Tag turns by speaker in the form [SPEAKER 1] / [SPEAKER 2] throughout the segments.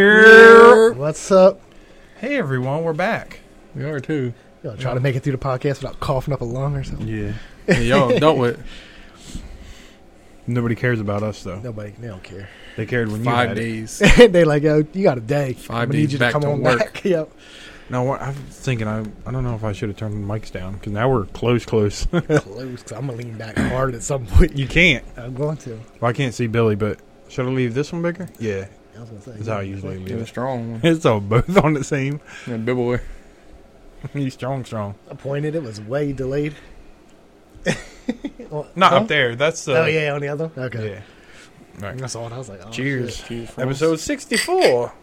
[SPEAKER 1] Year.
[SPEAKER 2] What's up?
[SPEAKER 1] Hey everyone, we're back.
[SPEAKER 3] We are too.
[SPEAKER 2] You know, try to make it through the podcast without coughing up a lung or something.
[SPEAKER 3] Yeah. y'all dealt with
[SPEAKER 1] Nobody cares about us though.
[SPEAKER 2] Nobody, they don't care.
[SPEAKER 1] They cared when you
[SPEAKER 3] five
[SPEAKER 1] had it.
[SPEAKER 3] days.
[SPEAKER 2] they like, yo, you got a day.
[SPEAKER 3] Five
[SPEAKER 2] I'm gonna
[SPEAKER 3] days
[SPEAKER 2] need you to
[SPEAKER 3] back
[SPEAKER 2] come
[SPEAKER 3] to
[SPEAKER 2] on
[SPEAKER 3] work.
[SPEAKER 2] back. yep.
[SPEAKER 1] No, what, I'm thinking I I don't know if I should have turned the mics down because now we're close, close.
[SPEAKER 2] Close, because I'm gonna lean back hard at some point.
[SPEAKER 1] you can't.
[SPEAKER 2] I'm going to.
[SPEAKER 1] Well, I can't see Billy, but should I leave this one bigger? Yeah,
[SPEAKER 2] I was gonna say.
[SPEAKER 1] that's how I usually
[SPEAKER 3] Get
[SPEAKER 1] leave
[SPEAKER 3] a
[SPEAKER 1] it.
[SPEAKER 3] strong one.
[SPEAKER 1] It's all both on the same.
[SPEAKER 3] Yeah, big boy.
[SPEAKER 1] He's strong, strong.
[SPEAKER 2] I pointed. It was way delayed.
[SPEAKER 1] Not up there. That's the.
[SPEAKER 2] Oh yeah, on the other. one? Okay.
[SPEAKER 1] Yeah.
[SPEAKER 2] I saw it. I was like, oh,
[SPEAKER 1] Cheers.
[SPEAKER 3] Cheers, folks.
[SPEAKER 1] Episode 64.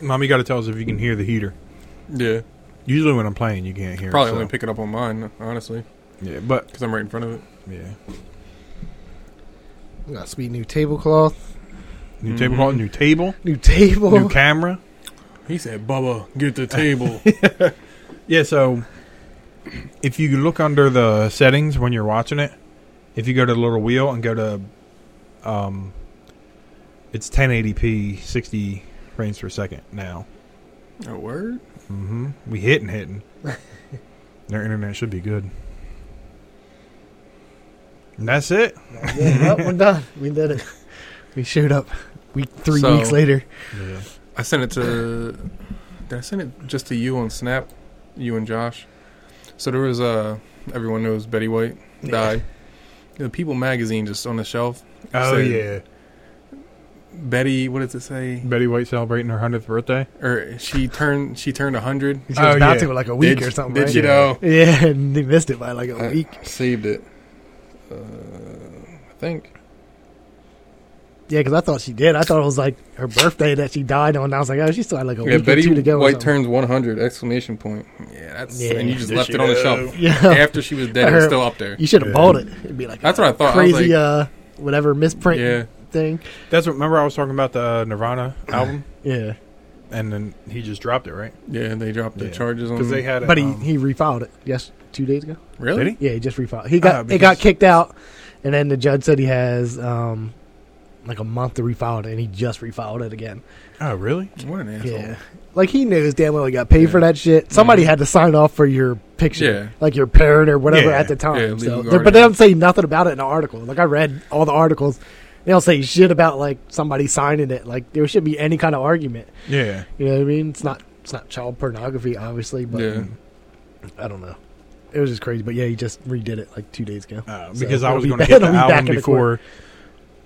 [SPEAKER 1] Mom, you got to tell us if you can hear the heater.
[SPEAKER 3] Yeah.
[SPEAKER 1] Usually when I'm playing, you can't hear.
[SPEAKER 3] Probably
[SPEAKER 1] it, so-
[SPEAKER 3] only pick it up on mine, honestly,
[SPEAKER 1] Yeah, but
[SPEAKER 3] because I'm right in front of it.
[SPEAKER 1] yeah,
[SPEAKER 2] Shit. We got a sweet new tablecloth,
[SPEAKER 1] new
[SPEAKER 3] Mhm.
[SPEAKER 1] tablecloth, new table,
[SPEAKER 2] new table.
[SPEAKER 1] new camera.
[SPEAKER 3] He said, Bubba, get the table.
[SPEAKER 1] Yeah, so if you look under the settings when you're watching it, if you go to the little wheel and go to, um, it's 1080p, 60 frames per second now.
[SPEAKER 3] a word?
[SPEAKER 1] Mm-hmm. We hitting, hitting. Their internet should be good. And that's it.
[SPEAKER 2] yeah, well, we're done. We did it. We showed up. Week three
[SPEAKER 3] So-
[SPEAKER 2] weeks later.
[SPEAKER 1] Yeah.
[SPEAKER 3] I sent it to. Did I send it just to you on Snap? You and Josh? So there was, uh, everyone knows Betty White died. The People magazine just on the shelf.
[SPEAKER 1] Oh
[SPEAKER 3] So-
[SPEAKER 1] yeah.
[SPEAKER 3] Betty, what does it say?
[SPEAKER 1] Betty White celebrating her hundredth birthday.
[SPEAKER 3] Or she turned she turned 100.
[SPEAKER 2] She was
[SPEAKER 1] Oh, yeah.
[SPEAKER 2] about to for like a week
[SPEAKER 3] Did-
[SPEAKER 2] or something.
[SPEAKER 3] Did
[SPEAKER 2] right?
[SPEAKER 3] you know?
[SPEAKER 2] Yeah, and they missed it by like a
[SPEAKER 3] I
[SPEAKER 2] week.
[SPEAKER 3] saved it. Uh, I think.
[SPEAKER 2] Yeah, because I thought she did. I thought it was like her birthday that she died on. I was like, oh, she still had like a
[SPEAKER 3] Yeah,
[SPEAKER 2] week or two
[SPEAKER 3] Betty
[SPEAKER 2] to go. or
[SPEAKER 3] White
[SPEAKER 2] something.
[SPEAKER 3] turns 100! Exclamation point. Yeah, that's
[SPEAKER 2] Yeah.
[SPEAKER 3] and you just
[SPEAKER 1] Did
[SPEAKER 3] left
[SPEAKER 1] she
[SPEAKER 3] it on the
[SPEAKER 1] know?
[SPEAKER 3] shelf
[SPEAKER 2] Yeah,
[SPEAKER 3] after she was dead. It was
[SPEAKER 2] Her-
[SPEAKER 3] still up there.
[SPEAKER 2] you should have
[SPEAKER 1] Yeah.
[SPEAKER 2] bought it. It'd be like
[SPEAKER 3] That's what I thought. I was
[SPEAKER 2] crazy,
[SPEAKER 3] like,
[SPEAKER 2] uh, whatever misprint
[SPEAKER 3] yeah,
[SPEAKER 2] thing.
[SPEAKER 1] That's what. Remember, I was talking about the uh, Nirvana album,
[SPEAKER 2] Yeah,
[SPEAKER 1] and then he just dropped it, right?
[SPEAKER 3] yeah. They dropped the
[SPEAKER 1] Yeah.
[SPEAKER 3] charges on.
[SPEAKER 1] Because they
[SPEAKER 3] them.
[SPEAKER 1] had. A,
[SPEAKER 2] but he
[SPEAKER 1] um,
[SPEAKER 2] he refiled it. Yes, two days ago.
[SPEAKER 3] really.
[SPEAKER 1] Did
[SPEAKER 2] Yeah, he just refiled. He got
[SPEAKER 1] Ah,
[SPEAKER 2] it got
[SPEAKER 1] because-
[SPEAKER 2] kicked out, and then the judge said he has um like a month to refile it, and he just refiled it again.
[SPEAKER 1] oh, really?
[SPEAKER 3] What an asshole.
[SPEAKER 2] Yeah. Like he knows damn well he got paid for
[SPEAKER 3] Yeah.
[SPEAKER 2] that shit. Somebody
[SPEAKER 3] Mhm.
[SPEAKER 2] had to sign off for your picture,
[SPEAKER 3] Yeah.
[SPEAKER 2] like your parent or whatever
[SPEAKER 1] Yeah.
[SPEAKER 2] at the
[SPEAKER 3] Yeah,
[SPEAKER 2] time.
[SPEAKER 3] legal
[SPEAKER 2] so, they-
[SPEAKER 3] guardian.
[SPEAKER 2] but they don't say nothing about it in the article. Like I read all the articles, they don't say shit about like somebody signing it. Like there should be any kind of argument.
[SPEAKER 1] Yeah.
[SPEAKER 2] You know what I mean? It's not it's not child pornography, obviously, but
[SPEAKER 3] Yeah.
[SPEAKER 2] I don't know. It was just crazy. But yeah, he just redid it like two days ago.
[SPEAKER 1] Uh,
[SPEAKER 2] So
[SPEAKER 1] because I
[SPEAKER 2] it'll
[SPEAKER 1] was
[SPEAKER 2] be
[SPEAKER 1] going to
[SPEAKER 2] back-
[SPEAKER 1] get the
[SPEAKER 2] it'll be back
[SPEAKER 1] album
[SPEAKER 2] in the
[SPEAKER 1] before,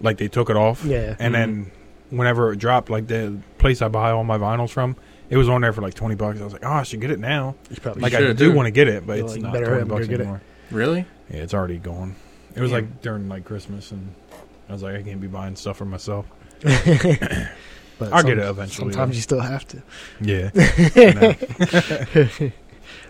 [SPEAKER 1] like they took it off,
[SPEAKER 2] Yeah.
[SPEAKER 1] and then whenever it dropped, like the place I buy all my vinyls from, it was on there for like twenty bucks. I was like, oh, I should get it now.
[SPEAKER 2] He's probably
[SPEAKER 1] Like
[SPEAKER 3] should,
[SPEAKER 1] I do
[SPEAKER 3] too.
[SPEAKER 1] want to get it, but
[SPEAKER 2] You're
[SPEAKER 1] it's
[SPEAKER 2] like,
[SPEAKER 1] not
[SPEAKER 2] better
[SPEAKER 1] twenty
[SPEAKER 2] have him go
[SPEAKER 1] bucks
[SPEAKER 2] get it.
[SPEAKER 1] anymore.
[SPEAKER 3] Really?
[SPEAKER 1] Yeah, it's already gone. It was
[SPEAKER 3] Yeah.
[SPEAKER 1] like during like Christmas, and I was like, I can't be buying stuff for myself.
[SPEAKER 2] but
[SPEAKER 1] I'll get it
[SPEAKER 2] some-
[SPEAKER 1] eventually.
[SPEAKER 2] Sometimes you still have to.
[SPEAKER 1] Yeah,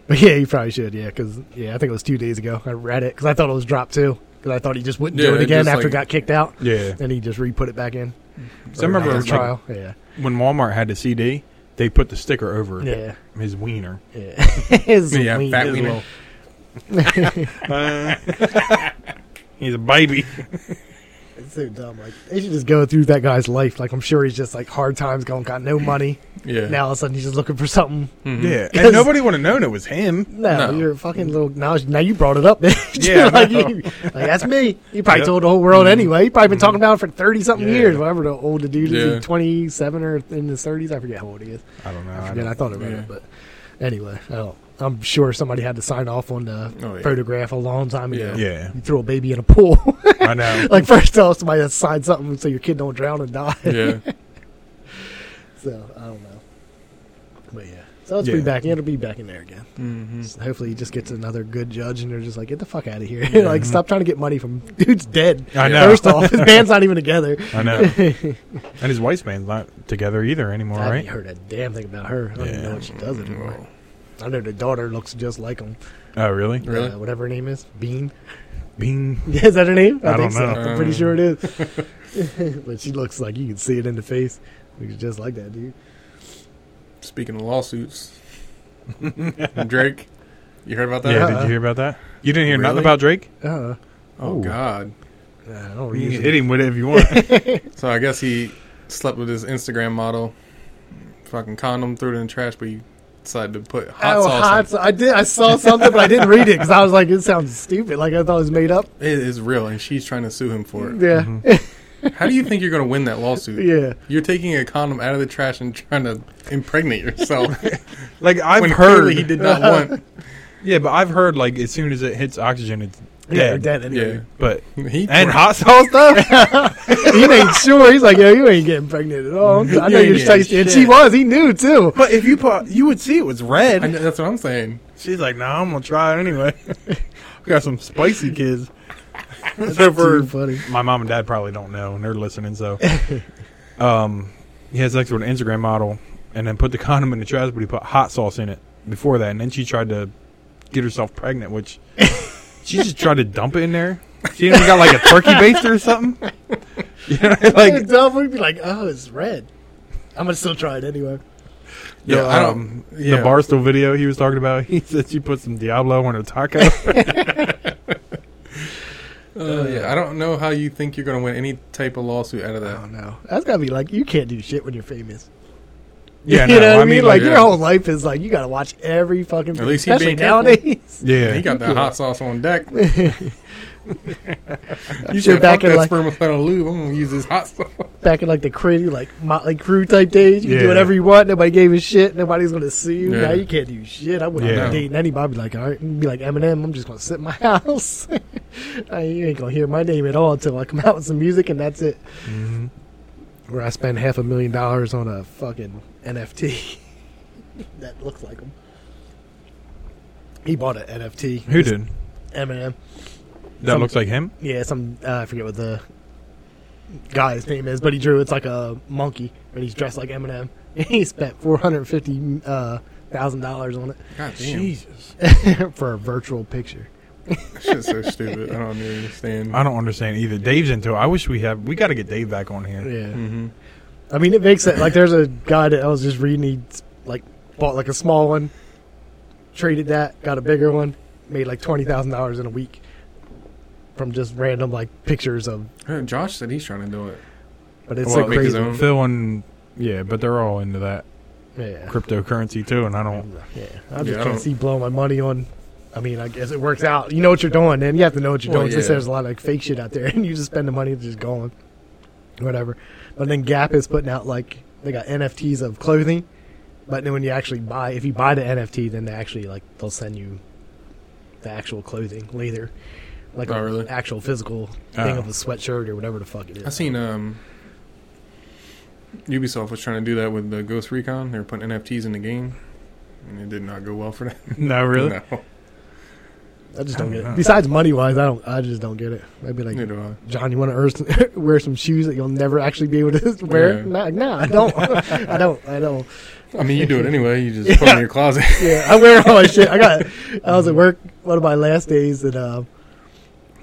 [SPEAKER 2] but yeah, you probably should. Yeah, because yeah, I think it was two days ago. I read it because I thought it was dropped too. Because I thought he just wouldn't
[SPEAKER 3] Yeah,
[SPEAKER 2] do it
[SPEAKER 3] it
[SPEAKER 2] again
[SPEAKER 3] just,
[SPEAKER 2] after it
[SPEAKER 3] like-
[SPEAKER 2] got kicked out,
[SPEAKER 1] yeah.
[SPEAKER 2] and he just re put it back in.
[SPEAKER 1] So I
[SPEAKER 2] Or
[SPEAKER 1] remember
[SPEAKER 2] after
[SPEAKER 1] like,
[SPEAKER 2] trial. yeah,
[SPEAKER 1] when Walmart had the CD, they put the sticker over
[SPEAKER 2] yeah,
[SPEAKER 1] his wiener.
[SPEAKER 2] yeah. His
[SPEAKER 3] Yeah,
[SPEAKER 2] wiener.
[SPEAKER 3] fat
[SPEAKER 1] His
[SPEAKER 3] wiener.
[SPEAKER 1] little- Uh. He's a baby.
[SPEAKER 2] It's so dumb. Like they should just go through that guy's life. Like I'm sure he's just like hard times going, got no money.
[SPEAKER 3] Yeah.
[SPEAKER 2] Now all of a sudden he's just looking for something.
[SPEAKER 3] Mhm.
[SPEAKER 1] Yeah,
[SPEAKER 2] Because-
[SPEAKER 1] and nobody would have known it was him.
[SPEAKER 2] No,
[SPEAKER 3] No.
[SPEAKER 2] you're a fucking little. Now, now you brought it up, bitch.
[SPEAKER 1] Yeah, I
[SPEAKER 2] like,
[SPEAKER 1] know.
[SPEAKER 2] you- like, that's me. You probably
[SPEAKER 1] Yep.
[SPEAKER 2] told the whole world anyway. You probably been talking about it for thirty something
[SPEAKER 1] Yeah.
[SPEAKER 2] years. Whatever the old the dude is,
[SPEAKER 3] Yeah.
[SPEAKER 2] twenty seven or in his thirties. I forget how old he is.
[SPEAKER 1] I don't know.
[SPEAKER 2] I
[SPEAKER 1] I
[SPEAKER 2] forget. I,
[SPEAKER 1] don't-
[SPEAKER 2] thought about
[SPEAKER 3] yeah.
[SPEAKER 2] it, but anyway, I don't, I'm sure somebody had to sign off on the
[SPEAKER 3] Oh, yeah.
[SPEAKER 2] photograph a long time ago.
[SPEAKER 3] Yeah.
[SPEAKER 1] yeah,
[SPEAKER 2] You threw a baby in a pool.
[SPEAKER 1] I know.
[SPEAKER 2] like first off, somebody has to sign something so your kid don't drown and die.
[SPEAKER 3] yeah.
[SPEAKER 2] So I don't know, but yeah. So it's be
[SPEAKER 1] Yeah.
[SPEAKER 2] back. It'll be back in there again.
[SPEAKER 3] hmm
[SPEAKER 2] So Hopefully, he just gets another good judge, and they're just like, "Get the fuck out of here! like,
[SPEAKER 1] Mhm.
[SPEAKER 2] stop trying to get money from dude's dead."
[SPEAKER 1] I
[SPEAKER 3] Yeah.
[SPEAKER 1] know.
[SPEAKER 2] First off, his band's not even together.
[SPEAKER 1] I know. and his wife's man's not together either anymore,
[SPEAKER 2] I haven't
[SPEAKER 1] right?
[SPEAKER 2] heard a damn thing about her. I don't even
[SPEAKER 1] Yeah.
[SPEAKER 2] know what she does anymore.
[SPEAKER 3] Well,
[SPEAKER 2] I know the daughter looks just like him.
[SPEAKER 1] Oh, really?
[SPEAKER 3] Really?
[SPEAKER 2] Uh, whatever her name is, Bean.
[SPEAKER 1] Being
[SPEAKER 2] is that her name?
[SPEAKER 1] I don't
[SPEAKER 2] think so.
[SPEAKER 1] know. Um.
[SPEAKER 2] I'm pretty
[SPEAKER 3] Uh.
[SPEAKER 2] sure it is. but she looks like you can see it in the face. Looks just like that dude.
[SPEAKER 3] Speaking of lawsuits, Drake, you heard about that?
[SPEAKER 1] yeah.
[SPEAKER 2] Uh-uh.
[SPEAKER 1] Did you hear about that? You didn't hear nothing
[SPEAKER 3] Really?
[SPEAKER 1] about Drake?
[SPEAKER 2] Uh,
[SPEAKER 3] Oh
[SPEAKER 2] Ooh.
[SPEAKER 3] God.
[SPEAKER 2] yeah, I don't
[SPEAKER 1] You
[SPEAKER 2] use
[SPEAKER 1] can
[SPEAKER 2] it.
[SPEAKER 1] hit him with it if you want.
[SPEAKER 3] So I guess he slept with his Instagram model. Fucking condom threw it in the trash, but he decided to put hot
[SPEAKER 2] oh,
[SPEAKER 3] sauce.
[SPEAKER 2] hot
[SPEAKER 3] in.
[SPEAKER 2] sauce. I did. I saw something, but I didn't read it because I was like, "It sounds stupid." Like I thought it was made up.
[SPEAKER 3] It is real, and she's trying to sue him for it.
[SPEAKER 2] Yeah,
[SPEAKER 1] Mm-hmm.
[SPEAKER 3] How do you think you're going to win that lawsuit?
[SPEAKER 2] yeah.
[SPEAKER 3] You're taking a condom out of the trash and trying to impregnate yourself.
[SPEAKER 1] like I've
[SPEAKER 3] when
[SPEAKER 1] heard,
[SPEAKER 3] clearly he did not want.
[SPEAKER 1] yeah, but I've heard like as soon as it hits oxygen, it's
[SPEAKER 2] Yeah,
[SPEAKER 1] dead.
[SPEAKER 2] you're dead
[SPEAKER 3] Yeah,
[SPEAKER 2] anyway.
[SPEAKER 1] But
[SPEAKER 3] he
[SPEAKER 1] and
[SPEAKER 3] tore-
[SPEAKER 1] hot
[SPEAKER 2] Oh,
[SPEAKER 1] sauce though.
[SPEAKER 2] he made sure. He's like, "Yeah, you ain't getting pregnant at all." I
[SPEAKER 3] You
[SPEAKER 2] know
[SPEAKER 3] ain't
[SPEAKER 2] you're
[SPEAKER 3] getting
[SPEAKER 2] tasty, and she
[SPEAKER 1] shit.
[SPEAKER 2] was. He knew too.
[SPEAKER 1] but if you put, you would see it was
[SPEAKER 3] I
[SPEAKER 1] red.
[SPEAKER 3] know, that's what I'm saying.
[SPEAKER 1] She's like, nah, I'm gonna try it anyway. we got some spicy kids. so
[SPEAKER 2] Too
[SPEAKER 1] for
[SPEAKER 2] funny.
[SPEAKER 1] my mom and dad probably don't know, and they're listening. So, um, he had sex with an Instagram model, and then put the condom in the trash, but he put hot sauce in it before that, and then she tried to get herself pregnant, which she just tried to dump it in there. She even got like a turkey baster or something. You know,
[SPEAKER 2] Like,
[SPEAKER 1] like
[SPEAKER 2] dumb would be like, "Oh, it's red." I'm gonna still try it anyway.
[SPEAKER 1] the,
[SPEAKER 3] Yeah, I don't-
[SPEAKER 1] um,
[SPEAKER 3] yeah.
[SPEAKER 1] the barstool video he was talking about. He said she put some Diablo on her taco.
[SPEAKER 3] Uh, yeah, I don't know how you think you're going to win any type of lawsuit out of
[SPEAKER 2] I
[SPEAKER 3] that.
[SPEAKER 2] don't know. That's gotta be like you can't do shit when you're famous.
[SPEAKER 1] yeah,
[SPEAKER 2] you know
[SPEAKER 1] no,
[SPEAKER 2] what I mean. Like your
[SPEAKER 3] yeah.
[SPEAKER 2] whole life is like you gotta watch every fucking.
[SPEAKER 3] At least he
[SPEAKER 2] especially
[SPEAKER 3] being careful.
[SPEAKER 2] nowadays.
[SPEAKER 1] yeah,
[SPEAKER 3] He got that hot sauce on deck. You
[SPEAKER 2] sure
[SPEAKER 3] said
[SPEAKER 2] back
[SPEAKER 3] back
[SPEAKER 2] in
[SPEAKER 3] that
[SPEAKER 2] like-
[SPEAKER 3] sperm without a lube. I'm gonna use this hot sauce.
[SPEAKER 2] back in like the crazy like Motley Crue type days. You can do
[SPEAKER 1] Yeah.
[SPEAKER 2] whatever you want. Nobody gave a shit. Nobody's gonna see you.
[SPEAKER 3] Yeah.
[SPEAKER 2] Now you can't do shit. I wouldn't
[SPEAKER 1] Yeah.
[SPEAKER 2] be dating anybody. Like all right, be like Eminem. I'm just gonna sit in my house. I, you ain't gonna hear my name at all until I come out with some music, and that's it.
[SPEAKER 1] Mhm.
[SPEAKER 2] Where I spend half a million dollars on a fucking NFT that looks like him. He bought an NFT.
[SPEAKER 1] Who did?
[SPEAKER 2] Eminem.
[SPEAKER 1] That
[SPEAKER 2] Some-
[SPEAKER 1] looks like him.
[SPEAKER 2] Yeah, some uh, I forget what the guy's name is, but he drew it's like a monkey, and he's dressed like Eminem. And he spent four hundred fifty uh, thousand dollars on
[SPEAKER 3] God damn,
[SPEAKER 1] Jesus,
[SPEAKER 2] it for a virtual picture.
[SPEAKER 3] that shit's so stupid. I don't even understand.
[SPEAKER 1] I don't understand either. Dave's into it. I wish we have. We got to get Dave back on here.
[SPEAKER 2] Yeah,
[SPEAKER 3] hmm
[SPEAKER 2] I mean it makes it like there's a guy that I was just reading. He like bought like a small one, traded that, got a bigger one, made like twenty thousand dollars in a week from just random like pictures of.
[SPEAKER 3] Josh said he's trying to do it.
[SPEAKER 2] But it's
[SPEAKER 3] Well,
[SPEAKER 2] so
[SPEAKER 3] make his
[SPEAKER 2] crazy.
[SPEAKER 3] own.
[SPEAKER 1] Phil and yeah, but they're all into that
[SPEAKER 2] Yeah.
[SPEAKER 1] cryptocurrency too, and I don't.
[SPEAKER 2] Yeah, I'm just
[SPEAKER 3] Yeah, I
[SPEAKER 2] trying
[SPEAKER 3] don't-
[SPEAKER 2] to see blowing my money on. I mean, I guess it works out. You know what you're doing, and you have to know what you're
[SPEAKER 3] Well,
[SPEAKER 2] doing. Since
[SPEAKER 3] yeah.
[SPEAKER 2] there's a lot of like, fake shit out there, and you just spend the money just going, whatever. But then Gap is putting out like they got NFTs of clothing, but then when you actually buy, if you buy the NFT, then they actually like they'll send you the actual clothing later, like
[SPEAKER 3] Oh,
[SPEAKER 2] a
[SPEAKER 3] really? Ah.
[SPEAKER 2] actual physical thing
[SPEAKER 1] Oh.
[SPEAKER 2] of a sweatshirt or whatever the fuck it is.
[SPEAKER 3] I seen um, Ubisoft was trying to do that with the Ghost Recon. They were putting NFTs in the game, and it did not go well for that.
[SPEAKER 1] No, really.
[SPEAKER 3] No,
[SPEAKER 2] I just
[SPEAKER 1] I
[SPEAKER 2] don't
[SPEAKER 1] don't
[SPEAKER 2] get
[SPEAKER 3] uh,
[SPEAKER 1] know.
[SPEAKER 2] it. Besides money wise, I don't. I just don't get it. I'd be like,
[SPEAKER 3] neither do I.
[SPEAKER 2] John, you want to earth- wear some shoes that you'll never actually be able to wear?
[SPEAKER 3] Yeah.
[SPEAKER 2] Nah, nah, I don't. I don't. I don't.
[SPEAKER 3] I mean, you do it anyway. You just put it in your closet.
[SPEAKER 2] Yeah, I wear all my shit. I got. I was at work one of my last days, and uh,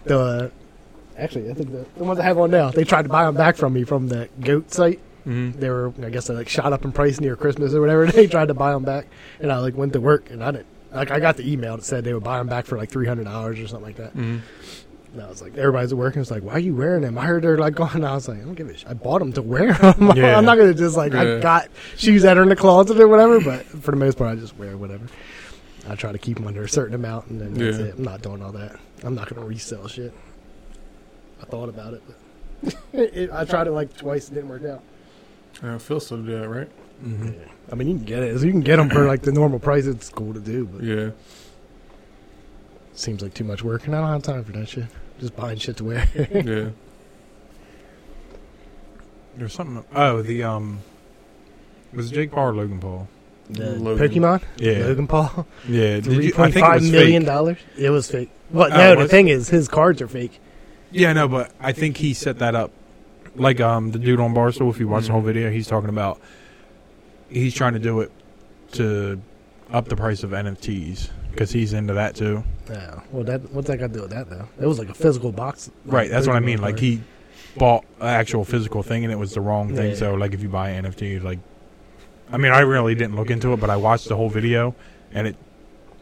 [SPEAKER 2] the uh, actually, I think the, the ones I have on now, they tried to buy them back from me from the goat site.
[SPEAKER 3] hmm
[SPEAKER 2] They were, I guess, they like shot up in price near Christmas or whatever. They tried to buy them back, and I like went to work, and I didn't. Like I got the email that said they would buy them back for like three hundred dollars or something like that.
[SPEAKER 3] hmm
[SPEAKER 2] And I was like, everybody's at work and it's like, why are you wearing them? I heard they're like going. I was like, I don't give a shit. I bought them to wear them.
[SPEAKER 1] Yeah.
[SPEAKER 2] I'm not going to just like,
[SPEAKER 3] Yeah.
[SPEAKER 2] I got shoes that are in the closet or whatever. But for the most part, I just wear whatever. I try to keep them under a certain amount and then that's
[SPEAKER 3] Yeah.
[SPEAKER 2] it. I'm not doing all that. I'm not going to resell shit. I thought about it. But it, I tried it like twice. It didn't work out.
[SPEAKER 3] Uh, Phil still do that, right?
[SPEAKER 1] Mhm.
[SPEAKER 3] Mm-hmm.
[SPEAKER 2] I mean, you can get it. You can get them for like the normal price. It's cool to do, but
[SPEAKER 3] Yeah.
[SPEAKER 2] seems like too much work. And I don't have time for that shit. Just buying shit to wear.
[SPEAKER 3] Yeah.
[SPEAKER 1] There's something. Oh, the um, was it Jake Paul or Logan Paul?
[SPEAKER 2] The
[SPEAKER 3] Logan.
[SPEAKER 2] Pokemon?
[SPEAKER 1] Yeah,
[SPEAKER 2] Logan Paul?
[SPEAKER 1] yeah. Did
[SPEAKER 2] Three
[SPEAKER 1] you, I
[SPEAKER 2] point
[SPEAKER 1] think it
[SPEAKER 2] five
[SPEAKER 1] was
[SPEAKER 2] million
[SPEAKER 1] fake.
[SPEAKER 2] dollars. It was fake. But
[SPEAKER 1] Oh,
[SPEAKER 2] no, the
[SPEAKER 1] was
[SPEAKER 2] thing is, his cards are fake.
[SPEAKER 1] Yeah, no, but I think he set that up. Like um, the dude on Barstool. If you
[SPEAKER 2] Mm-hmm.
[SPEAKER 1] watch the whole video, he's talking about he's trying to do it to up the price of NFTs because he's into that too.
[SPEAKER 2] Oh, well, that what's that got to do with that though? It was like a physical box. like,
[SPEAKER 1] Right, that's what I
[SPEAKER 2] Pokemon
[SPEAKER 1] mean. Like
[SPEAKER 2] card.
[SPEAKER 1] he bought an actual physical thing, and it was the wrong thing.
[SPEAKER 2] Yeah.
[SPEAKER 1] So like, if you buy an NFT, like, I mean, I really didn't look into it, but I watched the whole video, and it,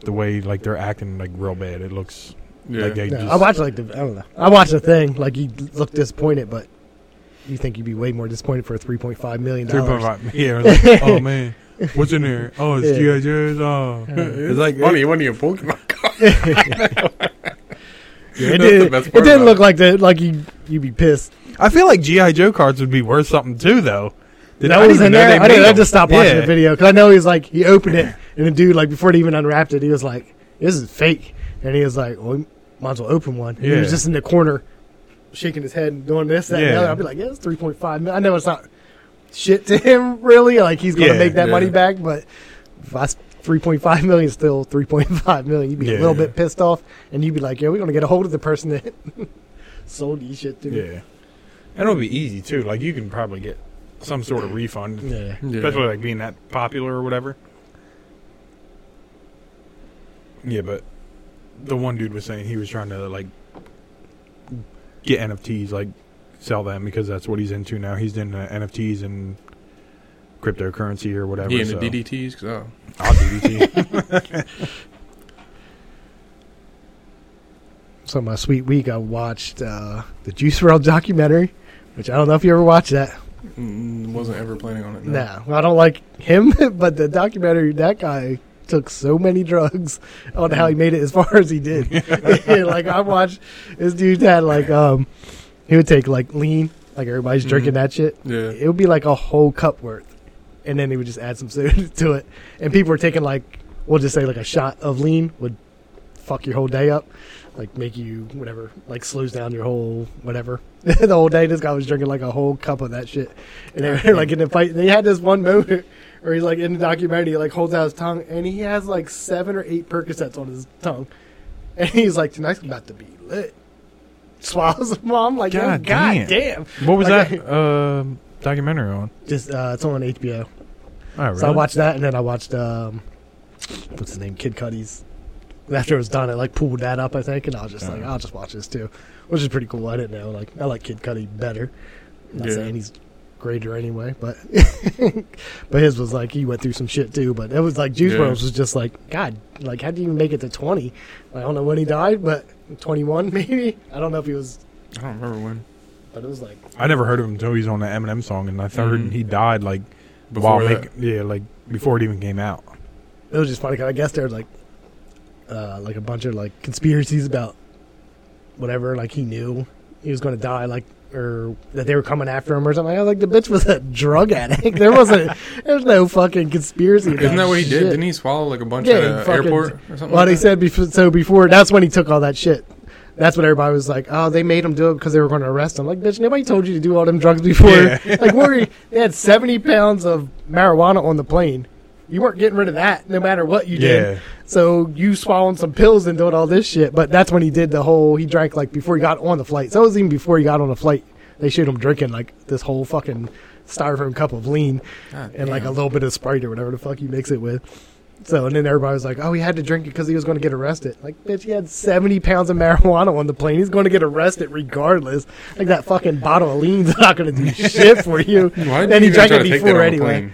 [SPEAKER 1] the way like they're acting like real bad, it looks
[SPEAKER 3] Yeah.
[SPEAKER 1] Like they
[SPEAKER 2] No,
[SPEAKER 1] just,
[SPEAKER 2] I watched like the I don't know. I watched the thing. Like you look disappointed, but you think you'd be way more disappointed for a three point five million
[SPEAKER 1] three point
[SPEAKER 2] dollars.
[SPEAKER 1] five. Yeah. it's like, oh man, what's in there? Oh, it's
[SPEAKER 2] Yeah.
[SPEAKER 1] GI Joe's. Oh, it's like
[SPEAKER 3] like money. One of your Pokemon cards.
[SPEAKER 2] It,
[SPEAKER 3] That's the
[SPEAKER 2] did,
[SPEAKER 3] best
[SPEAKER 2] it
[SPEAKER 3] part
[SPEAKER 2] didn't
[SPEAKER 3] about
[SPEAKER 2] look like that. Like you, you'd be pissed.
[SPEAKER 1] I feel like GI Joe cards would be worth something too, though. Did-
[SPEAKER 2] that
[SPEAKER 1] I didn't
[SPEAKER 2] was
[SPEAKER 1] even
[SPEAKER 2] in
[SPEAKER 1] know
[SPEAKER 2] there.
[SPEAKER 1] they
[SPEAKER 2] I, didn't,
[SPEAKER 1] made
[SPEAKER 2] I
[SPEAKER 1] 'em.
[SPEAKER 2] just stopped watching
[SPEAKER 1] Yeah.
[SPEAKER 2] the video because I know he's like he opened it and the dude like before he even unwrapped it, he was like, "This is fake," and he was like, "Well, we might as well open one." And He
[SPEAKER 1] Yeah.
[SPEAKER 2] was just in the corner, shaking his head and doing this, that, and
[SPEAKER 1] Yeah.
[SPEAKER 2] the other. I'd be like, "Yeah, it's three point five. I know it's not shit to him really. Like he's gonna
[SPEAKER 1] Yeah,
[SPEAKER 2] make that
[SPEAKER 3] yeah.
[SPEAKER 2] money back, but if I three point five million is still three point five million. You'd be
[SPEAKER 1] Yeah.
[SPEAKER 2] a little bit pissed off, and you'd be like, "Yeah, we're gonna get a hold of the person that sold you shit to me."
[SPEAKER 1] Yeah, and it'll be easy too. Like you can probably get some sort of refund,
[SPEAKER 2] yeah.
[SPEAKER 3] Yeah.
[SPEAKER 1] especially like being that popular or whatever. Yeah, but the one dude was saying he was trying to like get NFTs, like sell them because that's what he's into now. He's into NFTs and cryptocurrency or whatever.
[SPEAKER 3] Yeah, and
[SPEAKER 1] so-
[SPEAKER 3] the DDTs. 'cause, oh,
[SPEAKER 1] I'll DDT.
[SPEAKER 2] So my uh, sweet week, I watched uh, the Juice World documentary, which I don't know if you ever watched that.
[SPEAKER 3] mm, wasn't ever planning on it. No.
[SPEAKER 2] No, I don't like him, but the documentary, that guy took so many drugs. I don't know how he made it as far as he did. like I watched this dude had like um, he would take like lean, like everybody's drinking
[SPEAKER 3] Mhm.
[SPEAKER 2] that shit.
[SPEAKER 3] Yeah.
[SPEAKER 2] It would be like a whole cup worth, and then he would just add some soda to it, and people were taking like we'll just say like a shot of lean would fuck your whole day up, like make you whatever, like slows down your whole whatever. the whole day this guy was drinking like a whole cup of that shit, and they were like in a fight. They had this one moment where he's like in the documentary, he, like holds out his tongue, and he has like seven or eight Percocets on his tongue, and he's like tonight's about to be lit. Swallows them all. I'm like, "Oh, God,
[SPEAKER 1] God
[SPEAKER 2] God
[SPEAKER 1] damn.
[SPEAKER 2] damn.
[SPEAKER 1] what was
[SPEAKER 2] Like,
[SPEAKER 1] that um documentary on?
[SPEAKER 2] Just uh, it's on HBO.
[SPEAKER 1] Oh, really?
[SPEAKER 2] So I watched that, and then I watched um, what's his name, Kid Cudi's. After it was done, it like pulled that up, I think, and I was just like,
[SPEAKER 1] Uh-huh.
[SPEAKER 2] I'll just watch this too, which is pretty cool. I didn't know, like, I like Kid Cudi better. I'm not
[SPEAKER 3] Yeah.
[SPEAKER 2] saying he's greater anyway, but but his was like he went through some shit too. But it was like Juice
[SPEAKER 3] Yeah.
[SPEAKER 2] WRLD was just like, God, like how do you even make it to twenty? I don't know when he died, but twenty one maybe. I don't know if he was,
[SPEAKER 3] I don't remember when.
[SPEAKER 2] but it was like
[SPEAKER 1] I never heard of him until he was on the Eminem song, and I heard
[SPEAKER 3] Mhm.
[SPEAKER 1] he died like
[SPEAKER 3] Before
[SPEAKER 1] while
[SPEAKER 3] that.
[SPEAKER 1] making yeah, like before it even came out.
[SPEAKER 2] it was just funny because I guess there was like, uh, like a bunch of like conspiracies about whatever. Like he knew he was going to die, like or that they were coming after him or something. I was like, the bitch was a drug addict. There wasn't. there's no fucking conspiracy.
[SPEAKER 3] Isn't that what he did? Didn't he swallow like a bunch at
[SPEAKER 2] Yeah,
[SPEAKER 3] an
[SPEAKER 2] fucking-
[SPEAKER 3] airport or something?
[SPEAKER 2] Well,
[SPEAKER 3] like
[SPEAKER 2] they
[SPEAKER 3] that?
[SPEAKER 2] said before. So before that's when he took all that shit. That's what everybody was like. Oh, they made him do it because they were going to arrest him. Like, bitch, nobody told you to do all them drugs before.
[SPEAKER 1] Yeah.
[SPEAKER 2] like, worry. They had seventy pounds of marijuana on the plane. You weren't getting rid of that, no matter what you did.
[SPEAKER 1] Yeah,
[SPEAKER 2] So you swallowing some pills and doing all this shit, but that's when he did the whole. He drank like before he got on the flight. So it was even before he got on the flight. They showed him drinking like this whole fucking styrofoam cup of lean
[SPEAKER 3] God
[SPEAKER 2] and like a
[SPEAKER 3] damn.
[SPEAKER 2] little bit of Sprite or whatever the fuck you mix it with. So and then everybody was like, "Oh, he had to drink it because he was going to get arrested." Like, bitch, he had seventy pounds of marijuana on the plane. He's going to get arrested regardless. Like that fucking bottle of lean's not going to do shit for you.
[SPEAKER 3] Why did
[SPEAKER 2] and he
[SPEAKER 3] you
[SPEAKER 2] drank
[SPEAKER 3] try
[SPEAKER 2] it
[SPEAKER 3] to take
[SPEAKER 2] before
[SPEAKER 3] that on the
[SPEAKER 2] anyway.
[SPEAKER 3] plane?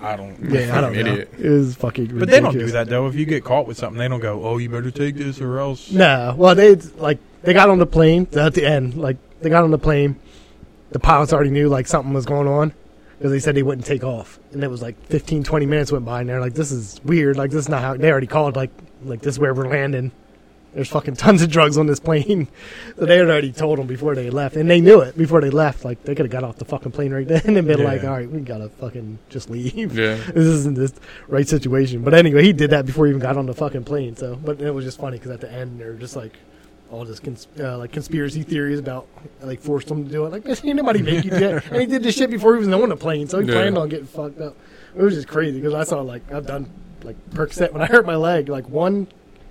[SPEAKER 1] I don't.
[SPEAKER 2] Yeah, I don't know.
[SPEAKER 3] Fucking idiot.
[SPEAKER 2] It was fucking. Ridiculous.
[SPEAKER 1] But they don't do that though. If you get caught with something, they don't go, "Oh, you better take this or else."
[SPEAKER 2] No, well, they like they got on the plane at the end. Like they got on the plane, the pilots already knew like something was going on because they said they wouldn't take off, and it was like 15, 20 minutes went by, and they're like, "This is weird. Like this is not how they already called. Like like this is where we're landing. There's fucking tons of drugs on this plane." so they had already told them before they left, and they knew it before they left. Like they could have got off the fucking plane right then and been
[SPEAKER 1] Yeah.
[SPEAKER 2] like, "All right, we gotta fucking just leave."
[SPEAKER 3] Yeah.
[SPEAKER 2] this isn't the right situation. But anyway, he did that before he even got on the fucking plane. So, but it was just funny because at the end they're just like all this cons- uh, like conspiracy theories about like forced him to do it. Like, bitch, ain't nobody make you do that. And he did this shit before he was on the plane, so he
[SPEAKER 3] Yeah.
[SPEAKER 2] planned on getting fucked up. It was just crazy because I saw like I've done like Percocet when I hurt my leg, like one.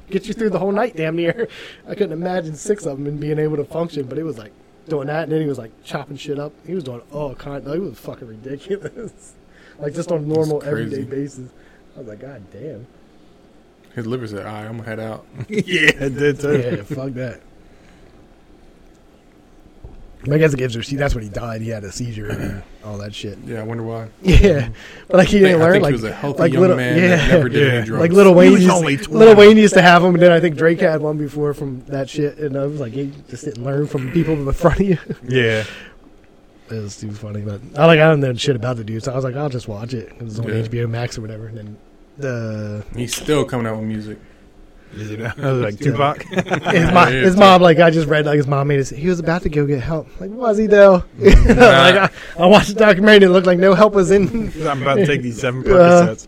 [SPEAKER 2] Get you through the whole night, damn near. I couldn't imagine six of them and being able to function, but it was like doing that, and then he was like chopping shit up. He was doing all kind. It was fucking ridiculous. like just on normal
[SPEAKER 3] That's crazy.
[SPEAKER 2] everyday basis. I was like, God damn.
[SPEAKER 3] His liver said, "All right, I'm gonna head out."
[SPEAKER 1] yeah, it did
[SPEAKER 2] Yeah, fuck that. But I guess it gives her. See, that's when he died. He had a seizure and all that shit.
[SPEAKER 3] Yeah, I wonder why.
[SPEAKER 2] Yeah, but like he
[SPEAKER 3] I think,
[SPEAKER 2] didn't
[SPEAKER 3] I
[SPEAKER 2] learn.
[SPEAKER 3] think
[SPEAKER 2] like
[SPEAKER 3] he was a healthy
[SPEAKER 2] like
[SPEAKER 3] young
[SPEAKER 2] little-
[SPEAKER 3] man
[SPEAKER 2] yeah.
[SPEAKER 3] that never did
[SPEAKER 1] Yeah.
[SPEAKER 3] any drugs.
[SPEAKER 2] Like Little Wayne,
[SPEAKER 1] was
[SPEAKER 2] used,
[SPEAKER 1] only
[SPEAKER 2] Little
[SPEAKER 1] 12.
[SPEAKER 2] Wayne used to have them, and then I think Drake had one before from that shit. And I was like, he just didn't learn from people in front of you.
[SPEAKER 1] Yeah.
[SPEAKER 2] it was too funny, but I like I don't know shit about the dude, so I was like, I'll just watch it. It was on
[SPEAKER 3] Yeah.
[SPEAKER 2] HBO Max or whatever. And then the
[SPEAKER 3] He's still coming out with music.
[SPEAKER 1] Is it- I was like Tupac.
[SPEAKER 2] his, mo-
[SPEAKER 3] yeah.
[SPEAKER 2] his mom, like I just read, like his mom made us. He was about to go get help. Like was he though? like
[SPEAKER 3] Mm-hmm.
[SPEAKER 2] I, I watched the documentary. and It looked like no help was in.
[SPEAKER 1] I'm about to take these seven
[SPEAKER 2] Uh,
[SPEAKER 1] Percocets.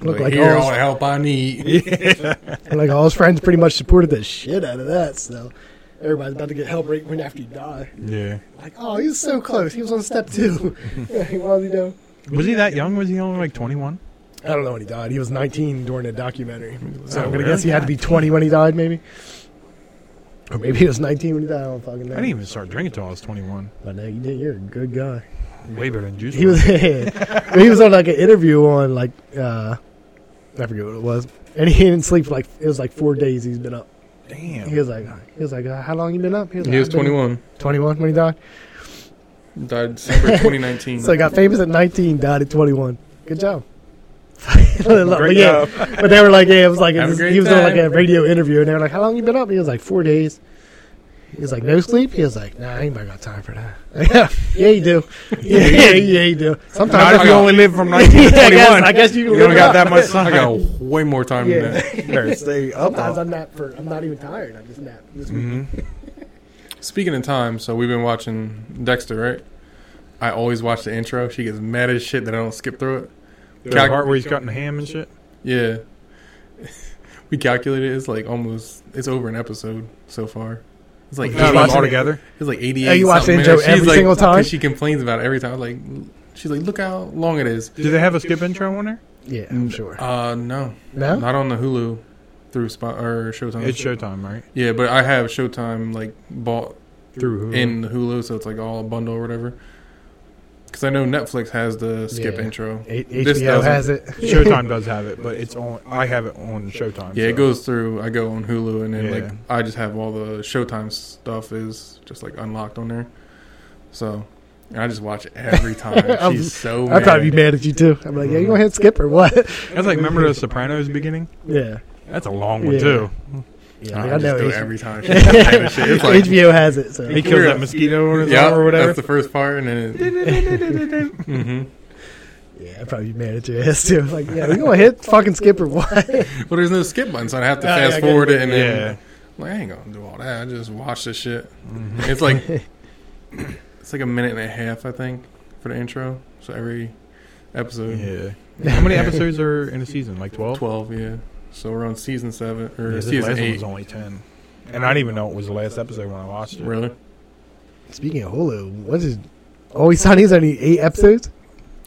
[SPEAKER 2] Looked
[SPEAKER 3] Like,
[SPEAKER 2] like
[SPEAKER 3] here,
[SPEAKER 2] all
[SPEAKER 3] all the help I need.
[SPEAKER 1] yeah.
[SPEAKER 2] like all his friends pretty much supported the shit out of that. So everybody's about to get help right when after you die.
[SPEAKER 1] yeah.
[SPEAKER 2] Like oh, he was so close. He was on step two. Like, was he though?
[SPEAKER 1] Was he that young? Was he only like 21?
[SPEAKER 2] I don't know when he died. He was 19 during the documentary. So
[SPEAKER 1] Oh,
[SPEAKER 2] I'm gonna
[SPEAKER 1] really?
[SPEAKER 2] guess he had to be 20 when he died, maybe. Or maybe he was 19 when he died. I don't fucking know.
[SPEAKER 1] I didn't even start drinking until I was 21.
[SPEAKER 2] But no, you did. You're a good guy.
[SPEAKER 1] Way better than Juice.
[SPEAKER 2] He was. he was on like an interview on like uh, I forget what it was, and he didn't sleep for like it was like four days. He's been up.
[SPEAKER 1] Damn.
[SPEAKER 2] He was like, he was like, uh, how long you been up?
[SPEAKER 3] He was
[SPEAKER 2] "I've been
[SPEAKER 3] 21.
[SPEAKER 2] 21 when he died.
[SPEAKER 3] Died December 2019.
[SPEAKER 2] So I got famous at 19, died at 21. Good job. but, yeah, but they were like, yeah, it was like,
[SPEAKER 3] Have a
[SPEAKER 2] this-
[SPEAKER 3] great
[SPEAKER 2] he was on like
[SPEAKER 3] time.
[SPEAKER 2] a radio interview, and they were like, how long you been up? He was like, four days. He was like, no sleep? He was like, nah, ain't nobody got time for that. yeah, yeah, you do. Yeah, yeah, yeah, you do.
[SPEAKER 1] Not
[SPEAKER 2] Sometimes
[SPEAKER 1] if you
[SPEAKER 3] got-
[SPEAKER 1] only live from
[SPEAKER 2] I, yeah,
[SPEAKER 1] 19 to
[SPEAKER 2] I, guess,
[SPEAKER 1] 21.
[SPEAKER 2] I guess you,
[SPEAKER 1] You don't
[SPEAKER 2] live
[SPEAKER 1] got
[SPEAKER 2] up.
[SPEAKER 1] that much
[SPEAKER 3] I
[SPEAKER 1] time.
[SPEAKER 3] got way more time
[SPEAKER 2] Yeah.
[SPEAKER 3] than that.
[SPEAKER 1] Better stay up.
[SPEAKER 2] Sometimes I nap for, I'm not even tired. I just nap. This week.
[SPEAKER 3] Mm-hmm.
[SPEAKER 1] hmm
[SPEAKER 3] Speaking of time, so we've been watching Dexter, right? I always watch the intro. She gets mad as shit that I don't skip through it.
[SPEAKER 1] The part where he's cutting ham and shit.
[SPEAKER 3] Yeah. we calculated it's like almost it's over an episode so far. It's like
[SPEAKER 1] Just
[SPEAKER 2] No,
[SPEAKER 3] 80,
[SPEAKER 1] like
[SPEAKER 2] watching
[SPEAKER 1] all
[SPEAKER 2] it.
[SPEAKER 1] together.
[SPEAKER 3] it's like 88.
[SPEAKER 2] Oh, you watch
[SPEAKER 3] something
[SPEAKER 2] the intro
[SPEAKER 3] minutes.
[SPEAKER 2] every
[SPEAKER 3] She's like-
[SPEAKER 2] single time?
[SPEAKER 3] 'cause She complains about it every time. Like she's like, look how long it is.
[SPEAKER 1] Do they have a skip intro on there?
[SPEAKER 2] Yeah, I'm sure.
[SPEAKER 3] Uh, no,
[SPEAKER 2] No?
[SPEAKER 3] not on the Hulu through spot or Showtime.
[SPEAKER 1] It's Showtime, right?
[SPEAKER 3] yeah, but I have Showtime like bought
[SPEAKER 1] Through Hulu.
[SPEAKER 3] in the Hulu, so it's like all a bundle or whatever. Because I know Netflix has the skip
[SPEAKER 2] Yeah.
[SPEAKER 3] intro.
[SPEAKER 2] H-
[SPEAKER 3] This
[SPEAKER 2] HBO has it.
[SPEAKER 1] Showtime does have it, but it's on. I have it on Showtime.
[SPEAKER 3] Yeah, it
[SPEAKER 1] so-
[SPEAKER 3] goes through. I go on Hulu, and then
[SPEAKER 1] Yeah.
[SPEAKER 3] like I just have all the Showtime stuff is just like unlocked on there. So and I just watch it every time.
[SPEAKER 2] I'm-
[SPEAKER 3] She's so
[SPEAKER 2] I'd
[SPEAKER 3] mad.
[SPEAKER 2] probably be mad at you too. I'm like, yeah, you go ahead and skip or what?
[SPEAKER 1] That's like remember the Sopranos beginning?
[SPEAKER 2] yeah.
[SPEAKER 1] That's a long one
[SPEAKER 2] Yeah.
[SPEAKER 1] too.
[SPEAKER 2] Yeah,
[SPEAKER 3] I,
[SPEAKER 2] like, I know
[SPEAKER 3] just do it
[SPEAKER 2] H-
[SPEAKER 3] every time. She's mad as shit. It's like,
[SPEAKER 2] HBO has it. So
[SPEAKER 1] He kills that mosquito on his
[SPEAKER 3] yeah,
[SPEAKER 1] arm or whatever.
[SPEAKER 3] that's the first part, and then it, Mhm.
[SPEAKER 2] yeah, I probably mad at your ass too. Like, yeah, we gonna hit fucking skip or what?
[SPEAKER 3] well, there's no skip button, so I have to
[SPEAKER 2] Yeah, yeah,
[SPEAKER 3] fast
[SPEAKER 2] I get
[SPEAKER 3] forward
[SPEAKER 2] it.
[SPEAKER 3] it, and then
[SPEAKER 1] yeah,
[SPEAKER 3] Like, I ain't gonna do all that. I just watch this shit.
[SPEAKER 1] Mm-hmm.
[SPEAKER 3] It's like it's like a minute and a half, I think, for the intro. So every episode,
[SPEAKER 1] yeah. How many episodes are in a season? Like twelve.
[SPEAKER 3] twelve, yeah. So we're on season seven or
[SPEAKER 1] Yeah, this
[SPEAKER 3] season
[SPEAKER 1] last one
[SPEAKER 3] eight.
[SPEAKER 1] was only ten, and I didn't even know it was the last episode when I watched it.
[SPEAKER 3] Really?
[SPEAKER 2] Speaking of Hulu, what is oh, Always Sunny's only eight episodes?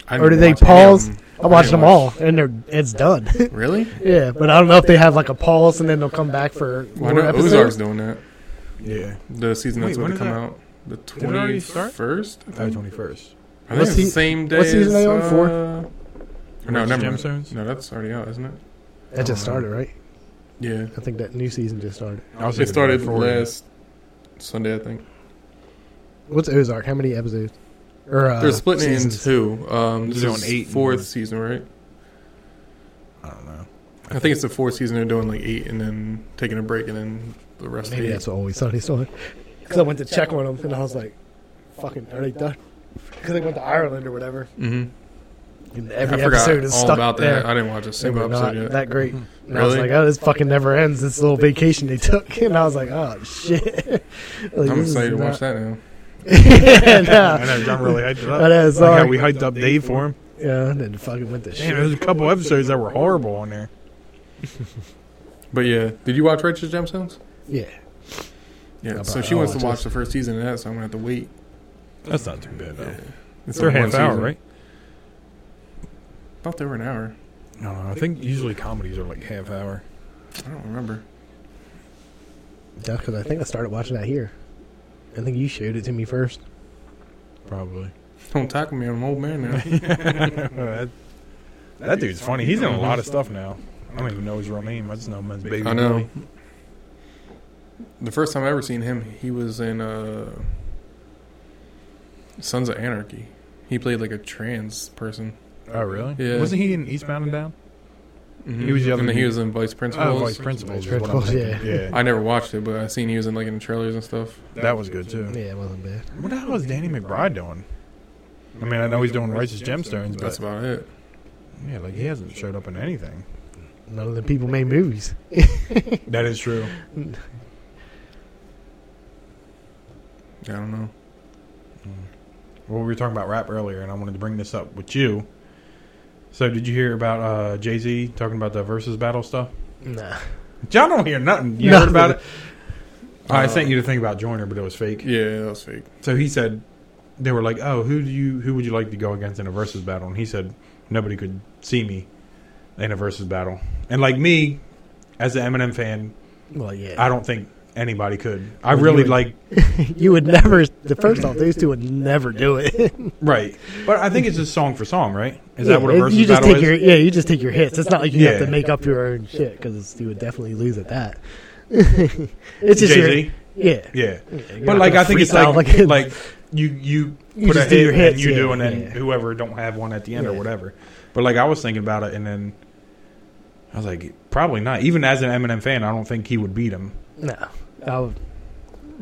[SPEAKER 3] I
[SPEAKER 2] Or
[SPEAKER 3] didn't
[SPEAKER 2] do they
[SPEAKER 3] watch any
[SPEAKER 2] pause?
[SPEAKER 3] of them.
[SPEAKER 2] I watched
[SPEAKER 3] didn't
[SPEAKER 2] them all, and they're it's done.
[SPEAKER 3] Really?
[SPEAKER 2] yeah, but I don't know if they have like a pause and then they'll come back for
[SPEAKER 3] Well, I
[SPEAKER 2] more
[SPEAKER 3] know
[SPEAKER 2] episodes.
[SPEAKER 3] Ozark's doing that.
[SPEAKER 1] Yeah,
[SPEAKER 3] The season
[SPEAKER 1] Wait,
[SPEAKER 3] that's
[SPEAKER 1] when
[SPEAKER 3] going to
[SPEAKER 1] is
[SPEAKER 3] come
[SPEAKER 1] that?
[SPEAKER 3] out the
[SPEAKER 1] it already
[SPEAKER 3] twenty
[SPEAKER 1] start?
[SPEAKER 3] first. I
[SPEAKER 1] that was
[SPEAKER 3] think
[SPEAKER 1] twenty first.
[SPEAKER 3] I think
[SPEAKER 2] What's
[SPEAKER 3] it's the
[SPEAKER 2] he-
[SPEAKER 3] same day.
[SPEAKER 2] what season
[SPEAKER 3] as,
[SPEAKER 2] they on? Four?
[SPEAKER 3] uh, No, never. mind.
[SPEAKER 1] Gemstones.
[SPEAKER 3] No, that's already out, isn't it?
[SPEAKER 2] That just started, right?
[SPEAKER 3] Yeah,
[SPEAKER 2] I think that new season just started.
[SPEAKER 1] I was
[SPEAKER 3] it
[SPEAKER 1] thinking
[SPEAKER 3] started
[SPEAKER 1] before.
[SPEAKER 3] last Sunday, I think.
[SPEAKER 2] What's Ozark? How many episodes? Or uh,
[SPEAKER 3] They're splitting it in
[SPEAKER 2] seasons?
[SPEAKER 3] two. Um, this
[SPEAKER 1] They're
[SPEAKER 3] is
[SPEAKER 1] on eight and
[SPEAKER 3] fourth
[SPEAKER 1] one.
[SPEAKER 3] season, right?
[SPEAKER 1] I don't know.
[SPEAKER 3] I think it's the fourth season. They're doing like eight, and then taking a break, and then the rest.
[SPEAKER 2] Maybe
[SPEAKER 3] of
[SPEAKER 2] that's what Always Sunny's doing. Because I went to check on them, and I was like, "Fucking, are they done?" Because they went to Ireland or whatever.
[SPEAKER 3] Mm-hmm.
[SPEAKER 2] And
[SPEAKER 3] I
[SPEAKER 2] every
[SPEAKER 3] forgot
[SPEAKER 2] episode is
[SPEAKER 3] all
[SPEAKER 2] stuck
[SPEAKER 3] about
[SPEAKER 2] there.
[SPEAKER 3] that. I didn't watch a
[SPEAKER 2] they
[SPEAKER 3] single
[SPEAKER 2] were
[SPEAKER 3] episode
[SPEAKER 2] not
[SPEAKER 3] yet.
[SPEAKER 2] that great. And I was
[SPEAKER 3] Really?
[SPEAKER 2] like, "Oh, this fucking never ends." This little vacation they took, and I was like, "Oh shit!" Like,
[SPEAKER 3] I'm
[SPEAKER 2] this is
[SPEAKER 3] excited to
[SPEAKER 2] not-
[SPEAKER 3] watch that now.
[SPEAKER 2] yeah,
[SPEAKER 1] I
[SPEAKER 2] nah.
[SPEAKER 1] know John really hyped it
[SPEAKER 2] I
[SPEAKER 1] up.
[SPEAKER 2] know,
[SPEAKER 1] Like how
[SPEAKER 2] sorry.
[SPEAKER 1] we hyped up Dave for him.
[SPEAKER 2] yeah, and then fucking went to
[SPEAKER 1] Damn,
[SPEAKER 2] shit.
[SPEAKER 1] there's a couple episodes that were horrible on there.
[SPEAKER 3] But yeah, did you watch Righteous Gemstones?
[SPEAKER 2] Yeah,
[SPEAKER 3] Yeah.
[SPEAKER 2] No,
[SPEAKER 3] so
[SPEAKER 2] but
[SPEAKER 3] she
[SPEAKER 2] I'll
[SPEAKER 3] wants
[SPEAKER 2] watch
[SPEAKER 3] to watch
[SPEAKER 2] this.
[SPEAKER 3] the first season of that, so I'm gonna have to wait.
[SPEAKER 1] That's not too bad though.
[SPEAKER 3] It's
[SPEAKER 1] It's their
[SPEAKER 3] only
[SPEAKER 1] half
[SPEAKER 3] one
[SPEAKER 1] hour,
[SPEAKER 3] season.
[SPEAKER 1] right?
[SPEAKER 3] I thought they were an hour.
[SPEAKER 1] No, no. I think usually comedies are like half hour.
[SPEAKER 3] I don't remember.
[SPEAKER 2] that's because I think I started watching that here. I think you showed it to me first.
[SPEAKER 1] Probably.
[SPEAKER 3] Don't tackle me. I'm an old man now.
[SPEAKER 1] that, that dude's funny. He's in a lot of stuff now. I don't even know his real name. I just know him as Baby.
[SPEAKER 3] I know.
[SPEAKER 1] Willie.
[SPEAKER 3] The first time I ever seen him, he was in uh, Sons of Anarchy. He played like a trans person.
[SPEAKER 1] Oh, really?
[SPEAKER 3] Yeah.
[SPEAKER 1] Wasn't he in Eastbound and Down?
[SPEAKER 3] Mhm.
[SPEAKER 1] He was the other
[SPEAKER 3] and then he
[SPEAKER 1] dude.
[SPEAKER 3] was in Vice
[SPEAKER 1] Mm-hmm. Oh,
[SPEAKER 3] Principals.
[SPEAKER 1] Vice Principals. is what I'm
[SPEAKER 2] Principals, yeah.
[SPEAKER 1] thinking. yeah.
[SPEAKER 3] I never watched it, but I seen he was in like in the trailers and stuff.
[SPEAKER 1] That was good too.
[SPEAKER 2] Yeah, it wasn't bad.
[SPEAKER 1] What the hell is Danny McBride doing? I mean, I know he's doing Righteous Gemstones,
[SPEAKER 3] That's
[SPEAKER 1] but
[SPEAKER 3] about it.
[SPEAKER 1] yeah, like he hasn't showed up in anything.
[SPEAKER 2] None of the people made movies.
[SPEAKER 1] That is true.
[SPEAKER 3] Yeah, I don't know.
[SPEAKER 1] Well, we were talking about rap earlier, and I wanted to bring this up with you. So, did you hear about uh, Jay Z talking about the versus battle stuff?
[SPEAKER 2] Nah.
[SPEAKER 1] John don't hear nothing. You
[SPEAKER 2] No.
[SPEAKER 1] heard about it? I
[SPEAKER 3] Uh,
[SPEAKER 1] sent you the thing about Joyner, but it was fake.
[SPEAKER 3] Yeah, that was fake.
[SPEAKER 1] So he said they were like, "Oh, who do you who would you like to go against in a versus battle?" And he said, "Nobody could see me in a versus battle." And like me, as an Eminem fan,
[SPEAKER 2] Well, yeah.
[SPEAKER 1] I don't think anybody could. I
[SPEAKER 2] Well, you
[SPEAKER 1] really
[SPEAKER 2] would-
[SPEAKER 1] like
[SPEAKER 2] you would never. The first off, these two would never do it.
[SPEAKER 1] right, but I think it's just song for song, right? Is
[SPEAKER 2] Yeah,
[SPEAKER 1] that what a versus
[SPEAKER 2] you just
[SPEAKER 1] battle
[SPEAKER 2] take
[SPEAKER 1] is?
[SPEAKER 2] your yeah? You just take your hits. It's not like you have
[SPEAKER 1] Yeah.
[SPEAKER 2] to make up your own shit because you would definitely lose at that. it's just your,
[SPEAKER 1] Jay-Z?
[SPEAKER 2] yeah.
[SPEAKER 1] yeah.
[SPEAKER 2] Yeah, you're
[SPEAKER 1] But
[SPEAKER 2] not
[SPEAKER 1] like
[SPEAKER 2] gonna
[SPEAKER 1] I think it's
[SPEAKER 2] freestyle
[SPEAKER 1] like like, you you,
[SPEAKER 2] You
[SPEAKER 1] put a
[SPEAKER 2] just do
[SPEAKER 1] hit
[SPEAKER 2] your
[SPEAKER 1] and
[SPEAKER 2] hits,
[SPEAKER 1] you do
[SPEAKER 2] yeah,
[SPEAKER 1] and then
[SPEAKER 2] yeah.
[SPEAKER 1] whoever don't have one at the end or
[SPEAKER 2] Yeah.
[SPEAKER 1] whatever. But like I was thinking about it and then I was like probably not. Even as an Eminem fan, I don't think he would beat him.
[SPEAKER 2] no. I, would,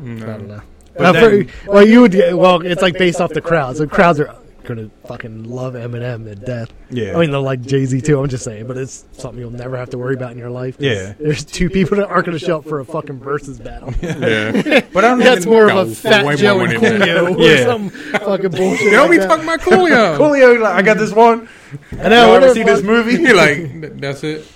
[SPEAKER 2] I don't
[SPEAKER 3] No.
[SPEAKER 2] know.
[SPEAKER 1] But
[SPEAKER 2] Uh, for-
[SPEAKER 1] then-
[SPEAKER 2] well, you would. Get, well, it's like based off the crowds. The crowds are gonna fucking love Eminem to death.
[SPEAKER 1] Yeah.
[SPEAKER 2] I mean, they're like Jay Z too. I'm just saying, but it's something you'll never have to worry about in your life. 'cause
[SPEAKER 1] Yeah.
[SPEAKER 2] there's two people that aren't gonna show up for a fucking versus battle.
[SPEAKER 3] Yeah.
[SPEAKER 1] but I don't
[SPEAKER 2] That's
[SPEAKER 1] even-
[SPEAKER 2] more of
[SPEAKER 3] No,
[SPEAKER 2] a fat
[SPEAKER 3] way more
[SPEAKER 2] Joe and
[SPEAKER 3] winning than that.
[SPEAKER 2] Coolio
[SPEAKER 1] Yeah.
[SPEAKER 2] or some fucking bullshit.
[SPEAKER 3] They don't
[SPEAKER 2] like
[SPEAKER 3] be
[SPEAKER 2] that.
[SPEAKER 3] talking about Coolio.
[SPEAKER 1] Coolio, like, I
[SPEAKER 2] Mm-hmm.
[SPEAKER 1] got this one.
[SPEAKER 2] I know.
[SPEAKER 1] Y'all
[SPEAKER 2] I
[SPEAKER 1] ever
[SPEAKER 2] know,
[SPEAKER 1] see
[SPEAKER 2] fuck.
[SPEAKER 1] this movie?
[SPEAKER 3] He like "Th- that's it.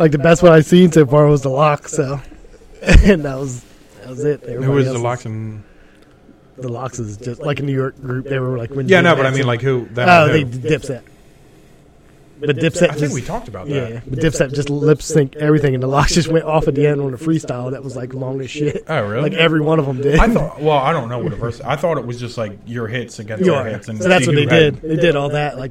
[SPEAKER 2] like the best one I've seen so far was the lock. So, and that was that was it.
[SPEAKER 1] Who
[SPEAKER 2] Everybody
[SPEAKER 1] was
[SPEAKER 2] else
[SPEAKER 1] the
[SPEAKER 2] is-
[SPEAKER 1] locks and?
[SPEAKER 2] The locks is just like a New York group. They were like when
[SPEAKER 1] Yeah,
[SPEAKER 2] they
[SPEAKER 1] no, but I
[SPEAKER 2] met
[SPEAKER 1] mean
[SPEAKER 2] some-
[SPEAKER 1] like who? That
[SPEAKER 2] oh,
[SPEAKER 1] one,
[SPEAKER 2] they
[SPEAKER 1] who?
[SPEAKER 2] Dipset. But Dipset,
[SPEAKER 1] I
[SPEAKER 2] just,
[SPEAKER 1] think we talked about
[SPEAKER 2] yeah,
[SPEAKER 1] that.
[SPEAKER 2] yeah, but Dipset just lip sync everything, and the locks just went off at the end on a freestyle that was like long as shit.
[SPEAKER 1] Oh, really?
[SPEAKER 2] Like every one of them did.
[SPEAKER 1] I thought. Well, I don't know what a verse. I thought it was just like your hits against
[SPEAKER 2] Yeah.
[SPEAKER 1] your hits, and
[SPEAKER 2] so that's
[SPEAKER 1] see
[SPEAKER 2] what they
[SPEAKER 1] who had-
[SPEAKER 2] did. They did all that, like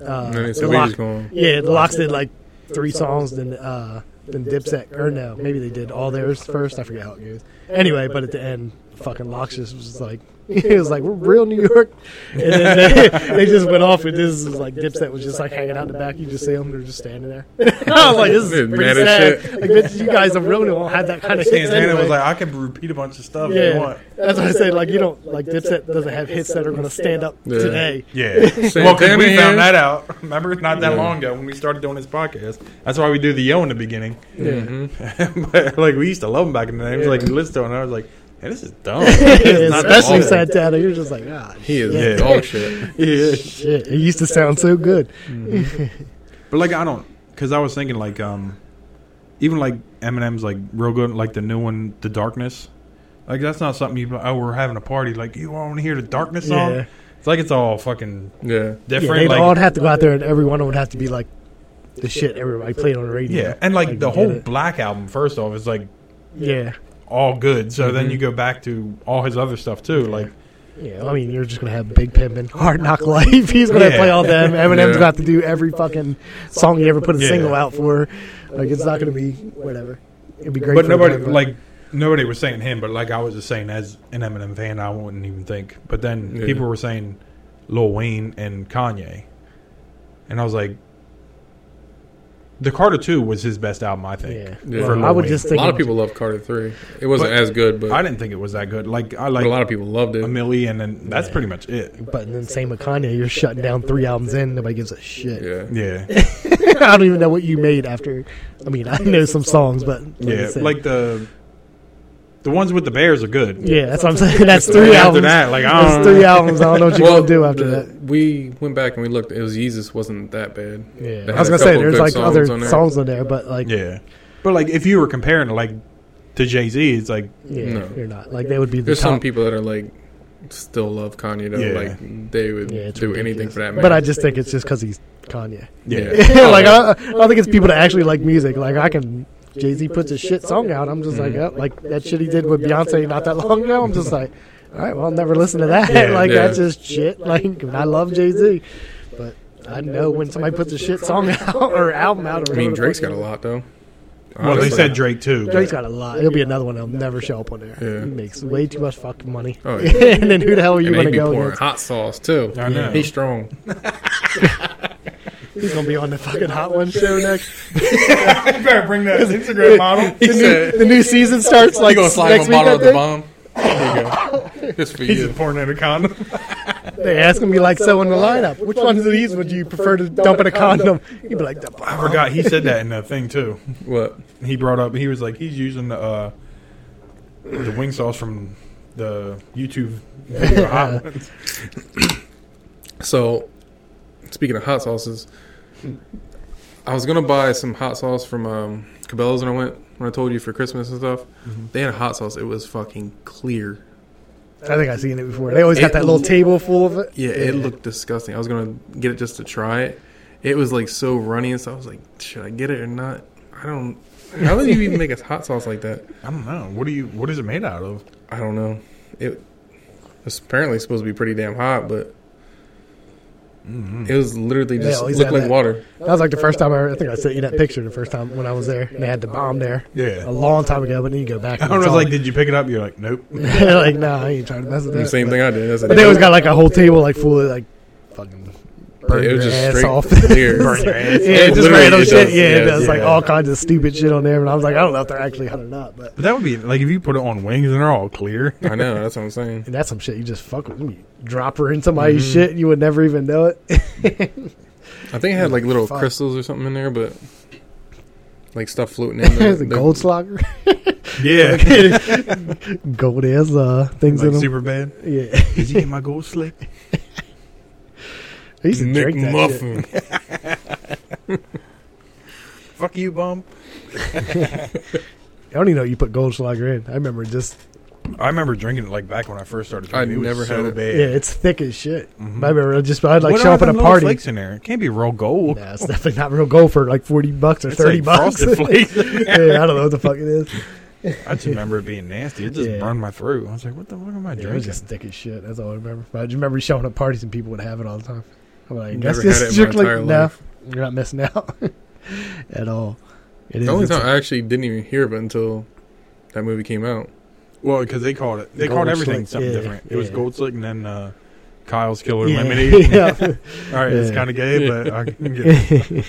[SPEAKER 2] uh,
[SPEAKER 3] And then they
[SPEAKER 2] the
[SPEAKER 3] said we
[SPEAKER 2] lock,
[SPEAKER 3] just going.
[SPEAKER 2] yeah, the locks did like three songs, then uh, then Dipset, or no, maybe they did all theirs first. I forget how it goes. Anyway, but at the end, fucking locks just was like. It was like we're real New York, and then they, they just went off with this. It was like Dipset was just like hanging out in the back. You just see them; they're just standing there. I was like, "This
[SPEAKER 3] Dude,
[SPEAKER 2] is
[SPEAKER 3] mad
[SPEAKER 2] pretty
[SPEAKER 3] as
[SPEAKER 2] sad."
[SPEAKER 3] shit.
[SPEAKER 2] Like, bitch, you guys are real. and Won't have that kind of.
[SPEAKER 1] Santana
[SPEAKER 2] hits anyway.
[SPEAKER 1] was like, I can repeat a bunch of stuff if you
[SPEAKER 2] Yeah,
[SPEAKER 1] want.
[SPEAKER 2] that's what I said. Like you don't like Dipset doesn't have hits that are going to stand up
[SPEAKER 3] Yeah.
[SPEAKER 2] today.
[SPEAKER 1] Yeah. well, 'cause
[SPEAKER 3] Santana
[SPEAKER 1] we found
[SPEAKER 3] is-
[SPEAKER 1] that out. Remember, not that
[SPEAKER 3] Yeah.
[SPEAKER 1] long ago when we started doing this podcast. That's why we do the yo in the beginning.
[SPEAKER 3] Mhm.
[SPEAKER 1] but, like we used to love them back in the day. It was like we listened to it, and I was like, hey, this is dumb.
[SPEAKER 2] Yeah,
[SPEAKER 1] It's not
[SPEAKER 2] especially
[SPEAKER 1] awful.
[SPEAKER 2] Santana. You're just like ah,
[SPEAKER 3] He is
[SPEAKER 1] Yeah.
[SPEAKER 3] dog shit.
[SPEAKER 2] shit. It used to sound so good.
[SPEAKER 1] But like I don't, because I was thinking like um, even like Eminem's like real good, like the new one, The Darkness. Like that's not something you. Oh, we're having a party. Like you want to hear the Darkness song?
[SPEAKER 2] Yeah.
[SPEAKER 1] It's like it's all fucking
[SPEAKER 3] Yeah.
[SPEAKER 2] Yeah,
[SPEAKER 1] different.
[SPEAKER 2] they'd
[SPEAKER 1] like
[SPEAKER 2] all have to go out there, and everyone would have to be like the shit everybody played on the radio.
[SPEAKER 1] yeah, and like,
[SPEAKER 2] Like,
[SPEAKER 1] the
[SPEAKER 2] get
[SPEAKER 1] whole
[SPEAKER 2] it.
[SPEAKER 1] Black album. First off, is like
[SPEAKER 2] yeah,
[SPEAKER 1] all good. So then
[SPEAKER 2] Mm-hmm.
[SPEAKER 3] Mhm.
[SPEAKER 1] you go back to all his other stuff too. Like
[SPEAKER 2] yeah. I mean, you're just gonna have Big Pimpin', Hard Knock Life. He's gonna
[SPEAKER 1] Yeah.
[SPEAKER 2] play all them. Eminem's
[SPEAKER 3] Yeah.
[SPEAKER 2] got to do every fucking song he ever put a
[SPEAKER 1] Yeah.
[SPEAKER 2] single out for. Like it's not gonna be whatever. It'd be great,
[SPEAKER 1] but
[SPEAKER 2] for
[SPEAKER 1] nobody
[SPEAKER 2] everybody.
[SPEAKER 1] like nobody was saying him, but like I was just saying as an Eminem fan, I wouldn't even think. But then
[SPEAKER 3] Yeah.
[SPEAKER 1] people were saying Lil Wayne and Kanye, and I was like, The Carter Two was his best album, I think.
[SPEAKER 2] Yeah.
[SPEAKER 3] Yeah.
[SPEAKER 1] For
[SPEAKER 2] Well,
[SPEAKER 1] Lil
[SPEAKER 2] I would
[SPEAKER 1] Wayne.
[SPEAKER 2] just
[SPEAKER 3] A
[SPEAKER 2] think
[SPEAKER 3] lot of
[SPEAKER 2] about-
[SPEAKER 3] people love Carter Three. It wasn't
[SPEAKER 1] But-
[SPEAKER 3] as good, but,
[SPEAKER 1] I didn't think it was that good. Like I like
[SPEAKER 3] but a lot of people loved
[SPEAKER 1] a
[SPEAKER 3] it.
[SPEAKER 1] million, and that's pretty much it.
[SPEAKER 2] But then same with Kanye, you're shutting down three albums in, nobody gives a shit.
[SPEAKER 3] Yeah.
[SPEAKER 1] Yeah,
[SPEAKER 2] I don't even know what you made after. I mean, I know some songs, but like I
[SPEAKER 1] yeah.
[SPEAKER 2] said-
[SPEAKER 1] like the the ones with the bears are good.
[SPEAKER 2] yeah, that's what I'm saying. That's
[SPEAKER 1] But
[SPEAKER 2] three
[SPEAKER 1] after
[SPEAKER 2] albums.
[SPEAKER 1] that, like I don't
[SPEAKER 2] That's three albums. I don't know what you're gonna do after
[SPEAKER 3] the-
[SPEAKER 2] that.
[SPEAKER 3] We went back and we looked. It was Jesus wasn't that bad. They
[SPEAKER 2] Yeah,
[SPEAKER 3] had
[SPEAKER 2] I was
[SPEAKER 3] a
[SPEAKER 2] gonna say
[SPEAKER 3] couple
[SPEAKER 2] there's
[SPEAKER 3] good
[SPEAKER 2] like
[SPEAKER 3] songs
[SPEAKER 2] other
[SPEAKER 3] on there.
[SPEAKER 2] songs on there, but like yeah,
[SPEAKER 1] Yeah, but like if you were comparing it like to Jay Z, it's like
[SPEAKER 3] No.
[SPEAKER 2] you're not like they would be the
[SPEAKER 3] There's
[SPEAKER 2] top.
[SPEAKER 3] some people that are like still love Kanye though.
[SPEAKER 1] Yeah.
[SPEAKER 3] Like they would
[SPEAKER 2] yeah, it's
[SPEAKER 3] do anything
[SPEAKER 2] ridiculous.
[SPEAKER 3] for that man.
[SPEAKER 2] But I just think it's just because he's Kanye.
[SPEAKER 1] yeah.
[SPEAKER 2] like I, I don't think it's people that actually like music. Like I can. Jay Z puts a shit song out. I'm just like, oh, like that shit he did with Beyonce not that long ago. I'm just like, all right, well, I'll never listen to that.
[SPEAKER 1] Yeah,
[SPEAKER 2] like
[SPEAKER 3] yeah.
[SPEAKER 2] that's just shit. Like I love Jay Z, but I know when somebody puts a shit song out or album out. Or
[SPEAKER 3] I
[SPEAKER 2] whatever
[SPEAKER 3] mean
[SPEAKER 2] the
[SPEAKER 3] Drake's
[SPEAKER 2] fuck
[SPEAKER 3] got a
[SPEAKER 2] it is.
[SPEAKER 3] lot though.
[SPEAKER 1] Well, they
[SPEAKER 3] honestly.
[SPEAKER 1] said Drake too.
[SPEAKER 2] Drake's got a lot. It'll be another one that'll never show up on there.
[SPEAKER 3] Yeah.
[SPEAKER 2] He makes way too much fucking money.
[SPEAKER 3] Oh,
[SPEAKER 2] and then who the hell are you
[SPEAKER 3] and
[SPEAKER 2] going to
[SPEAKER 3] they be
[SPEAKER 2] go
[SPEAKER 3] pouring
[SPEAKER 2] against?
[SPEAKER 3] hot sauce too.
[SPEAKER 1] I know.
[SPEAKER 3] He's strong.
[SPEAKER 2] He's going to be on the fucking Hot One show next.
[SPEAKER 1] You better bring that Instagram model.
[SPEAKER 2] The
[SPEAKER 3] He
[SPEAKER 2] new,
[SPEAKER 3] said,
[SPEAKER 2] the new season starts
[SPEAKER 3] "You
[SPEAKER 2] like
[SPEAKER 3] gonna
[SPEAKER 2] next
[SPEAKER 3] slide him a
[SPEAKER 2] week.
[SPEAKER 3] bottle
[SPEAKER 2] I
[SPEAKER 3] of the
[SPEAKER 2] think.
[SPEAKER 3] bomb? There you go. Just for
[SPEAKER 1] He's just
[SPEAKER 3] you.
[SPEAKER 1] pouring out a condom.
[SPEAKER 2] They ask him, be like, so in the lineup, which ones of these would you prefer to dump in a condom? He'd be like, the
[SPEAKER 1] I
[SPEAKER 2] bomb.
[SPEAKER 1] forgot he said that in the thing too.
[SPEAKER 3] What?
[SPEAKER 1] He brought up he was like he's using the uh, the wing sauce from the YouTube video hot ones.
[SPEAKER 3] So, speaking of hot sauces, I was gonna buy some hot sauce from um, Cabela's when I went when I told you for Christmas and stuff. They had a hot sauce. It was fucking clear.
[SPEAKER 2] I think I've seen it before. They always got
[SPEAKER 3] It-
[SPEAKER 2] that little table full of it.
[SPEAKER 3] Yeah, it looked disgusting. I was gonna get it just to try it. It was like so runny, and so I was like, should I get it or not? I don't. How did you even make a hot sauce like that?
[SPEAKER 1] I don't know. What do you? What is it made out of?
[SPEAKER 3] I don't know. It was apparently supposed to be pretty damn hot, but it was literally
[SPEAKER 2] Yeah,
[SPEAKER 3] just
[SPEAKER 2] always
[SPEAKER 3] looked
[SPEAKER 2] have
[SPEAKER 3] like
[SPEAKER 2] that.
[SPEAKER 3] water.
[SPEAKER 2] That was like the first time I, ever, I think I sent you that picture the first time when I was there. And they had the bomb there
[SPEAKER 1] Yeah.
[SPEAKER 2] a long time ago, but then you go back.
[SPEAKER 1] I
[SPEAKER 2] And
[SPEAKER 1] was
[SPEAKER 2] it's all-
[SPEAKER 1] like, did you pick it up? You're like, nope.
[SPEAKER 2] like, nah, I ain't trying to mess with
[SPEAKER 3] The
[SPEAKER 2] that.
[SPEAKER 3] same
[SPEAKER 2] But-
[SPEAKER 3] thing I did. That's
[SPEAKER 2] But they always got like a whole table like full of like fucking burn
[SPEAKER 3] it
[SPEAKER 2] your
[SPEAKER 3] was just
[SPEAKER 2] ass
[SPEAKER 3] straight
[SPEAKER 2] off.
[SPEAKER 3] clear.
[SPEAKER 1] Burn your ass.
[SPEAKER 2] Yeah,
[SPEAKER 3] It
[SPEAKER 2] just
[SPEAKER 3] literally
[SPEAKER 2] random
[SPEAKER 3] is
[SPEAKER 2] shit.
[SPEAKER 3] just-
[SPEAKER 2] yeah,
[SPEAKER 3] yeah,
[SPEAKER 2] it does
[SPEAKER 3] yeah.
[SPEAKER 2] like all kinds of stupid shit on there. And I was like, I don't know if they're actually hot or not, but
[SPEAKER 1] But that would be like if you put it on wings and they're all clear.
[SPEAKER 3] I know. That's what I'm saying.
[SPEAKER 2] and that's some shit you just fuck with. You drop her in somebody's shit, and you would never even know it.
[SPEAKER 3] I think it had like little
[SPEAKER 2] Fuck.
[SPEAKER 3] crystals or something in there, but like stuff floating in there.
[SPEAKER 2] There's a gold slogger,
[SPEAKER 1] Yeah.
[SPEAKER 2] gold ass uh, things
[SPEAKER 1] like
[SPEAKER 2] in them.
[SPEAKER 1] super bad.
[SPEAKER 2] yeah,
[SPEAKER 1] Did you get my gold slick?
[SPEAKER 2] I used to
[SPEAKER 3] Nick
[SPEAKER 2] drink that shit.
[SPEAKER 3] Muffin.
[SPEAKER 1] Fuck you, bum.
[SPEAKER 2] I don't even know you put gold slogger in. I remember just
[SPEAKER 1] I remember drinking it like back when I first started.
[SPEAKER 3] I
[SPEAKER 1] drinking. it
[SPEAKER 3] never
[SPEAKER 1] was
[SPEAKER 3] had
[SPEAKER 1] so
[SPEAKER 3] it.
[SPEAKER 1] bad.
[SPEAKER 2] yeah, it's thick as shit.
[SPEAKER 1] Mhm.
[SPEAKER 2] I remember just I'd like
[SPEAKER 1] What
[SPEAKER 2] show
[SPEAKER 1] are
[SPEAKER 2] up at a
[SPEAKER 1] them little
[SPEAKER 2] party.
[SPEAKER 1] Flakes in there. It can't be real gold.
[SPEAKER 2] Nah, it's definitely not real gold for like forty bucks or
[SPEAKER 1] It's
[SPEAKER 2] thirty
[SPEAKER 1] like
[SPEAKER 2] bucks.
[SPEAKER 1] frosted flakes.
[SPEAKER 2] yeah, I don't know what the fuck it is.
[SPEAKER 1] I just remember it being nasty. It just
[SPEAKER 2] Yeah.
[SPEAKER 1] burned my throat. I was like, what the fuck am I
[SPEAKER 2] Yeah, it was
[SPEAKER 1] drinking?
[SPEAKER 2] just thick as shit. That's all I remember. But I just remember showing up parties and people would have it all the time. I'm like,
[SPEAKER 3] Never
[SPEAKER 2] that's just
[SPEAKER 3] had it in my
[SPEAKER 2] strictly
[SPEAKER 3] entire
[SPEAKER 2] no.
[SPEAKER 3] life.
[SPEAKER 2] You're not missing out at all. It
[SPEAKER 3] The only
[SPEAKER 2] it's-
[SPEAKER 3] time I actually didn't even hear of it until that movie came out.
[SPEAKER 1] well, because they called it, they
[SPEAKER 2] Gold
[SPEAKER 1] called everything
[SPEAKER 2] Slick,
[SPEAKER 1] something
[SPEAKER 2] yeah,
[SPEAKER 1] different. It was
[SPEAKER 2] yeah.
[SPEAKER 1] gold slick and then uh, Kyle's Killer
[SPEAKER 2] yeah.
[SPEAKER 1] Lemonade.
[SPEAKER 2] yeah.
[SPEAKER 1] All right, it's
[SPEAKER 2] Yeah.
[SPEAKER 1] kind of gay, but I can get it.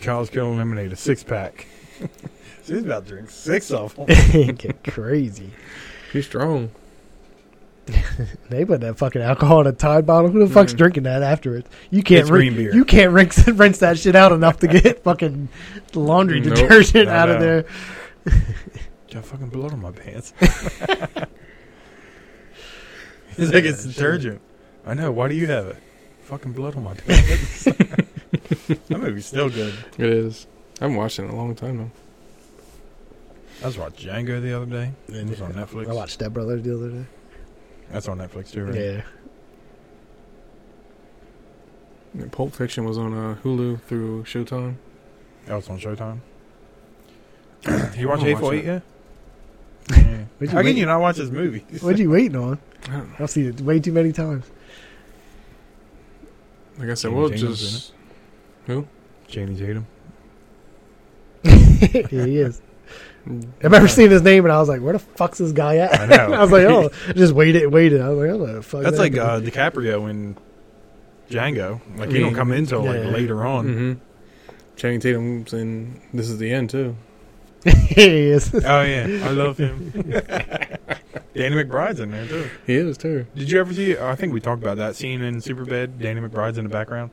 [SPEAKER 1] Kyle's Killer Lemonade, a six pack. She's about to drink six of them.
[SPEAKER 2] Get crazy.
[SPEAKER 3] He's strong.
[SPEAKER 2] They put that fucking alcohol in a Tide bottle. Who the fuck's
[SPEAKER 3] Mhm.
[SPEAKER 2] drinking that afterwards? You can't
[SPEAKER 1] It's green
[SPEAKER 2] rin-
[SPEAKER 1] beer.
[SPEAKER 2] You can't rinse, rinse that shit out enough to get fucking laundry
[SPEAKER 3] Nope.
[SPEAKER 2] detergent
[SPEAKER 1] No,
[SPEAKER 2] out of
[SPEAKER 1] no.
[SPEAKER 2] there.
[SPEAKER 1] Got fucking blood on my pants. He's like, it's detergent. I know. Why do you have it? Fucking blood on my pants. that movie's still good.
[SPEAKER 3] It is. I haven't watched it in a long time now.
[SPEAKER 1] I was watching Django the other day. It was on
[SPEAKER 2] I
[SPEAKER 1] Netflix.
[SPEAKER 2] watched Step Brothers the other day.
[SPEAKER 1] That's on Netflix too, right?
[SPEAKER 2] Yeah.
[SPEAKER 3] And Pulp Fiction was on uh, Hulu through Showtime.
[SPEAKER 1] That was on Showtime. you watch
[SPEAKER 3] I wanna
[SPEAKER 1] Hateful
[SPEAKER 3] watch
[SPEAKER 1] Eight yet? Yeah.
[SPEAKER 2] What'd you
[SPEAKER 1] How can
[SPEAKER 2] wait-
[SPEAKER 1] you not watch this movie?
[SPEAKER 2] What are you waiting on?
[SPEAKER 3] I don't know.
[SPEAKER 2] I've seen it way too many times.
[SPEAKER 3] Like I said,
[SPEAKER 1] Jamie
[SPEAKER 3] well,
[SPEAKER 1] James was in
[SPEAKER 3] just
[SPEAKER 1] Jamie Tatum.
[SPEAKER 2] yeah, he is.
[SPEAKER 3] Mm.
[SPEAKER 2] I remember seeing his name and I was like, "Where the fuck's this guy at?"
[SPEAKER 1] I know.
[SPEAKER 2] I was like, "Oh, just waited, and waited." I was like, "Oh, the fuck."
[SPEAKER 1] That's
[SPEAKER 2] that
[SPEAKER 1] like
[SPEAKER 2] guy."
[SPEAKER 1] uh, DiCaprio in Django. Like he
[SPEAKER 3] Yeah.
[SPEAKER 1] don't come in until like
[SPEAKER 2] Yeah.
[SPEAKER 1] later on.
[SPEAKER 3] hmm Channing Tatum's in This Is the End too.
[SPEAKER 1] uh,
[SPEAKER 2] he is.
[SPEAKER 1] Oh yeah, I love him. Danny McBride's in there too.
[SPEAKER 3] He is too.
[SPEAKER 1] Did you ever see? uh, I think we talked about that scene in Superbad. Danny McBride's in the background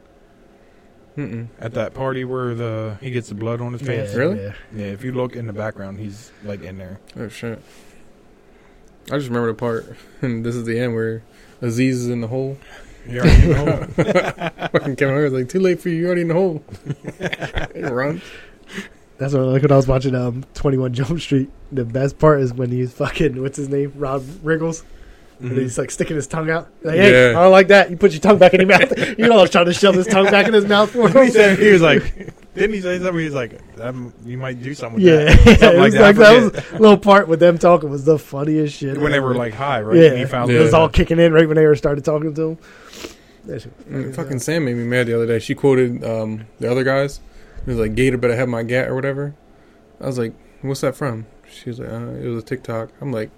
[SPEAKER 3] Mm-mm.
[SPEAKER 1] at that party where the he gets the blood on his pants.
[SPEAKER 2] Yeah,
[SPEAKER 1] Yeah,
[SPEAKER 3] Really?
[SPEAKER 2] yeah.
[SPEAKER 1] if you look in the background, he's like in there.
[SPEAKER 3] Oh shit! I just remember the part, and this is the end where Aziz is in the hole.
[SPEAKER 1] You already in the
[SPEAKER 3] oh.
[SPEAKER 1] hole.
[SPEAKER 3] Fucking Kevin Hart's like, "Too late for you. You're already in the hole." He runs.
[SPEAKER 2] That's what like when I was watching um Twenty One Jump Street. The best part is when he's fucking what's his name Rob Riggles,
[SPEAKER 1] Mm-hmm.
[SPEAKER 2] and he's like sticking his tongue out. Like, hey,
[SPEAKER 3] Yeah.
[SPEAKER 2] I don't like that. You put your tongue back in your mouth. you know, I was trying to shove his tongue back in his mouth for
[SPEAKER 1] he
[SPEAKER 2] him.
[SPEAKER 1] said he was like, didn't he say something? He was like, that, you might do something with
[SPEAKER 2] Yeah,
[SPEAKER 1] that.
[SPEAKER 2] it
[SPEAKER 1] Something like
[SPEAKER 2] was
[SPEAKER 1] that. I
[SPEAKER 2] like that
[SPEAKER 1] forget.
[SPEAKER 2] was little part with them talking was the funniest shit.
[SPEAKER 1] when they
[SPEAKER 2] ever.
[SPEAKER 1] were like high, right?
[SPEAKER 2] Yeah.
[SPEAKER 1] And he found
[SPEAKER 3] Yeah.
[SPEAKER 2] It was
[SPEAKER 1] the-
[SPEAKER 2] all kicking in right when they were started talking to him. That shit
[SPEAKER 1] Mm,
[SPEAKER 2] was
[SPEAKER 3] And
[SPEAKER 2] funny as
[SPEAKER 3] fucking Sam made me mad the other day. She quoted um, the other guys. It was like Gator, but I have my gat or whatever. I was like, "What's that from?" She was like, uh, "It was a TikTok." I'm like,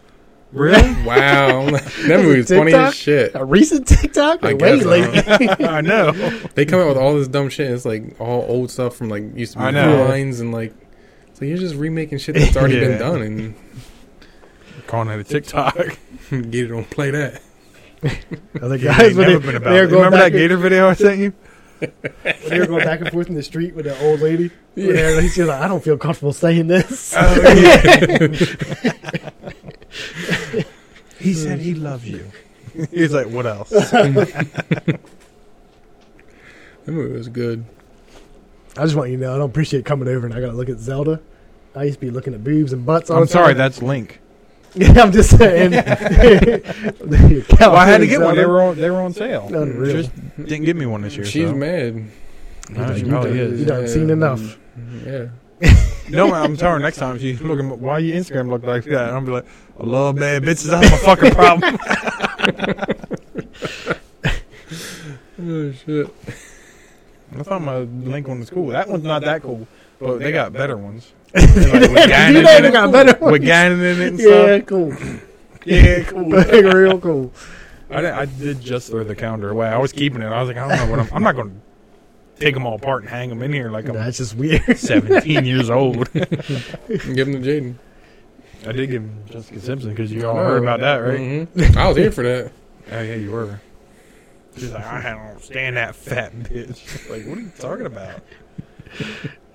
[SPEAKER 1] Really?
[SPEAKER 3] "Wow, I'm like, that
[SPEAKER 2] It's a
[SPEAKER 3] movie was funny
[SPEAKER 2] TikTok?
[SPEAKER 3] as shit."
[SPEAKER 2] A recent TikTok?
[SPEAKER 3] I
[SPEAKER 2] Or
[SPEAKER 3] guess
[SPEAKER 2] Way
[SPEAKER 3] so.
[SPEAKER 2] late.
[SPEAKER 1] I know.
[SPEAKER 3] They come out with all this dumb shit. And it's like all old stuff from like used to be
[SPEAKER 1] I know.
[SPEAKER 3] lines and like. So you're just remaking shit that's already
[SPEAKER 1] Yeah.
[SPEAKER 3] been done
[SPEAKER 1] Calling it a TikTok.
[SPEAKER 3] and Gator don't play that.
[SPEAKER 2] Other
[SPEAKER 1] Yeah,
[SPEAKER 2] guys,
[SPEAKER 1] ain't
[SPEAKER 2] when
[SPEAKER 1] never been
[SPEAKER 2] they, when
[SPEAKER 1] about
[SPEAKER 2] they were
[SPEAKER 1] it.
[SPEAKER 2] going
[SPEAKER 1] Remember that
[SPEAKER 2] back,
[SPEAKER 1] Gator video I sent you?
[SPEAKER 2] when they were going back and forth in the street with the old lady. Yeah.
[SPEAKER 3] Yeah.
[SPEAKER 2] She's like, I don't feel comfortable saying this.
[SPEAKER 1] Oh, He said he loves you. He's like, what else?
[SPEAKER 3] That movie was good.
[SPEAKER 2] I just want you to know I don't appreciate coming over and I gotta look at Zelda. I used to be looking at boobs and butts. All
[SPEAKER 1] I'm
[SPEAKER 2] the time.
[SPEAKER 1] sorry, that's Link.
[SPEAKER 2] Yeah, I'm just saying. well,
[SPEAKER 1] Well, I had to get one. They were on, they were on sale.
[SPEAKER 2] Unreal.
[SPEAKER 1] Just didn't give me one this year.
[SPEAKER 3] She's
[SPEAKER 1] so.
[SPEAKER 3] mad.
[SPEAKER 1] No,
[SPEAKER 2] you
[SPEAKER 1] she
[SPEAKER 2] done-
[SPEAKER 1] probably
[SPEAKER 2] you
[SPEAKER 1] is.
[SPEAKER 2] done seen enough.
[SPEAKER 3] Yeah.
[SPEAKER 1] No, I'm telling her next time she's looking. Why your Instagram look like that? And I'll be like, I love bad bitches. I have a fucking problem.
[SPEAKER 3] Oh shit.
[SPEAKER 1] I thought my Link one was cool. That one's not that cool, but they got better ones.
[SPEAKER 2] you know they got better
[SPEAKER 1] With
[SPEAKER 2] ones.
[SPEAKER 1] Ganon in it and
[SPEAKER 2] Yeah,
[SPEAKER 1] stuff.
[SPEAKER 2] cool.
[SPEAKER 1] Yeah, cool.
[SPEAKER 2] Real cool.
[SPEAKER 1] I did, I did just throw the calendar away. I was keeping it. I was like, I don't know what I'm. I'm not going to take them all apart and hang them in here like I'm
[SPEAKER 2] That's just weird.
[SPEAKER 1] 17 years old.
[SPEAKER 3] Give him to Jaden.
[SPEAKER 1] I did give him Jessica Simpson because you all heard about that, right?
[SPEAKER 3] Mhm. I was here for that.
[SPEAKER 1] Oh yeah, you were. She's like, I don't stand that fat bitch. Like, what are you talking about?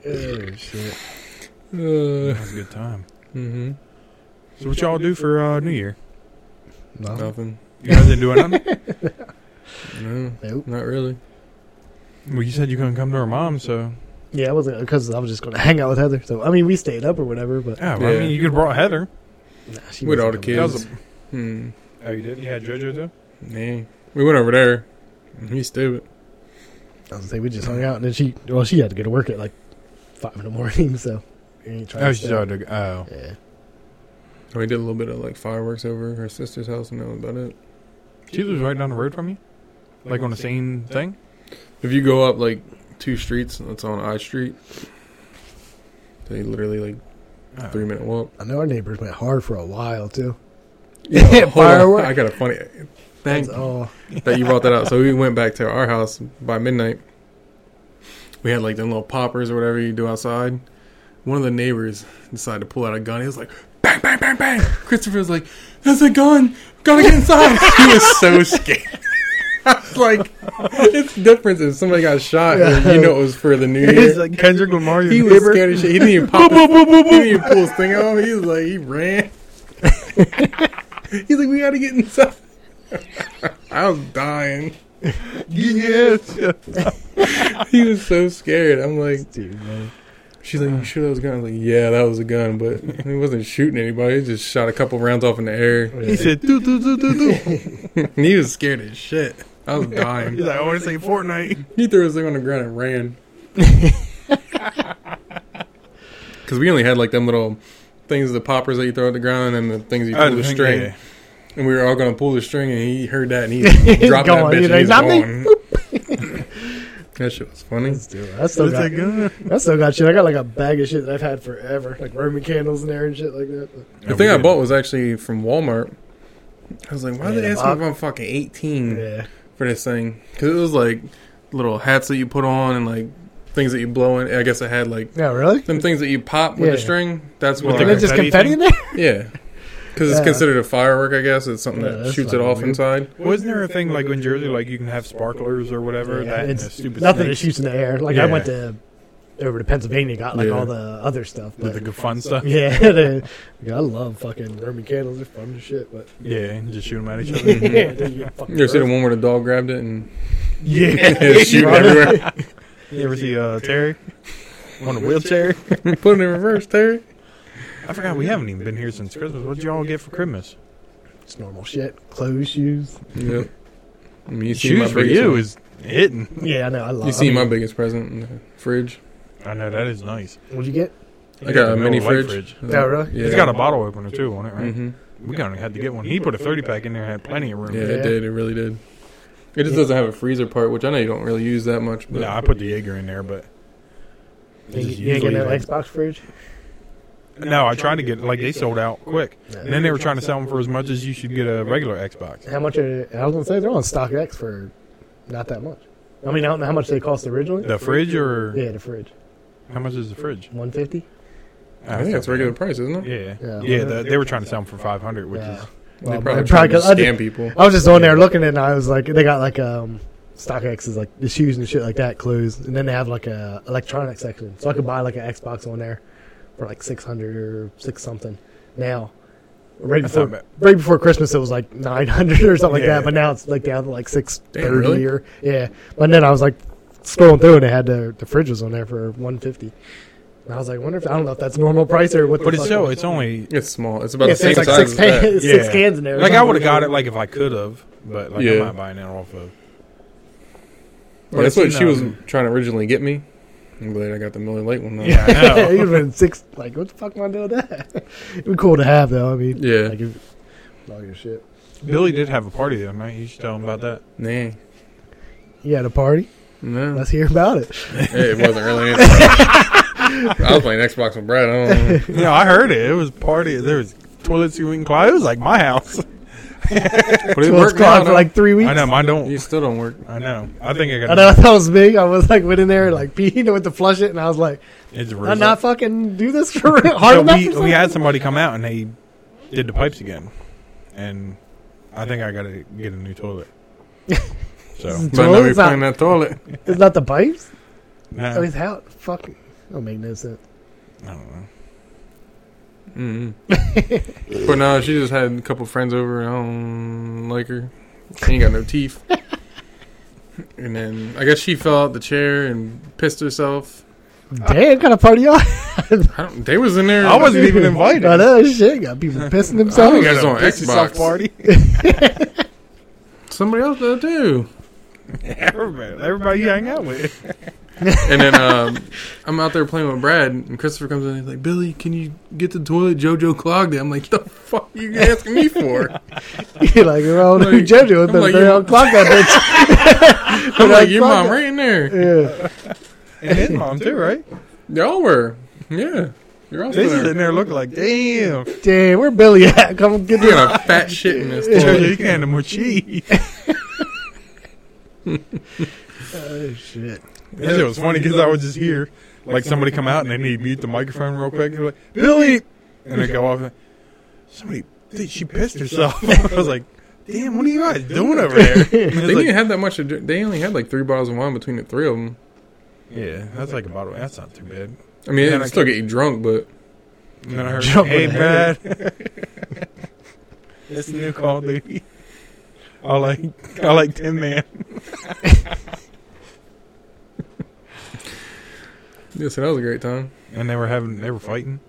[SPEAKER 2] Oh, shit.
[SPEAKER 1] That
[SPEAKER 3] Uh,
[SPEAKER 1] was a good time.
[SPEAKER 3] hmm
[SPEAKER 1] So what y'all do for uh, New Year?
[SPEAKER 2] No.
[SPEAKER 3] Nothing.
[SPEAKER 1] You guys didn't do nothing.
[SPEAKER 3] No,
[SPEAKER 2] Nope.
[SPEAKER 3] not really.
[SPEAKER 1] well, you said you couldn't come to her mom, so
[SPEAKER 2] Yeah, I wasn't because I was just going to hang out with Heather. So I mean, we stayed up or whatever, but
[SPEAKER 1] yeah. Oh, well, I
[SPEAKER 3] Yeah.
[SPEAKER 1] mean, you could have brought Heather.
[SPEAKER 2] nah, she
[SPEAKER 3] With
[SPEAKER 2] wasn't
[SPEAKER 3] all the
[SPEAKER 2] coming.
[SPEAKER 1] That
[SPEAKER 3] kids.
[SPEAKER 1] was
[SPEAKER 3] Hmm.
[SPEAKER 1] Oh, you did. You had JoJo too.
[SPEAKER 3] Nah. We went over there. He's stupid.
[SPEAKER 2] I was gonna say we just hung out, and then she well, she had to go to work at like five in the morning, so we ain't trying.
[SPEAKER 1] Oh,
[SPEAKER 2] to
[SPEAKER 1] she's
[SPEAKER 2] stay.
[SPEAKER 1] out to oh.
[SPEAKER 2] Yeah,
[SPEAKER 3] So we did a little bit of like fireworks over her sister's house, and that was about it.
[SPEAKER 1] She lives right down the road from you, like on the same thing.
[SPEAKER 3] If you go up like two streets, that's on I Street. They literally like
[SPEAKER 1] Oh.
[SPEAKER 3] three minute walk.
[SPEAKER 2] I know our neighbors went hard for a while too.
[SPEAKER 3] Yeah, hold on.
[SPEAKER 2] Firework.
[SPEAKER 3] I got a funny. Thank
[SPEAKER 2] That's all.
[SPEAKER 3] that you brought that up. So we went back to our house by midnight. We had like them little poppers or whatever you do outside. One of the neighbors decided to pull out a gun. He was like, bang, bang, bang, bang. Christopher was like, that's a gun. Gotta get inside. he was so scared. I was like, it's different if somebody got shot and you know it was for the new
[SPEAKER 1] It's
[SPEAKER 3] year.
[SPEAKER 1] like Kendrick Lamar.
[SPEAKER 3] He was scared as shit. He didn't even pop his, He didn't even pull his thing off. He was like, he ran. He's like, we gotta get inside. I was dying.
[SPEAKER 1] Yes.
[SPEAKER 3] He was so scared. I'm like,
[SPEAKER 2] Dude, man. Uh.
[SPEAKER 3] she's like, you sure that was a gun? I was like, yeah, that was a gun, but he wasn't shooting anybody. He just shot a couple rounds off in the air.
[SPEAKER 2] Oh,
[SPEAKER 1] He said, "Do do do do do."
[SPEAKER 3] And he was scared as shit. I was dying.
[SPEAKER 1] He's like, "I want to say Fortnite."
[SPEAKER 3] He threw his thing on the ground and ran. Because we only had like them little things, the poppers that you throw at the ground, and the things you
[SPEAKER 2] Oh,
[SPEAKER 3] pull the string. And we were all gonna pull the string, and he heard that, and he dropped that
[SPEAKER 2] gone.
[SPEAKER 3] bitch.
[SPEAKER 2] He's
[SPEAKER 3] and he's
[SPEAKER 2] like, "Nothing."
[SPEAKER 3] gone. that shit was funny.
[SPEAKER 2] Let's do it. I still got, I still got shit. I got like a bag of shit that I've had forever, like Roman candles in there and shit like that. But,
[SPEAKER 3] The thing I bought was actually from Walmart. I was like, why
[SPEAKER 2] Yeah,
[SPEAKER 3] are they
[SPEAKER 2] the
[SPEAKER 3] asking if
[SPEAKER 2] box.
[SPEAKER 3] I'm fucking
[SPEAKER 1] Hmm.
[SPEAKER 3] 18
[SPEAKER 2] yeah,
[SPEAKER 3] for this thing? Because it was like little hats that you put on and like things that you blow in. I guess I had like
[SPEAKER 2] yeah, really.
[SPEAKER 3] them things that you pop with
[SPEAKER 2] Yeah.
[SPEAKER 3] a string. That's
[SPEAKER 1] Well,
[SPEAKER 3] what
[SPEAKER 2] And
[SPEAKER 1] Like
[SPEAKER 2] then
[SPEAKER 3] they're
[SPEAKER 2] just
[SPEAKER 1] confetti
[SPEAKER 2] confetti
[SPEAKER 1] thing?
[SPEAKER 2] in there.
[SPEAKER 3] yeah. Because
[SPEAKER 2] Yeah.
[SPEAKER 3] it's considered a firework, I guess. It's something
[SPEAKER 2] Yeah,
[SPEAKER 3] that
[SPEAKER 2] that's
[SPEAKER 3] shoots it
[SPEAKER 2] fucking
[SPEAKER 3] off
[SPEAKER 2] weird.
[SPEAKER 3] inside.
[SPEAKER 1] Wasn't there a thing like in Jersey, like you can have sparklers or whatever?
[SPEAKER 2] Yeah,
[SPEAKER 1] that and
[SPEAKER 2] it's
[SPEAKER 1] the stupid
[SPEAKER 2] Nothing that
[SPEAKER 1] snakes
[SPEAKER 2] shoots in the air. Like I
[SPEAKER 1] Yeah.
[SPEAKER 2] went to over to Pennsylvania, got like
[SPEAKER 3] Yeah.
[SPEAKER 2] all the other stuff.
[SPEAKER 1] with the
[SPEAKER 2] But,
[SPEAKER 1] good fun stuff.
[SPEAKER 2] yeah, the- I love fucking Roman candles. They're fun as shit, but
[SPEAKER 1] Yeah, and just shoot them at each other.
[SPEAKER 2] yeah, they get fucking
[SPEAKER 3] You ever see the
[SPEAKER 2] gross.
[SPEAKER 3] one where the dog grabbed it and
[SPEAKER 2] yeah,
[SPEAKER 3] it's shooting everywhere?
[SPEAKER 1] You ever see uh, Terry on a wheelchair?
[SPEAKER 3] Put it in reverse, Terry.
[SPEAKER 1] I forgot we haven't even been here since Christmas. What did y'all get for Christmas?
[SPEAKER 2] It's normal shit. Clothes, shoes.
[SPEAKER 3] Yep. I mean, you see my
[SPEAKER 1] Shoes for
[SPEAKER 3] biggest
[SPEAKER 1] you
[SPEAKER 3] one.
[SPEAKER 1] is hitting.
[SPEAKER 2] Yeah, I know. I love.
[SPEAKER 3] You see
[SPEAKER 2] I
[SPEAKER 3] my
[SPEAKER 2] mean,
[SPEAKER 3] biggest present in the fridge.
[SPEAKER 1] I know that is nice.
[SPEAKER 2] What'd you get?
[SPEAKER 3] I got a mini
[SPEAKER 1] Miller Lite
[SPEAKER 3] fridge.
[SPEAKER 2] Oh, really?
[SPEAKER 3] Yeah.
[SPEAKER 1] It's got a bottle opener too on it, right?
[SPEAKER 2] Mm-hmm.
[SPEAKER 3] Mhm.
[SPEAKER 1] We kind of had to get one. He put a thirty pack in there, and had plenty of room.
[SPEAKER 3] Yeah,
[SPEAKER 2] Yeah.
[SPEAKER 3] it did. It really did. It just
[SPEAKER 2] Yeah.
[SPEAKER 3] doesn't have a freezer part, which I know you don't really use that much. But
[SPEAKER 1] No, I put the Jaeger in there, but
[SPEAKER 2] You,
[SPEAKER 4] This is
[SPEAKER 2] you ain't got no
[SPEAKER 4] usually-
[SPEAKER 2] Xbox fridge?
[SPEAKER 1] No, I tried to get like they sold out quick.
[SPEAKER 2] No.
[SPEAKER 1] And then they were trying to sell them for as much as you should get a regular Xbox.
[SPEAKER 2] How much are they, I was going to say they're on StockX for not that much. I mean, I don't know how much they cost originally.
[SPEAKER 1] The fridge or
[SPEAKER 2] Yeah, the fridge.
[SPEAKER 1] how much is the fridge?
[SPEAKER 2] 150
[SPEAKER 3] I think that's regular price, isn't it?
[SPEAKER 1] Yeah,
[SPEAKER 2] Yeah.
[SPEAKER 1] yeah. The, they were trying to sell them for five hundred, which
[SPEAKER 2] Yeah.
[SPEAKER 1] is
[SPEAKER 2] Well,
[SPEAKER 3] they probably,
[SPEAKER 2] they probably
[SPEAKER 3] probably
[SPEAKER 2] could- I
[SPEAKER 3] scam
[SPEAKER 2] just-
[SPEAKER 3] people.
[SPEAKER 2] I was just on there looking at it and I was like, they got like um, StockX is like the shoes and shit like that closed. And then they have like a electronics section. So I could buy like an Xbox on there for like 600 or six something now. Right
[SPEAKER 1] that's not
[SPEAKER 2] before,
[SPEAKER 1] bad.
[SPEAKER 2] right before Christmas, it was like 900 or something like
[SPEAKER 1] Yeah.
[SPEAKER 2] that. But now it's like down to like 630
[SPEAKER 3] Damn, really?
[SPEAKER 2] or, yeah. But then I was like scrolling through and they had the, the fridge was on there for 150. And I was like, I wonder if, I don't know if that's normal price or what the
[SPEAKER 1] But it's
[SPEAKER 2] fuck-
[SPEAKER 1] still it's only
[SPEAKER 3] It's small. It's about
[SPEAKER 2] Yeah,
[SPEAKER 3] the
[SPEAKER 2] so
[SPEAKER 3] same
[SPEAKER 2] it's like
[SPEAKER 3] size
[SPEAKER 2] six,
[SPEAKER 3] as that.
[SPEAKER 2] cans, six
[SPEAKER 1] Yeah.
[SPEAKER 2] cans in there.
[SPEAKER 1] like I would have got it like if I could have, but like
[SPEAKER 3] Yeah.
[SPEAKER 1] I'm not buying it off of.
[SPEAKER 3] Yeah, that's
[SPEAKER 1] But
[SPEAKER 3] what
[SPEAKER 1] it's
[SPEAKER 3] she was
[SPEAKER 1] in,
[SPEAKER 3] trying to originally get me. I'm glad I got the Miller Lite one. Though.
[SPEAKER 1] Yeah, I know.
[SPEAKER 2] You'd have been six. Like, what the fuck am I doing with that? It'd be cool to have, though. I mean,
[SPEAKER 3] Yeah.
[SPEAKER 2] like, if, all your shit.
[SPEAKER 1] Billy did have a party the other night. You should tell him about that.
[SPEAKER 3] Nah.
[SPEAKER 2] You had a party.
[SPEAKER 3] No.
[SPEAKER 2] Let's hear about it.
[SPEAKER 3] it wasn't really. I was playing Xbox with Brad. I don't know.
[SPEAKER 1] Yeah, I heard it. It was a party. There was toilet seat and climb. It was like my house.
[SPEAKER 3] But it
[SPEAKER 2] Well, it's
[SPEAKER 3] worked
[SPEAKER 2] gone
[SPEAKER 3] out.
[SPEAKER 2] for like three weeks.
[SPEAKER 1] I know. Mine
[SPEAKER 3] You
[SPEAKER 1] don't.
[SPEAKER 3] still don't work.
[SPEAKER 1] I know. I think I
[SPEAKER 2] I
[SPEAKER 1] got.
[SPEAKER 2] know that was me. I was like went in there and like peeing went to flush it, and I was like,
[SPEAKER 1] It's a
[SPEAKER 2] "I'm
[SPEAKER 1] result.
[SPEAKER 2] not fucking do this for real hard
[SPEAKER 1] so
[SPEAKER 2] enough."
[SPEAKER 1] we,
[SPEAKER 2] or
[SPEAKER 1] we had
[SPEAKER 2] something?"
[SPEAKER 1] somebody come out and they did the pipes again, and I think I got to get a new toilet. so
[SPEAKER 2] But
[SPEAKER 3] But
[SPEAKER 2] now
[SPEAKER 3] now
[SPEAKER 2] Toilet's
[SPEAKER 3] we're
[SPEAKER 2] you're playing
[SPEAKER 3] playing that toilet.
[SPEAKER 2] It's not the pipes. I
[SPEAKER 1] nah,
[SPEAKER 2] mean, how fucking don't make no sense.
[SPEAKER 1] I don't know.
[SPEAKER 3] Mm-hmm. but no, she just had a couple friends over. And I don't like her. She ain't got no teeth. and then I guess she fell out the chair and pissed herself.
[SPEAKER 2] Damn, kind of party y'all.
[SPEAKER 3] I don't. They was in there.
[SPEAKER 1] I wasn't even invited.
[SPEAKER 2] I know shit. Got people pissing
[SPEAKER 3] I
[SPEAKER 2] themselves.
[SPEAKER 3] got
[SPEAKER 1] Got a
[SPEAKER 3] on
[SPEAKER 1] piss yourself
[SPEAKER 3] Xbox.
[SPEAKER 1] party.
[SPEAKER 3] Somebody else though too.
[SPEAKER 1] Everybody, everybody you hang out with.
[SPEAKER 3] And then um, I'm out there playing with Brad, and Christopher comes in. and He's like, "Billy, can you get the toilet JoJo clogged?" it?" I'm like, "The fuck you asking me for?"
[SPEAKER 2] You're like, well,
[SPEAKER 3] I'm
[SPEAKER 2] who
[SPEAKER 3] like-
[SPEAKER 2] judge you?
[SPEAKER 3] I'm like,
[SPEAKER 2] But they
[SPEAKER 3] you-
[SPEAKER 2] don't clock that bitch.
[SPEAKER 3] I'm like, "Your
[SPEAKER 2] Clogged
[SPEAKER 3] mom
[SPEAKER 2] it.
[SPEAKER 3] right in there."
[SPEAKER 2] Yeah.
[SPEAKER 1] And his mom too, right?
[SPEAKER 3] Y'all were, yeah. You're all
[SPEAKER 1] They
[SPEAKER 3] there.
[SPEAKER 1] just sitting there looking like, damn,
[SPEAKER 2] Damn, where Billy at? Come get
[SPEAKER 3] You
[SPEAKER 2] this.
[SPEAKER 3] got a fat shit in this
[SPEAKER 1] Jojo, you
[SPEAKER 3] toilet.
[SPEAKER 1] can handle more cheese.
[SPEAKER 2] Oh, shit.
[SPEAKER 1] That shit was funny because I would just hear like somebody come out and they need to mute the microphone real quick. They're like, Billy, and they go off. and, Somebody, dude, she pissed herself. I was like, damn, what are you guys doing over there? And
[SPEAKER 3] They
[SPEAKER 1] it's
[SPEAKER 3] didn't
[SPEAKER 1] like-
[SPEAKER 3] have that much. To drink. They only had like three bottles of wine between the three of them.
[SPEAKER 1] yeah, that's like a bottle. That's not too bad.
[SPEAKER 3] I mean,
[SPEAKER 1] Yeah,
[SPEAKER 3] it
[SPEAKER 1] I
[SPEAKER 3] still get you drunk, but
[SPEAKER 1] And then I heard,
[SPEAKER 2] Jump
[SPEAKER 1] hey,
[SPEAKER 2] in the
[SPEAKER 1] Brad, it's the new Call of Duty. I like, I like Tin Man.
[SPEAKER 3] yeah, so that was a great time.
[SPEAKER 1] And they were having, they were fighting.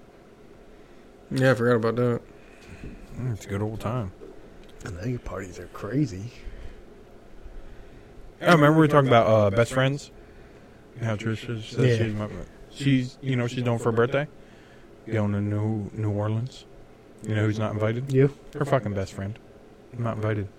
[SPEAKER 3] Yeah, I forgot about that.
[SPEAKER 1] Mm, it's a good old time.
[SPEAKER 2] I think parties are crazy.
[SPEAKER 1] I remember we were talking about uh, best friends. How Trisha says
[SPEAKER 2] Yeah.
[SPEAKER 1] she's, my, she's, you know, she's doing for her birthday. Going to New New Orleans. You know who's not invited?
[SPEAKER 2] You?
[SPEAKER 1] Her fucking best friend. I'm not invited.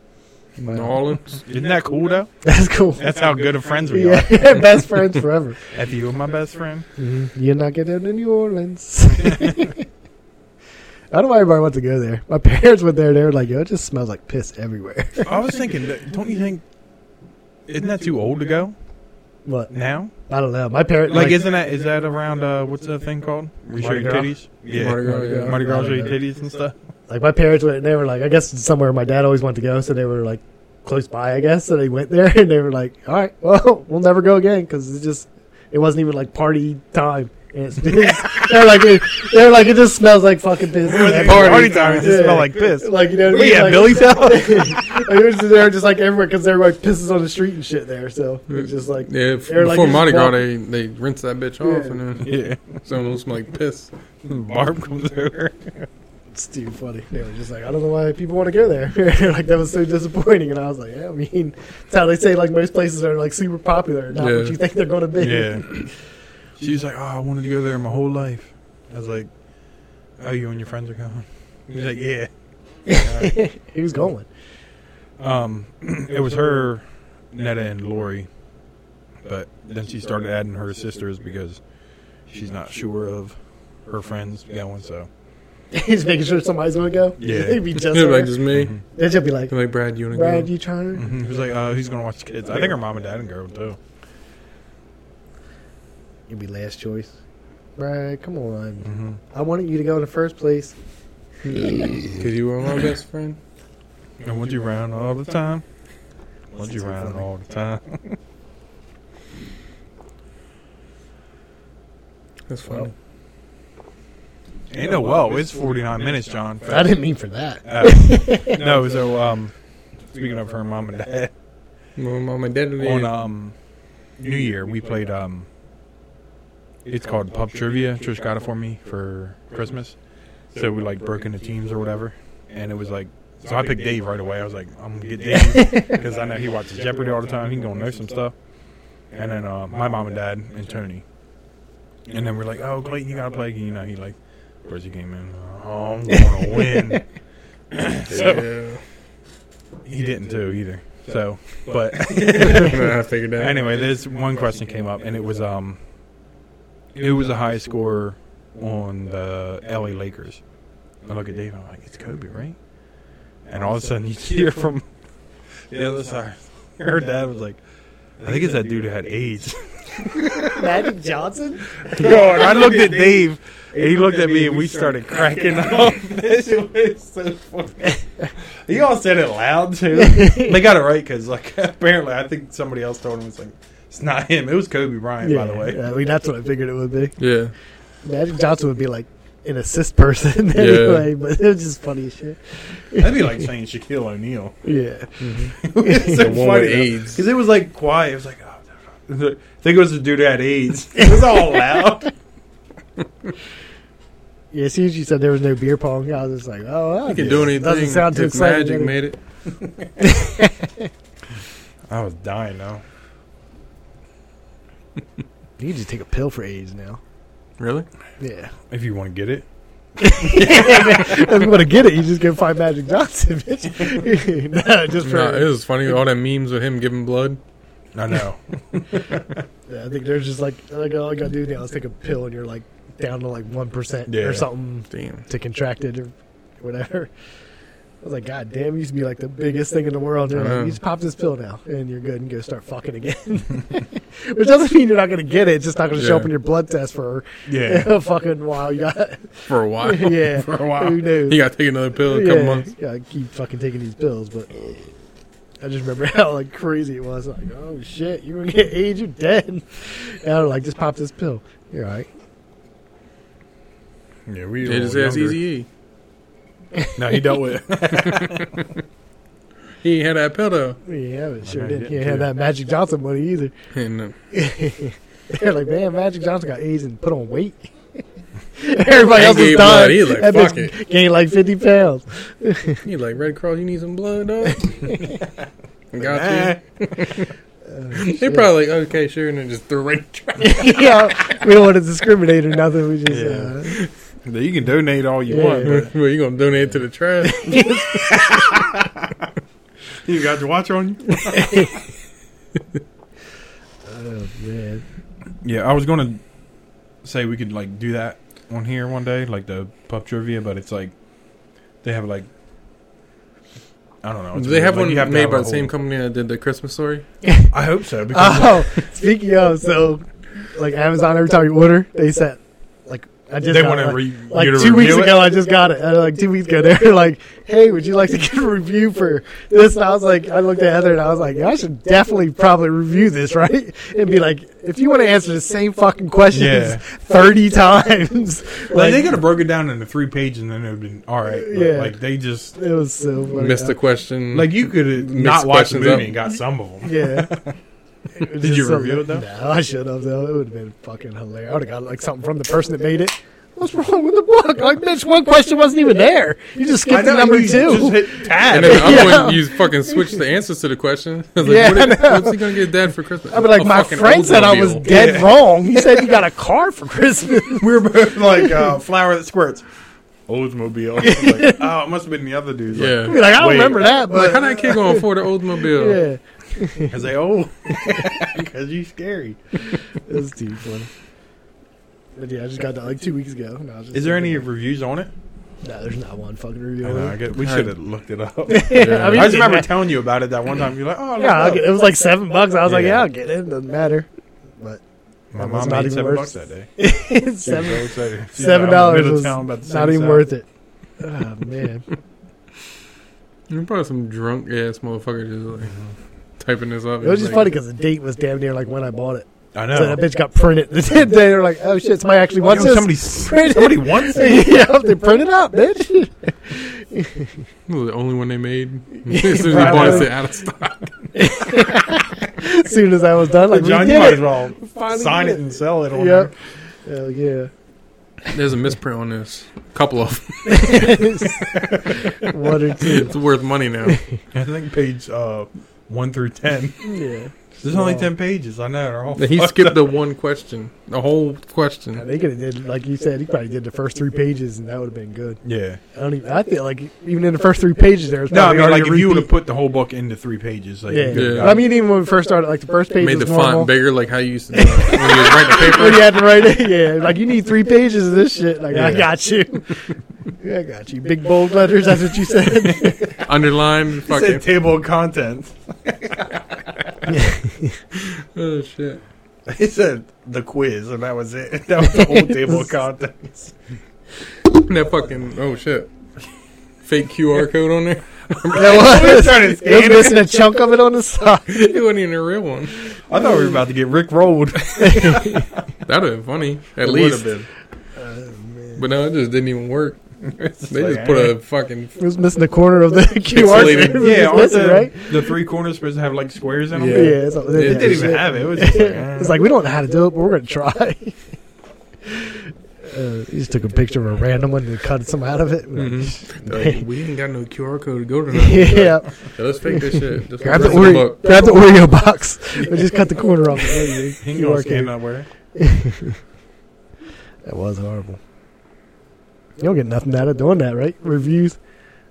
[SPEAKER 3] New Orleans.
[SPEAKER 1] Isn't that cool though?
[SPEAKER 2] That's cool.
[SPEAKER 1] That's how good of friends we
[SPEAKER 2] yeah,
[SPEAKER 1] are.
[SPEAKER 2] best friends forever.
[SPEAKER 1] If you were my best friend,
[SPEAKER 3] Mm-hmm.
[SPEAKER 2] You're not getting to New Orleans. I don't know why everybody wants to go there. My parents went there. They were like, "Yo, it just smells like piss everywhere."
[SPEAKER 1] I was thinking, that- don't you think? Isn't that too old to go
[SPEAKER 2] But
[SPEAKER 1] now?
[SPEAKER 2] I don't know. My parents
[SPEAKER 1] Like, isn't that is that around? Uh, what's that thing called? Where you show
[SPEAKER 2] Mardi
[SPEAKER 1] your
[SPEAKER 2] Gras?
[SPEAKER 1] titties. Yeah,
[SPEAKER 2] Oh,
[SPEAKER 3] Mardi Gras, yeah.
[SPEAKER 1] Mardi Gras,
[SPEAKER 2] I
[SPEAKER 1] show
[SPEAKER 2] don't
[SPEAKER 1] your
[SPEAKER 2] know.
[SPEAKER 1] titties and stuff.
[SPEAKER 2] like my parents went and they were like i guess it's somewhere my dad always wanted to go so they were like close by i guess so they went there and they were like all right well we'll never go again because it just it wasn't even like party time and it's they're like it, they're like it just smells like fucking piss
[SPEAKER 1] Party, time, it just
[SPEAKER 2] Yeah.
[SPEAKER 1] smell like piss.
[SPEAKER 2] like you know what I
[SPEAKER 1] We
[SPEAKER 2] mean?
[SPEAKER 1] at
[SPEAKER 2] like,
[SPEAKER 1] Billy's house.
[SPEAKER 2] like, it was just, they were just like everywhere because everybody pisses on the street and shit there so it's just like
[SPEAKER 3] Yeah, f-
[SPEAKER 2] They're
[SPEAKER 3] before
[SPEAKER 2] like, you
[SPEAKER 3] Mardi
[SPEAKER 2] just
[SPEAKER 3] Gras,
[SPEAKER 2] walk-
[SPEAKER 3] they they rinse that bitch off,
[SPEAKER 2] Yeah.
[SPEAKER 3] and then
[SPEAKER 1] yeah.
[SPEAKER 3] so it'll smell like piss.
[SPEAKER 1] Barb comes over.
[SPEAKER 2] it's too funny they were just like i don't know why people want to go there They're like that was so disappointing and i was like yeah, i mean it's how they say like most places are like super popular not
[SPEAKER 3] Yeah.
[SPEAKER 2] what you think they're going to be
[SPEAKER 1] Yeah. She was like, "Oh, I wanted to go there my whole life." I was like, "Oh, you and your friends are going?" He was like, "Yeah."
[SPEAKER 2] he was going.
[SPEAKER 1] Um, it was her, Netta, and Lori, but then she started adding her sisters because she's not sure of her friends going. So
[SPEAKER 2] He's making sure somebody's gonna go.
[SPEAKER 1] Yeah.
[SPEAKER 2] It'd be just.
[SPEAKER 3] They're like
[SPEAKER 2] her.
[SPEAKER 3] just me.
[SPEAKER 1] Mhm.
[SPEAKER 2] Then she'll be like,
[SPEAKER 3] They're like Brad, you wanna
[SPEAKER 2] Brad,
[SPEAKER 3] go?
[SPEAKER 2] you trying?
[SPEAKER 1] Mhm. who's like, uh, who's gonna watch the kids? I think her mom and dad and girl too.
[SPEAKER 2] You'd be last choice. Brad, come on.
[SPEAKER 1] hmm
[SPEAKER 2] I wanted you to go in the first place.
[SPEAKER 3] Because you were my best friend.
[SPEAKER 1] And would you round all the time? Would you round all the time?
[SPEAKER 3] That's funny.
[SPEAKER 1] Ain't no well. It's forty nine minutes, John.
[SPEAKER 2] I didn't mean for that.
[SPEAKER 1] Uh, no, so um, speaking of her mom and dad,
[SPEAKER 3] My mom and dad didn't
[SPEAKER 1] on
[SPEAKER 3] even-
[SPEAKER 1] um, New Year we played um, it's called pub trivia. Trish got it for me for Christmas, so we like broke into teams or whatever, and it was like. So I picked Dave right away. I was like, I'm gonna get Dave because I know he watches Jeopardy all the time. He gonna know some stuff. And then uh, my mom and dad and Tony. And then we're like, oh Clayton, you gotta play. again." You know, he like, first he came in. Oh, I'm gonna win. so
[SPEAKER 3] Yeah.
[SPEAKER 1] he didn't too either. So, but
[SPEAKER 3] Nah, I figured that.
[SPEAKER 1] anyway, this one question came up, and it was um, it was a high score on the LA Lakers. I look at Dave, and I'm like, it's Kobe, right? And all of a sudden, you hear from the other side. Her dad was like, I think it's that dude who had AIDS.
[SPEAKER 2] Magic Johnson?
[SPEAKER 1] Yo, and I looked at Dave, and he looked at me, and we started cracking up. This was so funny. He all said it loud too. they got it right because, like, apparently, I think somebody else told him it's like it's not him. It was Kobe Bryant, by the way.
[SPEAKER 2] I mean, that's what I figured it would be.
[SPEAKER 3] Yeah.
[SPEAKER 2] Magic Johnson would be like an assist person
[SPEAKER 3] Yeah.
[SPEAKER 2] anyway, but it was just funny as shit.
[SPEAKER 1] That'd be like saying Shaquille O'Neal.
[SPEAKER 2] Yeah.
[SPEAKER 1] it's so
[SPEAKER 3] The one with AIDS.
[SPEAKER 1] because it was like quiet. It was like, oh, no, no. I think it was the dude that had AIDS. It was all loud.
[SPEAKER 2] Yeah, as soon as you said there was no beer pong, I was just like, oh, well,
[SPEAKER 3] You can do anything.
[SPEAKER 2] Doesn't sound too
[SPEAKER 3] if
[SPEAKER 2] exciting.
[SPEAKER 3] Magic
[SPEAKER 2] does it?
[SPEAKER 3] made it.
[SPEAKER 1] I was dying though.
[SPEAKER 2] You can just take a pill for AIDS now.
[SPEAKER 3] Really?
[SPEAKER 2] Yeah.
[SPEAKER 1] If you want to get it,
[SPEAKER 2] if you want to get it, you just go find Magic Johnson, bitch. no, just for.
[SPEAKER 3] Nah, it was funny. All that memes with him giving blood.
[SPEAKER 1] I know.
[SPEAKER 2] Yeah, I think they're just like, like all I gotta do now is take a pill, and you're like down to like one percent
[SPEAKER 1] Yeah.
[SPEAKER 2] or something
[SPEAKER 3] Damn.
[SPEAKER 2] to contract it or whatever. I was like, God damn, you used to be like the biggest thing in the world. They're
[SPEAKER 3] I
[SPEAKER 2] like,
[SPEAKER 3] know.
[SPEAKER 2] you just pop this pill now, and you're good, and go start fucking again. Which doesn't mean you're not gonna get it; it's just not gonna show
[SPEAKER 3] Yeah.
[SPEAKER 2] up in your blood test for
[SPEAKER 1] Yeah.
[SPEAKER 2] a fucking while. You got,
[SPEAKER 3] For a while.
[SPEAKER 2] yeah,
[SPEAKER 1] For a while.
[SPEAKER 2] who knew?
[SPEAKER 3] He got to take another pill in a couple months.
[SPEAKER 2] Yeah, I keep fucking taking these pills, but I just remember how like crazy it was. Like, oh shit, you're gonna get AIDS, you're dead. And I'm like, just pop this pill. You're all right.
[SPEAKER 1] Yeah, we.
[SPEAKER 3] They
[SPEAKER 1] were
[SPEAKER 3] just asked
[SPEAKER 1] younger.
[SPEAKER 3] Eazy-E.
[SPEAKER 1] No, he dealt with. it.
[SPEAKER 3] He ain't had that pill though.
[SPEAKER 2] Yeah, but sure
[SPEAKER 1] know,
[SPEAKER 2] didn't.
[SPEAKER 1] yeah,
[SPEAKER 2] You had
[SPEAKER 1] yeah.
[SPEAKER 2] that Magic Johnson money either.
[SPEAKER 3] And uh,
[SPEAKER 2] They're like, man, Magic Johnson got AIDS and put on weight. Everybody else
[SPEAKER 3] Ain't
[SPEAKER 2] is
[SPEAKER 3] gained blood
[SPEAKER 2] done.
[SPEAKER 3] either.
[SPEAKER 2] that
[SPEAKER 3] Fuck
[SPEAKER 2] bitch gained like 50 pounds.
[SPEAKER 3] he like Red Cross. You need some blood, dog.
[SPEAKER 1] Nah.
[SPEAKER 3] got
[SPEAKER 2] Oh,
[SPEAKER 3] you. They probably like, okay, sure, and then just threw right. in the trash.
[SPEAKER 2] yeah, we don't want to discriminate or nothing. We just,
[SPEAKER 1] Yeah.
[SPEAKER 2] uh,
[SPEAKER 1] You can donate all you
[SPEAKER 2] Yeah.
[SPEAKER 1] want, but
[SPEAKER 3] well, you gonna donate to the trash?
[SPEAKER 1] you got your watch on you.
[SPEAKER 2] oh man.
[SPEAKER 1] Yeah, I was gonna say we could like do that on here one day, like the pub trivia, but it's like they have like I don't know.
[SPEAKER 3] Do
[SPEAKER 1] It's
[SPEAKER 3] they
[SPEAKER 1] weird.
[SPEAKER 3] have
[SPEAKER 1] Oh, Like,
[SPEAKER 3] one
[SPEAKER 1] you have to
[SPEAKER 3] made
[SPEAKER 1] have
[SPEAKER 3] by
[SPEAKER 1] a
[SPEAKER 3] the same Uh,
[SPEAKER 1] whole-
[SPEAKER 3] company that did the Christmas story?
[SPEAKER 1] I hope so because
[SPEAKER 2] Oh, speaking of, so like Amazon, every time you order, they set like I just
[SPEAKER 1] they
[SPEAKER 2] got
[SPEAKER 1] want
[SPEAKER 2] it,
[SPEAKER 1] to
[SPEAKER 2] like,
[SPEAKER 1] re-
[SPEAKER 2] like
[SPEAKER 1] you to
[SPEAKER 2] two weeks
[SPEAKER 1] review it.
[SPEAKER 2] ago. I just got it. And, like two weeks ago, they were like, "Hey, would you like to get a review for this?" And I was like, I looked at Heather and I was like, "I should definitely probably review this, right?" And be like, "If you want to answer the same fucking questions
[SPEAKER 1] Yeah.
[SPEAKER 2] thirty times,
[SPEAKER 1] Like, they could have broke it down into three pages and then it would have been all right. But,
[SPEAKER 2] Yeah.
[SPEAKER 1] Like they just
[SPEAKER 2] it was so funny.
[SPEAKER 3] Missed the question.
[SPEAKER 1] like you could have
[SPEAKER 3] Mixed
[SPEAKER 1] not watched the
[SPEAKER 3] questions
[SPEAKER 1] movie
[SPEAKER 3] up.
[SPEAKER 1] and got some of them.
[SPEAKER 2] Yeah. It
[SPEAKER 1] Did
[SPEAKER 2] was just
[SPEAKER 1] you
[SPEAKER 2] something-
[SPEAKER 1] review it, though?
[SPEAKER 2] No, I should have though. It would have been fucking hilarious. I would have got like something from the person that made it. What's wrong with the book? Like, bitch, one question wasn't even there. You just
[SPEAKER 1] I
[SPEAKER 2] skipped
[SPEAKER 1] know,
[SPEAKER 2] to number
[SPEAKER 1] you Just
[SPEAKER 2] two.
[SPEAKER 1] hit tab.
[SPEAKER 3] and then the other
[SPEAKER 2] Yeah.
[SPEAKER 3] one, you fucking switched the answers to the question. I was like,
[SPEAKER 2] Yeah,
[SPEAKER 3] what
[SPEAKER 2] I
[SPEAKER 3] is-
[SPEAKER 2] know.
[SPEAKER 3] what's he gonna get dad for Christmas?
[SPEAKER 2] I mean, like
[SPEAKER 3] A
[SPEAKER 2] my
[SPEAKER 3] fucking
[SPEAKER 2] friend said, I was
[SPEAKER 3] Oldsmobile.
[SPEAKER 2] dead wrong. He said you got a car for Christmas.
[SPEAKER 1] we were both like uh, flower that squirts. Oldsmobile. like, oh, it must have been the other dudes. Like,
[SPEAKER 2] I
[SPEAKER 3] Yeah.
[SPEAKER 2] mean, like I don't
[SPEAKER 1] Wait.
[SPEAKER 2] remember that,
[SPEAKER 3] Like, how
[SPEAKER 2] but
[SPEAKER 3] that kid gonna afford an Oldsmobile?
[SPEAKER 2] yeah,
[SPEAKER 1] Cause they old. Cause you scary.
[SPEAKER 2] it was too funny. But yeah, I just got that like two weeks ago. and I was just
[SPEAKER 1] Is there any
[SPEAKER 2] thinking,
[SPEAKER 1] reviews on it?
[SPEAKER 2] No, there's not one fucking review.
[SPEAKER 1] I
[SPEAKER 2] on
[SPEAKER 1] know, I
[SPEAKER 2] it.
[SPEAKER 1] guess we
[SPEAKER 3] I-
[SPEAKER 1] should have looked it up.
[SPEAKER 3] Yeah.
[SPEAKER 2] I mean,
[SPEAKER 1] I just
[SPEAKER 2] it-
[SPEAKER 1] remember telling you about it that one time. You're like, oh,
[SPEAKER 2] yeah,
[SPEAKER 1] yeah,
[SPEAKER 2] I'll get- it was like seven bucks. I was like,
[SPEAKER 1] Yeah.
[SPEAKER 2] yeah, I'll get it. Doesn't matter. But
[SPEAKER 1] my
[SPEAKER 2] That
[SPEAKER 1] mom
[SPEAKER 2] was not
[SPEAKER 1] made
[SPEAKER 2] even
[SPEAKER 1] seven
[SPEAKER 2] worth
[SPEAKER 1] bucks that
[SPEAKER 2] it.
[SPEAKER 1] day.
[SPEAKER 2] it's
[SPEAKER 1] She was
[SPEAKER 2] seven,
[SPEAKER 1] so excited. She's
[SPEAKER 2] seven
[SPEAKER 1] like, I'm in the
[SPEAKER 2] dollars
[SPEAKER 1] middle
[SPEAKER 2] was
[SPEAKER 1] of town about the same
[SPEAKER 2] not even
[SPEAKER 1] size.
[SPEAKER 2] worth it. Oh man,
[SPEAKER 3] You're probably some drunk ass motherfucker just like
[SPEAKER 1] Mm-hmm.
[SPEAKER 3] typing this up.
[SPEAKER 2] it was just
[SPEAKER 3] Like,
[SPEAKER 2] funny because the date was damn near like when I bought it.
[SPEAKER 1] I
[SPEAKER 2] So that
[SPEAKER 1] know.
[SPEAKER 2] bitch got printed. they were like, oh shit, somebody actually
[SPEAKER 1] Yo,
[SPEAKER 2] wants this.
[SPEAKER 1] somebody,
[SPEAKER 2] Print
[SPEAKER 1] somebody wants it.
[SPEAKER 2] it. yeah, they print it out, bitch.
[SPEAKER 3] It was the only one they made. as soon as they bought it,
[SPEAKER 2] probably.
[SPEAKER 3] it out of stock.
[SPEAKER 2] as soon as I was done, like,
[SPEAKER 1] John,
[SPEAKER 2] we
[SPEAKER 1] you might
[SPEAKER 2] did
[SPEAKER 1] as
[SPEAKER 2] it.
[SPEAKER 1] well
[SPEAKER 2] Finally
[SPEAKER 1] sign
[SPEAKER 2] did
[SPEAKER 1] it and sell it on
[SPEAKER 2] Yep. Hell yeah.
[SPEAKER 3] There's a misprint on this. couple of them.
[SPEAKER 2] One or two.
[SPEAKER 3] It's worth money now.
[SPEAKER 1] there. I think page uh, one through ten.
[SPEAKER 2] Yeah.
[SPEAKER 1] There's only
[SPEAKER 2] Wow.
[SPEAKER 1] ten pages. I know. They're all
[SPEAKER 3] he
[SPEAKER 1] fucked
[SPEAKER 3] skipped
[SPEAKER 1] up.
[SPEAKER 3] the one question, the whole
[SPEAKER 2] Now,
[SPEAKER 3] question.
[SPEAKER 2] They could have did like you said. He probably did the first three pages, and that would have been good.
[SPEAKER 1] Yeah.
[SPEAKER 2] I don't even. I feel like even in the first three pages, there was
[SPEAKER 1] No, I
[SPEAKER 2] probably
[SPEAKER 1] mean, like
[SPEAKER 2] already
[SPEAKER 1] if
[SPEAKER 2] a
[SPEAKER 1] you would
[SPEAKER 2] repeat.
[SPEAKER 1] have put the whole book into three pages, like,
[SPEAKER 2] Yeah.
[SPEAKER 1] you could've
[SPEAKER 3] Yeah.
[SPEAKER 1] got
[SPEAKER 2] I mean, even when we first started, like the first page
[SPEAKER 3] Made the
[SPEAKER 2] was
[SPEAKER 3] font
[SPEAKER 2] normal.
[SPEAKER 3] bigger, like how you used to do it. when you was writing the paper.
[SPEAKER 2] When you had to write it, yeah, like you need three pages of this shit. Like I
[SPEAKER 1] Yeah.
[SPEAKER 2] got you, I got you. Big bold letters. That's what you said.
[SPEAKER 3] Underlined.
[SPEAKER 1] It
[SPEAKER 3] Fucking.
[SPEAKER 1] said table of contents.
[SPEAKER 3] oh, shit.
[SPEAKER 1] It said the quiz, and that was it. That was the whole table of contents.
[SPEAKER 3] That fucking. Oh, shit. Fake QR code on there.
[SPEAKER 2] That
[SPEAKER 1] We were
[SPEAKER 2] was.
[SPEAKER 1] trying to
[SPEAKER 2] It was
[SPEAKER 1] scan it.
[SPEAKER 2] missing a chunk of it on the side.
[SPEAKER 3] it wasn't even a real one.
[SPEAKER 1] I thought we were about to get Rick rolled. At
[SPEAKER 3] That would have been funny. At least.
[SPEAKER 1] been.
[SPEAKER 3] But no, it just didn't even work.
[SPEAKER 1] It's
[SPEAKER 3] They
[SPEAKER 1] like,
[SPEAKER 3] just put
[SPEAKER 1] eh.
[SPEAKER 3] a fucking.
[SPEAKER 2] It was missing the corner of the QR. code. It
[SPEAKER 3] Pixelated.
[SPEAKER 2] was
[SPEAKER 1] yeah.
[SPEAKER 2] just
[SPEAKER 1] Aren't
[SPEAKER 2] missing,
[SPEAKER 1] the,
[SPEAKER 2] right?
[SPEAKER 1] the three corners supposed to have like squares in them?
[SPEAKER 2] Yeah, it's all-
[SPEAKER 1] It
[SPEAKER 3] It
[SPEAKER 1] didn't even
[SPEAKER 2] shit.
[SPEAKER 1] have it. It was just like, eh.
[SPEAKER 2] It's like we don't know how to do it, but we're gonna try. uh, he just took a picture of a random one and cut some out of it. Mm-hmm.
[SPEAKER 3] Like, we didn't got no QR code to go to.
[SPEAKER 2] yeah,
[SPEAKER 3] So let's fake this shit. Just
[SPEAKER 2] grab the,
[SPEAKER 3] print the
[SPEAKER 2] Oreo,
[SPEAKER 3] book.
[SPEAKER 2] grab the Oreo box. We just cut the corner off. There you
[SPEAKER 1] he ain't
[SPEAKER 2] go.
[SPEAKER 1] gonna
[SPEAKER 2] QR
[SPEAKER 1] scan
[SPEAKER 2] code.
[SPEAKER 1] that where.
[SPEAKER 2] That was horrible. You don't get nothing out of doing that, right? Reviews.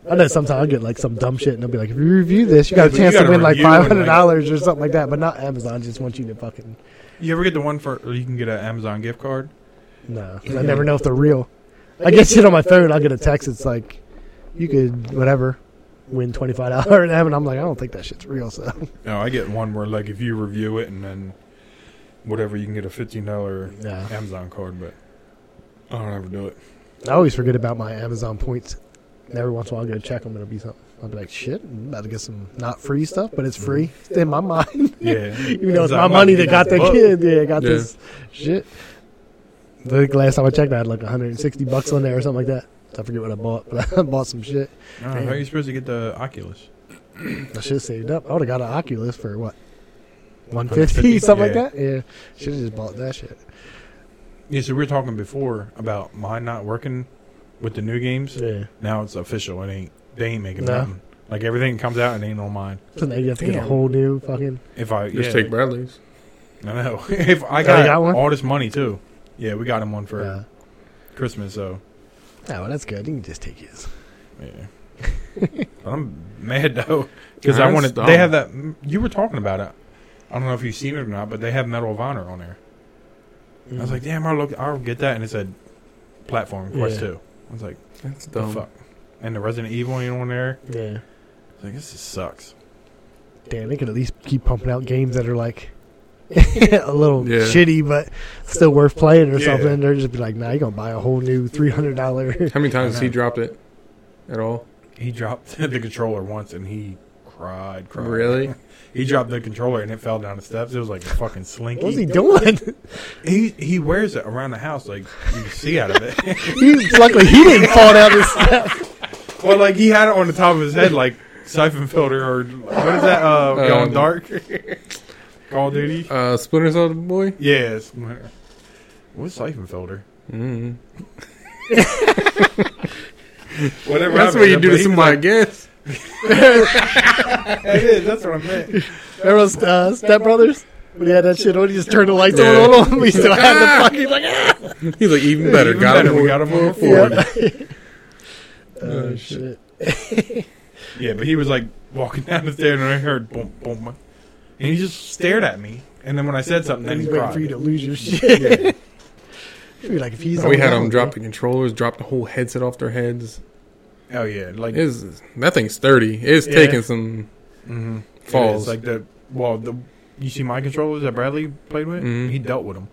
[SPEAKER 2] I know sometimes I get like some dumb shit, and they'll be like, "If you review this, you got
[SPEAKER 1] Yeah,
[SPEAKER 2] a
[SPEAKER 1] but you
[SPEAKER 2] chance to
[SPEAKER 1] gotta
[SPEAKER 2] win like
[SPEAKER 1] review and,
[SPEAKER 2] five
[SPEAKER 1] like-
[SPEAKER 2] hundred dollars or something like that." But not Amazon; just wants you to fucking
[SPEAKER 1] You ever get the one for or you can get an Amazon gift card?
[SPEAKER 2] No, 'cause I never know if they're real. I get shit on my phone. I'll get a text. It's like, you could whatever, win twenty five dollars, and I'm like, I don't think that shit's real. So
[SPEAKER 1] No, I get one where like if you review it and then whatever, you can get a fifteen dollar
[SPEAKER 2] yeah,
[SPEAKER 1] Amazon card. But I don't ever do it.
[SPEAKER 2] I always forget about my Amazon points. And every once in a while, I go check them. It'll be something. I'll be like, shit, I'm about to get some not free stuff, but it's free. It's
[SPEAKER 1] Mm-hmm.
[SPEAKER 2] in my mind,
[SPEAKER 1] Yeah,
[SPEAKER 2] even though
[SPEAKER 1] It's
[SPEAKER 2] it's
[SPEAKER 1] not
[SPEAKER 2] my money
[SPEAKER 1] mine,
[SPEAKER 2] that got
[SPEAKER 1] it's the
[SPEAKER 2] that
[SPEAKER 1] book.
[SPEAKER 2] kid. Yeah, I got
[SPEAKER 3] Yeah.
[SPEAKER 2] this shit. I think last time I checked, I had like 160 bucks on there or something like that. I forget what I bought, but I bought some shit.
[SPEAKER 1] I don't know, how are you supposed to get the Oculus?
[SPEAKER 2] I should have saved up. I would have got an Oculus for what?
[SPEAKER 1] 150?
[SPEAKER 2] 150 something
[SPEAKER 1] Yeah.
[SPEAKER 2] like that? Yeah. Should have just bought that shit.
[SPEAKER 1] Yeah, so we were talking before about mine not working with the new games.
[SPEAKER 2] Yeah.
[SPEAKER 1] Now it's official. It ain't they ain't making
[SPEAKER 2] No.
[SPEAKER 1] nothing. Like everything comes out and ain't on mine.
[SPEAKER 2] So now you have to get
[SPEAKER 3] Damn.
[SPEAKER 2] a whole new fucking.
[SPEAKER 1] If I
[SPEAKER 3] Just
[SPEAKER 1] yeah,
[SPEAKER 3] take Bradley's.
[SPEAKER 1] I know. if I
[SPEAKER 2] you
[SPEAKER 1] got,
[SPEAKER 2] got one?
[SPEAKER 1] all this money too. Yeah, we got him one for
[SPEAKER 2] Uh,
[SPEAKER 1] Christmas. So
[SPEAKER 2] oh, well, that's good. You can just take his.
[SPEAKER 1] yeah. But I'm mad though because I
[SPEAKER 3] That's
[SPEAKER 1] wanted.
[SPEAKER 3] dumb.
[SPEAKER 1] They have that. mm, You were talking about it. I don't know if you've seen it or not, but they have Medal of Honor on there. I was like, damn, I'll look. I'll get that, and it said platform Quest
[SPEAKER 2] Yeah.
[SPEAKER 1] Two. I was like,
[SPEAKER 3] That's
[SPEAKER 1] the
[SPEAKER 3] dumb.
[SPEAKER 1] fuck. And the Resident Evil ain't on there.
[SPEAKER 2] yeah.
[SPEAKER 1] I was like, this just sucks.
[SPEAKER 2] Damn, they could at least keep pumping out games that are like a little
[SPEAKER 3] Yeah.
[SPEAKER 2] shitty, but still worth playing or
[SPEAKER 1] Yeah.
[SPEAKER 2] something. They're just be like, nah, you're going to buy a whole new $300.
[SPEAKER 3] How many times has
[SPEAKER 1] I
[SPEAKER 3] he
[SPEAKER 1] know.
[SPEAKER 3] dropped it at all?
[SPEAKER 1] He dropped the controller once and he cried, cried.
[SPEAKER 3] Really?
[SPEAKER 1] He dropped the controller and it fell down the steps. It was like a fucking slinky.
[SPEAKER 2] what was he doing?
[SPEAKER 1] he he wears it around the house like you can see out of it.
[SPEAKER 2] he, luckily, he didn't fall down this step.
[SPEAKER 1] well, like he had it on the top of his head like siphon filter or what is that? Uh, going
[SPEAKER 3] Um,
[SPEAKER 1] dark. Call of Duty.
[SPEAKER 3] Uh, Splinter Cell boy.
[SPEAKER 1] Yes. What's siphon filter?
[SPEAKER 3] mm
[SPEAKER 1] Whatever.
[SPEAKER 3] That's
[SPEAKER 1] happened
[SPEAKER 3] what you
[SPEAKER 1] him,
[SPEAKER 3] do
[SPEAKER 1] but
[SPEAKER 3] to
[SPEAKER 1] he-
[SPEAKER 3] somebody, I guess.
[SPEAKER 1] It is, That's what I meant.
[SPEAKER 2] Remember those, uh, Step Brothers? When he had that shit on, he just turned the lights
[SPEAKER 3] Yeah.
[SPEAKER 2] on on him. He still had the fucking like. Ah!
[SPEAKER 3] He's like even better.
[SPEAKER 1] Even
[SPEAKER 3] got
[SPEAKER 1] better,
[SPEAKER 3] him.
[SPEAKER 1] we got him on
[SPEAKER 2] Yeah.
[SPEAKER 1] forward.
[SPEAKER 2] oh shit!
[SPEAKER 1] Yeah, but he was like walking down the stairs and I heard boom, boom, boom. and he just stared at me. And then when I said something,
[SPEAKER 2] And
[SPEAKER 1] then he
[SPEAKER 2] he's waiting for you
[SPEAKER 1] cried.
[SPEAKER 2] to lose your shit. Maybe like if he's
[SPEAKER 3] Oh, we had
[SPEAKER 2] on
[SPEAKER 3] them drop the controllers, drop the whole headset off their heads.
[SPEAKER 1] Oh yeah, like
[SPEAKER 3] It is that thing's sturdy. It's
[SPEAKER 1] Yeah.
[SPEAKER 3] taking some
[SPEAKER 1] mhm.
[SPEAKER 3] falls.
[SPEAKER 1] It is, like the well, the you see my controllers that Bradley played with.
[SPEAKER 3] Mhm.
[SPEAKER 1] He dealt with them.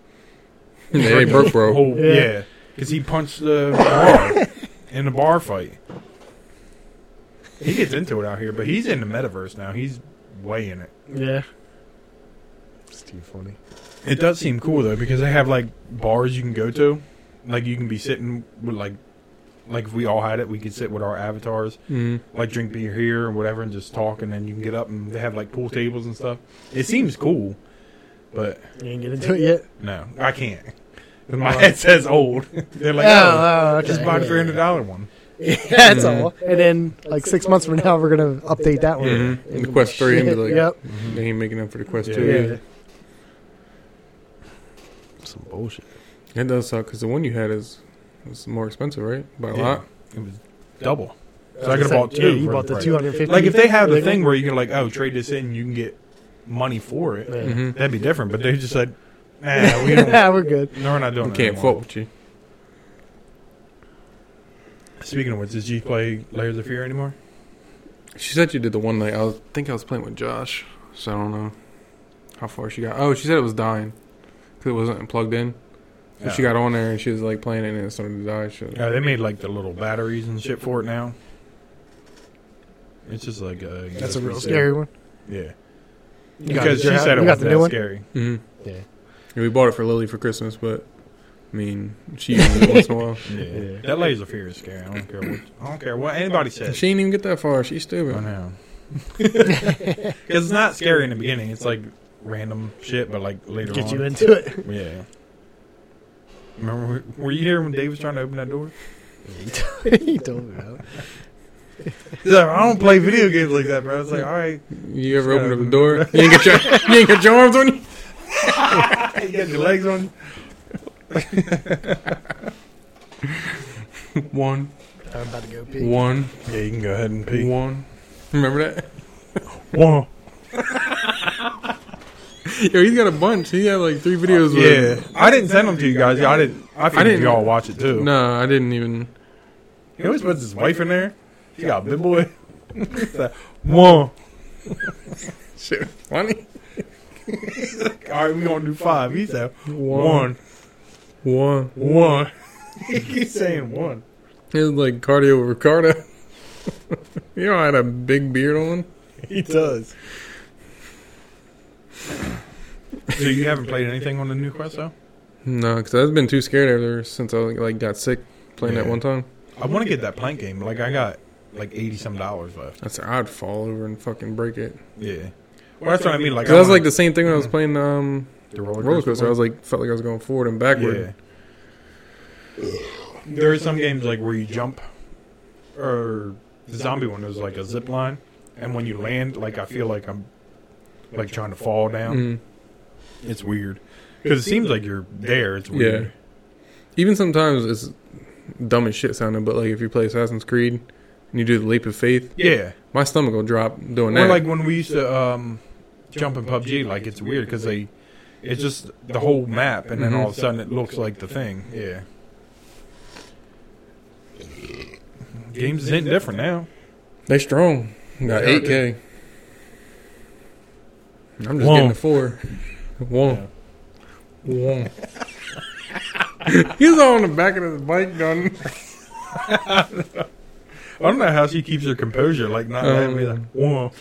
[SPEAKER 3] they broke, bro.
[SPEAKER 1] Oh,
[SPEAKER 2] Yeah.
[SPEAKER 1] yeah, because he punched the bar in the bar fight. He gets into it out here, but he's in the metaverse now. He's way in it.
[SPEAKER 2] Yeah. It's too funny.
[SPEAKER 1] It does seem cool though because they have like bars you can go to, like you can be sitting with like, like if we all had it, we could sit with our avatars,
[SPEAKER 3] Mm.
[SPEAKER 1] like drink beer here or whatever, and just talk, and then you can get up and they have like pool tables and stuff. It seems cool, but
[SPEAKER 2] You ain't get into it yet.
[SPEAKER 1] no, I can't. 'Cause My head says old. They're like, oh,
[SPEAKER 2] okay.
[SPEAKER 1] just buy the three hundred dollar one.
[SPEAKER 2] Yeah, that's
[SPEAKER 3] Mhm.
[SPEAKER 2] all. And then like six months from now, we're gonna update that one.
[SPEAKER 3] Mhm.
[SPEAKER 2] And
[SPEAKER 3] The Quest 3 and be like-
[SPEAKER 2] yep.
[SPEAKER 1] Mm-hmm.
[SPEAKER 3] They ain't making up for the quest
[SPEAKER 1] Yeah.
[SPEAKER 3] two.
[SPEAKER 2] Yeah.
[SPEAKER 3] either.
[SPEAKER 2] Some bullshit.
[SPEAKER 3] That does suck because the one you had is was more expensive, right? By a
[SPEAKER 1] Yeah.
[SPEAKER 3] lot.
[SPEAKER 1] It was double. So I could have bought two.
[SPEAKER 2] Yeah, you
[SPEAKER 1] for
[SPEAKER 2] bought
[SPEAKER 1] the
[SPEAKER 2] the
[SPEAKER 1] price.
[SPEAKER 2] two hundred fifty.
[SPEAKER 1] Like if they have the thing where you can like, oh, trade this in, you can get money for it.
[SPEAKER 2] Yeah.
[SPEAKER 3] Mm-hmm.
[SPEAKER 1] That'd be different. But they just said, nah, we don't.
[SPEAKER 2] we're good.
[SPEAKER 1] No, we're not doing
[SPEAKER 3] We
[SPEAKER 1] that
[SPEAKER 3] can't
[SPEAKER 1] anymore.
[SPEAKER 3] fault with you.
[SPEAKER 1] Speaking of which, did you play Layers of Fear anymore?
[SPEAKER 3] She said you did the one night. I was, think I was playing with Josh, so I don't know how far she got. Oh, she said it was dying because it wasn't plugged in. So she got on there and she was like playing it and it started to die. She was-
[SPEAKER 1] Yeah, they made like the little batteries and shit for it now. It's just like a
[SPEAKER 2] That's a
[SPEAKER 1] USB
[SPEAKER 2] real
[SPEAKER 1] stick.
[SPEAKER 2] scary one.
[SPEAKER 1] Yeah,
[SPEAKER 2] You got
[SPEAKER 1] because
[SPEAKER 2] the-
[SPEAKER 1] she said it
[SPEAKER 2] you
[SPEAKER 1] was
[SPEAKER 2] got the new
[SPEAKER 1] that
[SPEAKER 2] one.
[SPEAKER 1] scary.
[SPEAKER 3] Mhm.
[SPEAKER 2] Yeah.
[SPEAKER 3] And we bought it for Lily for Christmas, but I mean, she uses it once in a while.
[SPEAKER 1] Yeah.
[SPEAKER 2] Yeah.
[SPEAKER 1] that Layers of Fear is scary. I don't care what I don't care what anybody says.
[SPEAKER 3] She didn't even get that far. She's
[SPEAKER 1] I
[SPEAKER 3] stupid.
[SPEAKER 1] know. Because it's not scary in the beginning. It's like random shit, but like later
[SPEAKER 2] Get
[SPEAKER 1] on.
[SPEAKER 2] you into it.
[SPEAKER 1] Yeah. Remember, were you here when Dave was trying to open that door?
[SPEAKER 2] he told me about. it.
[SPEAKER 1] He's like, I don't play video games like that, bro. I was like, all right.
[SPEAKER 3] You ever opened up the door? You ain't got your, you ain't got your arms on you.
[SPEAKER 1] You got your legs on.
[SPEAKER 3] One,
[SPEAKER 2] I'm about to go pee.
[SPEAKER 3] one,
[SPEAKER 1] Yeah, you can go ahead and pee.
[SPEAKER 3] one. Remember that?
[SPEAKER 1] Whoa.
[SPEAKER 3] Yo, he's got a bunch. He had like three videos.
[SPEAKER 1] Oh, Yeah,
[SPEAKER 3] with
[SPEAKER 1] I didn't send them to you guys. I didn't. I figured
[SPEAKER 3] didn't-
[SPEAKER 1] y'all watch it too.
[SPEAKER 3] No, I didn't even.
[SPEAKER 1] He always puts his wife in there. She got a big boy. It's like, Whoa.
[SPEAKER 3] Shit, funny.
[SPEAKER 1] All right, we gonna do five. He said
[SPEAKER 3] One,
[SPEAKER 1] one,
[SPEAKER 3] one.
[SPEAKER 1] one. he keeps saying one.
[SPEAKER 3] He was like cardio Ricardo. you know, I had a big beard on.
[SPEAKER 1] He does. so you haven't played anything on the new quest though?
[SPEAKER 3] No, because I've been too scared ever since I like got sick playing that
[SPEAKER 1] Yeah.
[SPEAKER 3] one time.
[SPEAKER 1] I want to get that plank game. Like I got like eighty some dollars left.
[SPEAKER 3] I said I'd fall over and fucking break it.
[SPEAKER 1] Yeah. Well, that's what I mean. Like
[SPEAKER 3] Cause that was like
[SPEAKER 1] wanna-
[SPEAKER 3] the same thing when I was playing um
[SPEAKER 1] the roller,
[SPEAKER 3] roller coaster. I was like felt like I was going forward and backward.
[SPEAKER 1] Yeah. There are some games like where you jump, or the zombie one. There's like a zip line, and when you land, like I feel like I'm like trying to fall down.
[SPEAKER 3] Mhm.
[SPEAKER 1] It's weird because it seems like you're there. It's
[SPEAKER 3] Yeah.
[SPEAKER 1] weird.
[SPEAKER 3] Even sometimes it's dumb as shit sounding, but like if you play Assassin's Creed and you do the leap of faith,
[SPEAKER 1] Yeah.
[SPEAKER 3] my stomach will drop doing
[SPEAKER 1] Or
[SPEAKER 3] that.
[SPEAKER 1] like when we used to um, jump in PUBG, like it's weird because they, it's just the whole map, and then all of a sudden it looks like the thing. Yeah. Games is hitting different now.
[SPEAKER 3] They strong. Got
[SPEAKER 1] Yeah,
[SPEAKER 3] eight K. I'm just
[SPEAKER 1] Whoa.
[SPEAKER 3] getting a four. One. One. he was all on the back of his bike gun.
[SPEAKER 1] I don't know how she keeps her composure, like not having me like,
[SPEAKER 3] Um.
[SPEAKER 1] whoa.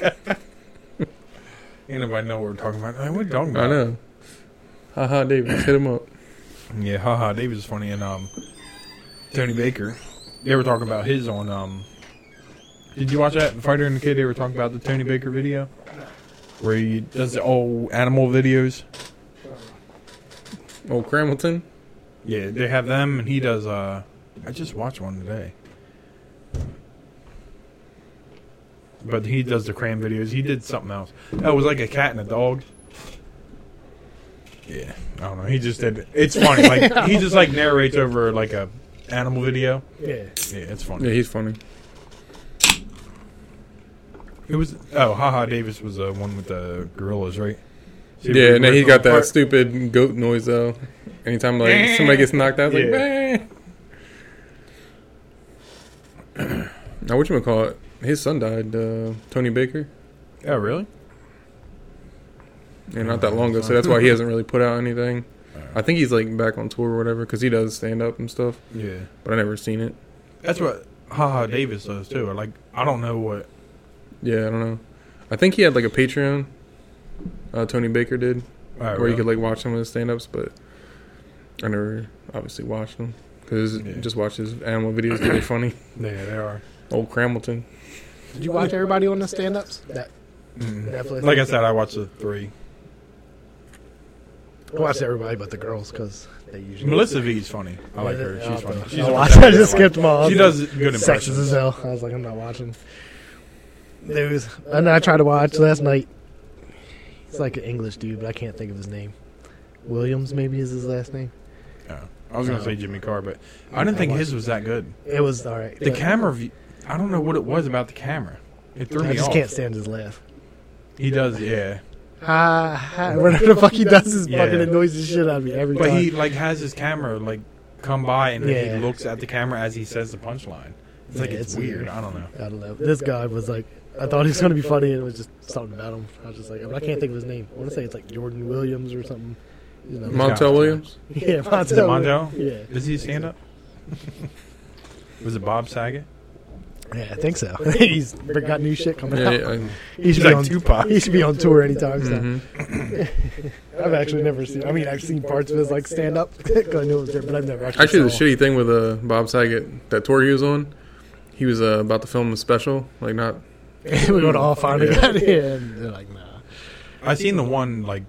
[SPEAKER 1] Ain't nobody know what we're talking about. Like, what are you talking
[SPEAKER 3] I
[SPEAKER 1] about?
[SPEAKER 3] know. Haha, Davis, hit him up.
[SPEAKER 1] Yeah, haha, Davis is funny and um Tony Baker. They were talking about his on um Did you watch that Fighter and the Kid? They were talking about the Tony Baker video? Where he does the old animal videos.
[SPEAKER 3] Oh, Cramilton.
[SPEAKER 1] Yeah, they have them and he does uh I just watched one today. But he does the cram videos. He did something else. That was like a cat and a dog. Yeah, I don't know. He just did. It's funny. Like he just like narrates over like a animal video.
[SPEAKER 2] Yeah.
[SPEAKER 1] Yeah, it's funny.
[SPEAKER 3] Yeah, he's funny.
[SPEAKER 1] It was oh, haha. Davis was the one with the gorillas, right?
[SPEAKER 3] yeah, and then he got that
[SPEAKER 1] Part-
[SPEAKER 3] stupid goat noise though. Anytime like somebody gets knocked out, it's like now what you call it? His son died, uh, Tony Baker,
[SPEAKER 1] Oh, really?
[SPEAKER 3] and not that long ago, so that's why he hasn't really put out anything. I think he's like back on tour or whatever because he does stand up and stuff,
[SPEAKER 1] Yeah.
[SPEAKER 3] but I never seen it.
[SPEAKER 1] That's what Ha Ha Davis does too. Like I don't know what.
[SPEAKER 3] Yeah, I don't know. I think he had like a Patreon. Uh, Tony Baker did,
[SPEAKER 1] Oh,
[SPEAKER 3] where you
[SPEAKER 1] really?
[SPEAKER 3] could like watch some of his stand ups, but I never obviously watched them because
[SPEAKER 1] Yeah.
[SPEAKER 3] just watch his animal videos. They're really funny.
[SPEAKER 1] yeah, they are.
[SPEAKER 3] Old Cramilton.
[SPEAKER 2] Did you watch everybody on the stand ups? That Netflix.
[SPEAKER 1] Like I said, I watched the three.
[SPEAKER 2] I watched everybody but the girls because they usually. Oh,
[SPEAKER 1] Melissa V's funny. I like her. She's funny. She's the
[SPEAKER 2] I,
[SPEAKER 1] one
[SPEAKER 2] watched,
[SPEAKER 1] that
[SPEAKER 2] I just skipped them all.
[SPEAKER 1] She does good
[SPEAKER 2] Sexist
[SPEAKER 1] impressions.
[SPEAKER 2] as hell. I was like, I'm not watching. There was, and I tried to watch last night. He's like an English dude, but I can't think of his name. Williams maybe is his last name.
[SPEAKER 1] Yeah. I was gonna say Jimmy Carr, but I didn't think his was that good.
[SPEAKER 2] It was all right.
[SPEAKER 1] The
[SPEAKER 2] but
[SPEAKER 1] camera view. I don't know what it was about the camera. It threw
[SPEAKER 2] I
[SPEAKER 1] me
[SPEAKER 2] just
[SPEAKER 1] off.
[SPEAKER 2] can't stand his laugh.
[SPEAKER 1] He does, yeah.
[SPEAKER 2] Ha ha! Whatever the fuck he does is
[SPEAKER 1] Yeah.
[SPEAKER 2] fucking annoys the shit out of me every
[SPEAKER 1] But
[SPEAKER 2] time.
[SPEAKER 1] he like has his camera like come by and then
[SPEAKER 2] Yeah.
[SPEAKER 1] he looks at the camera as he says the punchline. It's like
[SPEAKER 2] Yeah,
[SPEAKER 1] it's,
[SPEAKER 2] it's
[SPEAKER 1] weird.
[SPEAKER 2] weird.
[SPEAKER 1] I don't know.
[SPEAKER 2] I don't know. This guy was like, I thought he was gonna be funny, and it was just something about him. I was just like, I can't think of his name. I want to say it's like Jordan Williams or something. You know,
[SPEAKER 1] Mon-
[SPEAKER 3] Montel Williams.
[SPEAKER 2] yeah,
[SPEAKER 1] Is it
[SPEAKER 2] Montel.
[SPEAKER 1] Mondo?
[SPEAKER 2] Yeah.
[SPEAKER 1] Does he stand up? Was it Bob Saget?
[SPEAKER 2] Yeah, I think so. He's got new shit coming
[SPEAKER 3] Yeah,
[SPEAKER 2] out.
[SPEAKER 3] yeah, I-
[SPEAKER 2] He should
[SPEAKER 1] He's
[SPEAKER 2] be
[SPEAKER 1] like
[SPEAKER 2] on
[SPEAKER 1] Tupac. Mm-hmm.
[SPEAKER 2] He should be on tour anytime. So.
[SPEAKER 3] mhm.
[SPEAKER 2] I've actually never seen. I mean, I've seen parts of his like stand up. I knew it was there, but I've never actually.
[SPEAKER 3] Actually, the
[SPEAKER 2] saw
[SPEAKER 3] shitty thing with uh, Bob Saget that tour he was on, he was uh, about to film a special, like not
[SPEAKER 2] it. we would all finally
[SPEAKER 3] Yeah.
[SPEAKER 2] got in. They're like, nah.
[SPEAKER 1] I seen the one like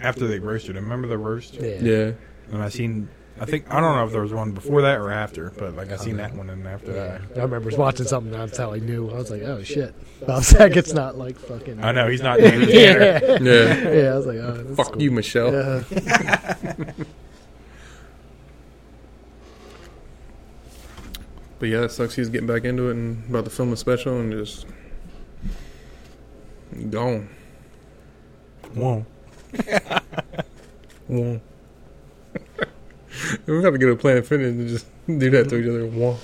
[SPEAKER 1] after they roasted him. Remember the roast?
[SPEAKER 2] Yeah.
[SPEAKER 3] yeah.
[SPEAKER 1] And I seen I think I don't know if there was one before that or after, but like I seen that one and after
[SPEAKER 2] Yeah.
[SPEAKER 1] that.
[SPEAKER 2] I remember watching something. That's how I knew. I was like, "Oh shit!" Bob Saget's not like fucking.
[SPEAKER 1] I know he's not Danny Tanner.
[SPEAKER 2] yeah,
[SPEAKER 3] Yeah.
[SPEAKER 2] yeah. I was like, "Oh, this
[SPEAKER 3] Fuck
[SPEAKER 2] is cool.
[SPEAKER 3] you, Michelle.
[SPEAKER 2] Yeah.
[SPEAKER 3] But yeah, it sucks. He's getting back into it and about to film a special and just gone.
[SPEAKER 1] Whoa.
[SPEAKER 3] Wah. we have to get a Planet Fitness and just do that to each other. Wah.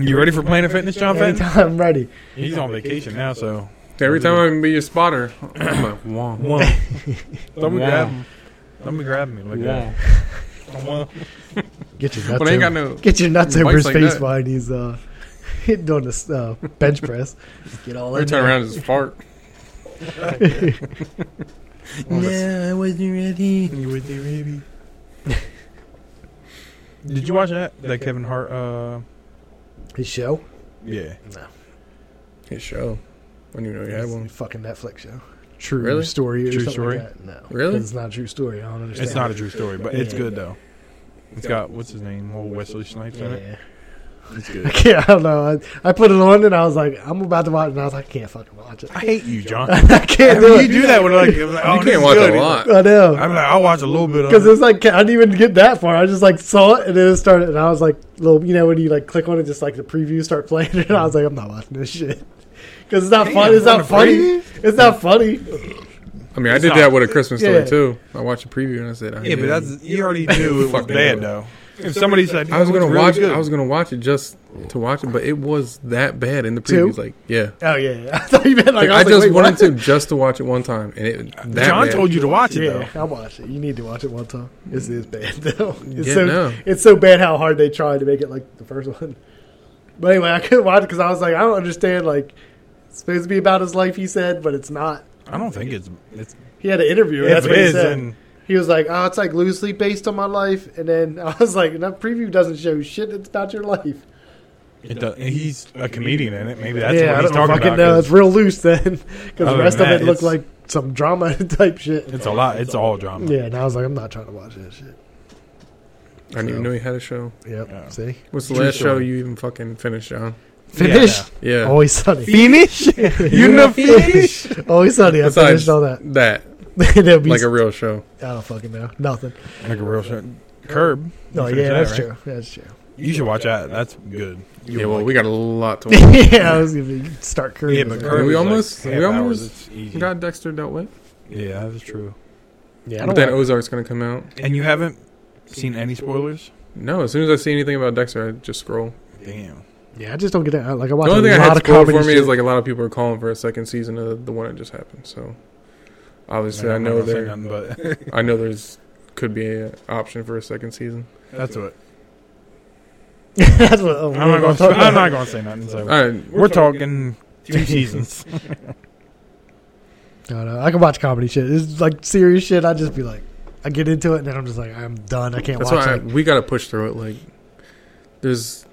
[SPEAKER 1] You ready for Planet Fitness, John Fenton?
[SPEAKER 2] Anytime I'm ready.
[SPEAKER 1] He's on vacation now, so
[SPEAKER 3] Every time I be your spotter, I'm like, wah.
[SPEAKER 1] Whoa. Let me
[SPEAKER 3] Wah.
[SPEAKER 1] grab him. Let me grab me like that. Whoa.
[SPEAKER 2] Get your nuts.
[SPEAKER 3] But I ain't got
[SPEAKER 2] over-
[SPEAKER 3] no.
[SPEAKER 2] Get your nuts over
[SPEAKER 3] Mike's
[SPEAKER 2] his
[SPEAKER 3] like
[SPEAKER 2] face
[SPEAKER 3] that.
[SPEAKER 2] while he's uh, doing this uh, bench press. Just get all
[SPEAKER 3] I
[SPEAKER 2] in
[SPEAKER 3] turn
[SPEAKER 2] there.
[SPEAKER 3] around and just fart.
[SPEAKER 1] Yeah, I wasn't ready. You with the baby. Did you watch that? That Kevin Hart uh
[SPEAKER 2] His show?
[SPEAKER 1] yeah.
[SPEAKER 3] His show. I didn't even know you had
[SPEAKER 2] It's
[SPEAKER 3] one.
[SPEAKER 2] a Fucking Netflix show. True
[SPEAKER 3] Really?
[SPEAKER 2] story or
[SPEAKER 1] True
[SPEAKER 2] something
[SPEAKER 1] story?
[SPEAKER 2] like that. No.
[SPEAKER 3] Really?
[SPEAKER 2] 'Cause It's not a true story. I don't understand.
[SPEAKER 1] It's not a true story, but it's
[SPEAKER 2] Yeah.
[SPEAKER 1] good though. It's got what's his name? Old Wesley Snipes in it.
[SPEAKER 2] Yeah.
[SPEAKER 1] It's
[SPEAKER 2] I
[SPEAKER 1] good.
[SPEAKER 2] can't. I don't know. I, I put it on and I was like, I'm about to watch it. And I was like, I can't fucking watch it.
[SPEAKER 1] I hate you, John.
[SPEAKER 2] I can't do
[SPEAKER 1] you
[SPEAKER 2] it.
[SPEAKER 1] do that when like, I'm like oh,
[SPEAKER 3] you
[SPEAKER 1] this
[SPEAKER 3] can't
[SPEAKER 1] is
[SPEAKER 3] watch
[SPEAKER 1] good.
[SPEAKER 3] a lot.
[SPEAKER 2] I know.
[SPEAKER 1] I'm like, I'll watch a little bit of
[SPEAKER 2] Because
[SPEAKER 1] it.
[SPEAKER 2] it's like, I didn't even get that far. I just like saw it and then it started. And I was like, little, you know, when you like click on it, just like the preview start playing. And I was like, I'm not watching this shit. Because it's not
[SPEAKER 1] Damn,
[SPEAKER 2] funny. It's
[SPEAKER 1] what a
[SPEAKER 2] not funny.
[SPEAKER 1] preview.
[SPEAKER 2] It's not funny.
[SPEAKER 3] I mean, I
[SPEAKER 1] It's
[SPEAKER 3] did
[SPEAKER 1] not-
[SPEAKER 3] that with a Christmas
[SPEAKER 2] Yeah.
[SPEAKER 3] story too. I watched a preview and I said, I
[SPEAKER 1] Yeah, but
[SPEAKER 3] hate
[SPEAKER 1] that's you already knew it was
[SPEAKER 3] Fucking
[SPEAKER 1] bad
[SPEAKER 3] good.
[SPEAKER 1] though. If somebody said
[SPEAKER 3] I was gonna
[SPEAKER 1] really
[SPEAKER 3] watch.
[SPEAKER 1] good.
[SPEAKER 3] I was gonna watch it just to watch it, but it was that bad in the
[SPEAKER 2] Two?
[SPEAKER 3] previews. Like, yeah,
[SPEAKER 2] Oh, yeah. I thought you meant like,
[SPEAKER 3] like,
[SPEAKER 2] I,
[SPEAKER 3] I,
[SPEAKER 2] was
[SPEAKER 3] just
[SPEAKER 2] like, wait,
[SPEAKER 3] wanted
[SPEAKER 2] what?
[SPEAKER 3] to just to watch it one time, and it that
[SPEAKER 1] John
[SPEAKER 3] bad.
[SPEAKER 1] told you to watch it
[SPEAKER 2] Yeah, I watched it. You need to watch it one time. This is bad though. It's
[SPEAKER 3] Yeah,
[SPEAKER 2] so
[SPEAKER 3] no.
[SPEAKER 2] it's so bad how hard they tried to make it like the first one. But anyway, I couldn't watch it because I was like, I don't understand. Like, it's supposed to be about his life, he said, but it's not.
[SPEAKER 1] though. I don't think it's it's
[SPEAKER 2] He had an interview.
[SPEAKER 1] If
[SPEAKER 2] and that's
[SPEAKER 1] it
[SPEAKER 2] what he
[SPEAKER 1] is,
[SPEAKER 2] said.
[SPEAKER 1] then-
[SPEAKER 2] He was like, "Oh, it's like loosely based on my life," and then I was like, "That preview doesn't show shit. It's about your life."
[SPEAKER 1] it does, he's a comedian in it. Maybe that's
[SPEAKER 2] yeah,
[SPEAKER 1] what he's
[SPEAKER 2] I don't
[SPEAKER 1] talking
[SPEAKER 2] fucking
[SPEAKER 1] about.
[SPEAKER 2] know.
[SPEAKER 1] 'cause
[SPEAKER 2] It's real loose then, because
[SPEAKER 1] Other
[SPEAKER 2] the rest
[SPEAKER 1] than
[SPEAKER 2] of it
[SPEAKER 1] that, it's-
[SPEAKER 2] looked like some drama type shit.
[SPEAKER 1] It's a lot. It's all drama.
[SPEAKER 2] Yeah, and I was like, I'm not trying to watch that shit.
[SPEAKER 3] I didn't even know you had a show.
[SPEAKER 2] Yep.
[SPEAKER 1] Yeah.
[SPEAKER 2] See,
[SPEAKER 3] What's the
[SPEAKER 1] True
[SPEAKER 3] last show
[SPEAKER 1] story.
[SPEAKER 3] you even fucking finished, John?
[SPEAKER 2] finish.
[SPEAKER 3] Yeah,
[SPEAKER 2] Always sunny.
[SPEAKER 1] Finish? You know finish?
[SPEAKER 2] Always sunny. I
[SPEAKER 3] Besides
[SPEAKER 2] finished all that.
[SPEAKER 3] that
[SPEAKER 2] That'd be
[SPEAKER 3] like a real show.
[SPEAKER 2] I don't fucking know. Nothing.
[SPEAKER 1] Like a real shit. Curb.
[SPEAKER 2] No,
[SPEAKER 1] You
[SPEAKER 2] yeah,
[SPEAKER 1] finished
[SPEAKER 2] that's
[SPEAKER 1] that, right?
[SPEAKER 2] true. That's true.
[SPEAKER 1] You should watch that. That's good. You would
[SPEAKER 3] yeah, well,
[SPEAKER 1] like
[SPEAKER 3] we got a lot to watch.
[SPEAKER 2] yeah, I was gonna be- start
[SPEAKER 1] it.
[SPEAKER 2] curving.
[SPEAKER 1] yeah, but Curb.
[SPEAKER 3] we
[SPEAKER 1] is
[SPEAKER 3] almost-
[SPEAKER 1] like
[SPEAKER 3] we
[SPEAKER 1] half hours,
[SPEAKER 3] almost
[SPEAKER 1] it's easy.
[SPEAKER 3] got Dexter dealt with.
[SPEAKER 1] Yeah, that's true.
[SPEAKER 2] Yeah, I don't
[SPEAKER 3] but then
[SPEAKER 2] want-
[SPEAKER 3] Ozark's gonna come out.
[SPEAKER 1] And you haven't seen any spoilers?
[SPEAKER 3] No, as soon as I see anything about Dexter, I just scroll.
[SPEAKER 1] Damn.
[SPEAKER 2] yeah, I just don't get that. Like I watch
[SPEAKER 3] the only
[SPEAKER 2] a
[SPEAKER 3] thing I
[SPEAKER 2] lot
[SPEAKER 3] had
[SPEAKER 2] of
[SPEAKER 3] spoiled for
[SPEAKER 2] comedy
[SPEAKER 3] me
[SPEAKER 2] shit.
[SPEAKER 3] is like a lot of people are calling for a second season of the one that just happened. So obviously, I
[SPEAKER 1] I'm not
[SPEAKER 3] know
[SPEAKER 1] gonna say
[SPEAKER 3] there,
[SPEAKER 1] nothing, but
[SPEAKER 3] I know there's could be an option for a second season.
[SPEAKER 1] that's what.
[SPEAKER 2] That's what oh,
[SPEAKER 1] I'm not
[SPEAKER 2] we're
[SPEAKER 1] going.
[SPEAKER 2] talk
[SPEAKER 1] to I'm
[SPEAKER 2] about.
[SPEAKER 1] not going to say nothing.
[SPEAKER 3] All
[SPEAKER 1] So
[SPEAKER 3] right,
[SPEAKER 1] we're talking two seasons.
[SPEAKER 2] No, no, I can watch comedy shit. It's like serious shit. I just be like, I get into it and then I'm just like, I'm done. I can't
[SPEAKER 3] that's
[SPEAKER 2] watch
[SPEAKER 3] why I,
[SPEAKER 2] it.
[SPEAKER 3] we gotta push through it. Like, there's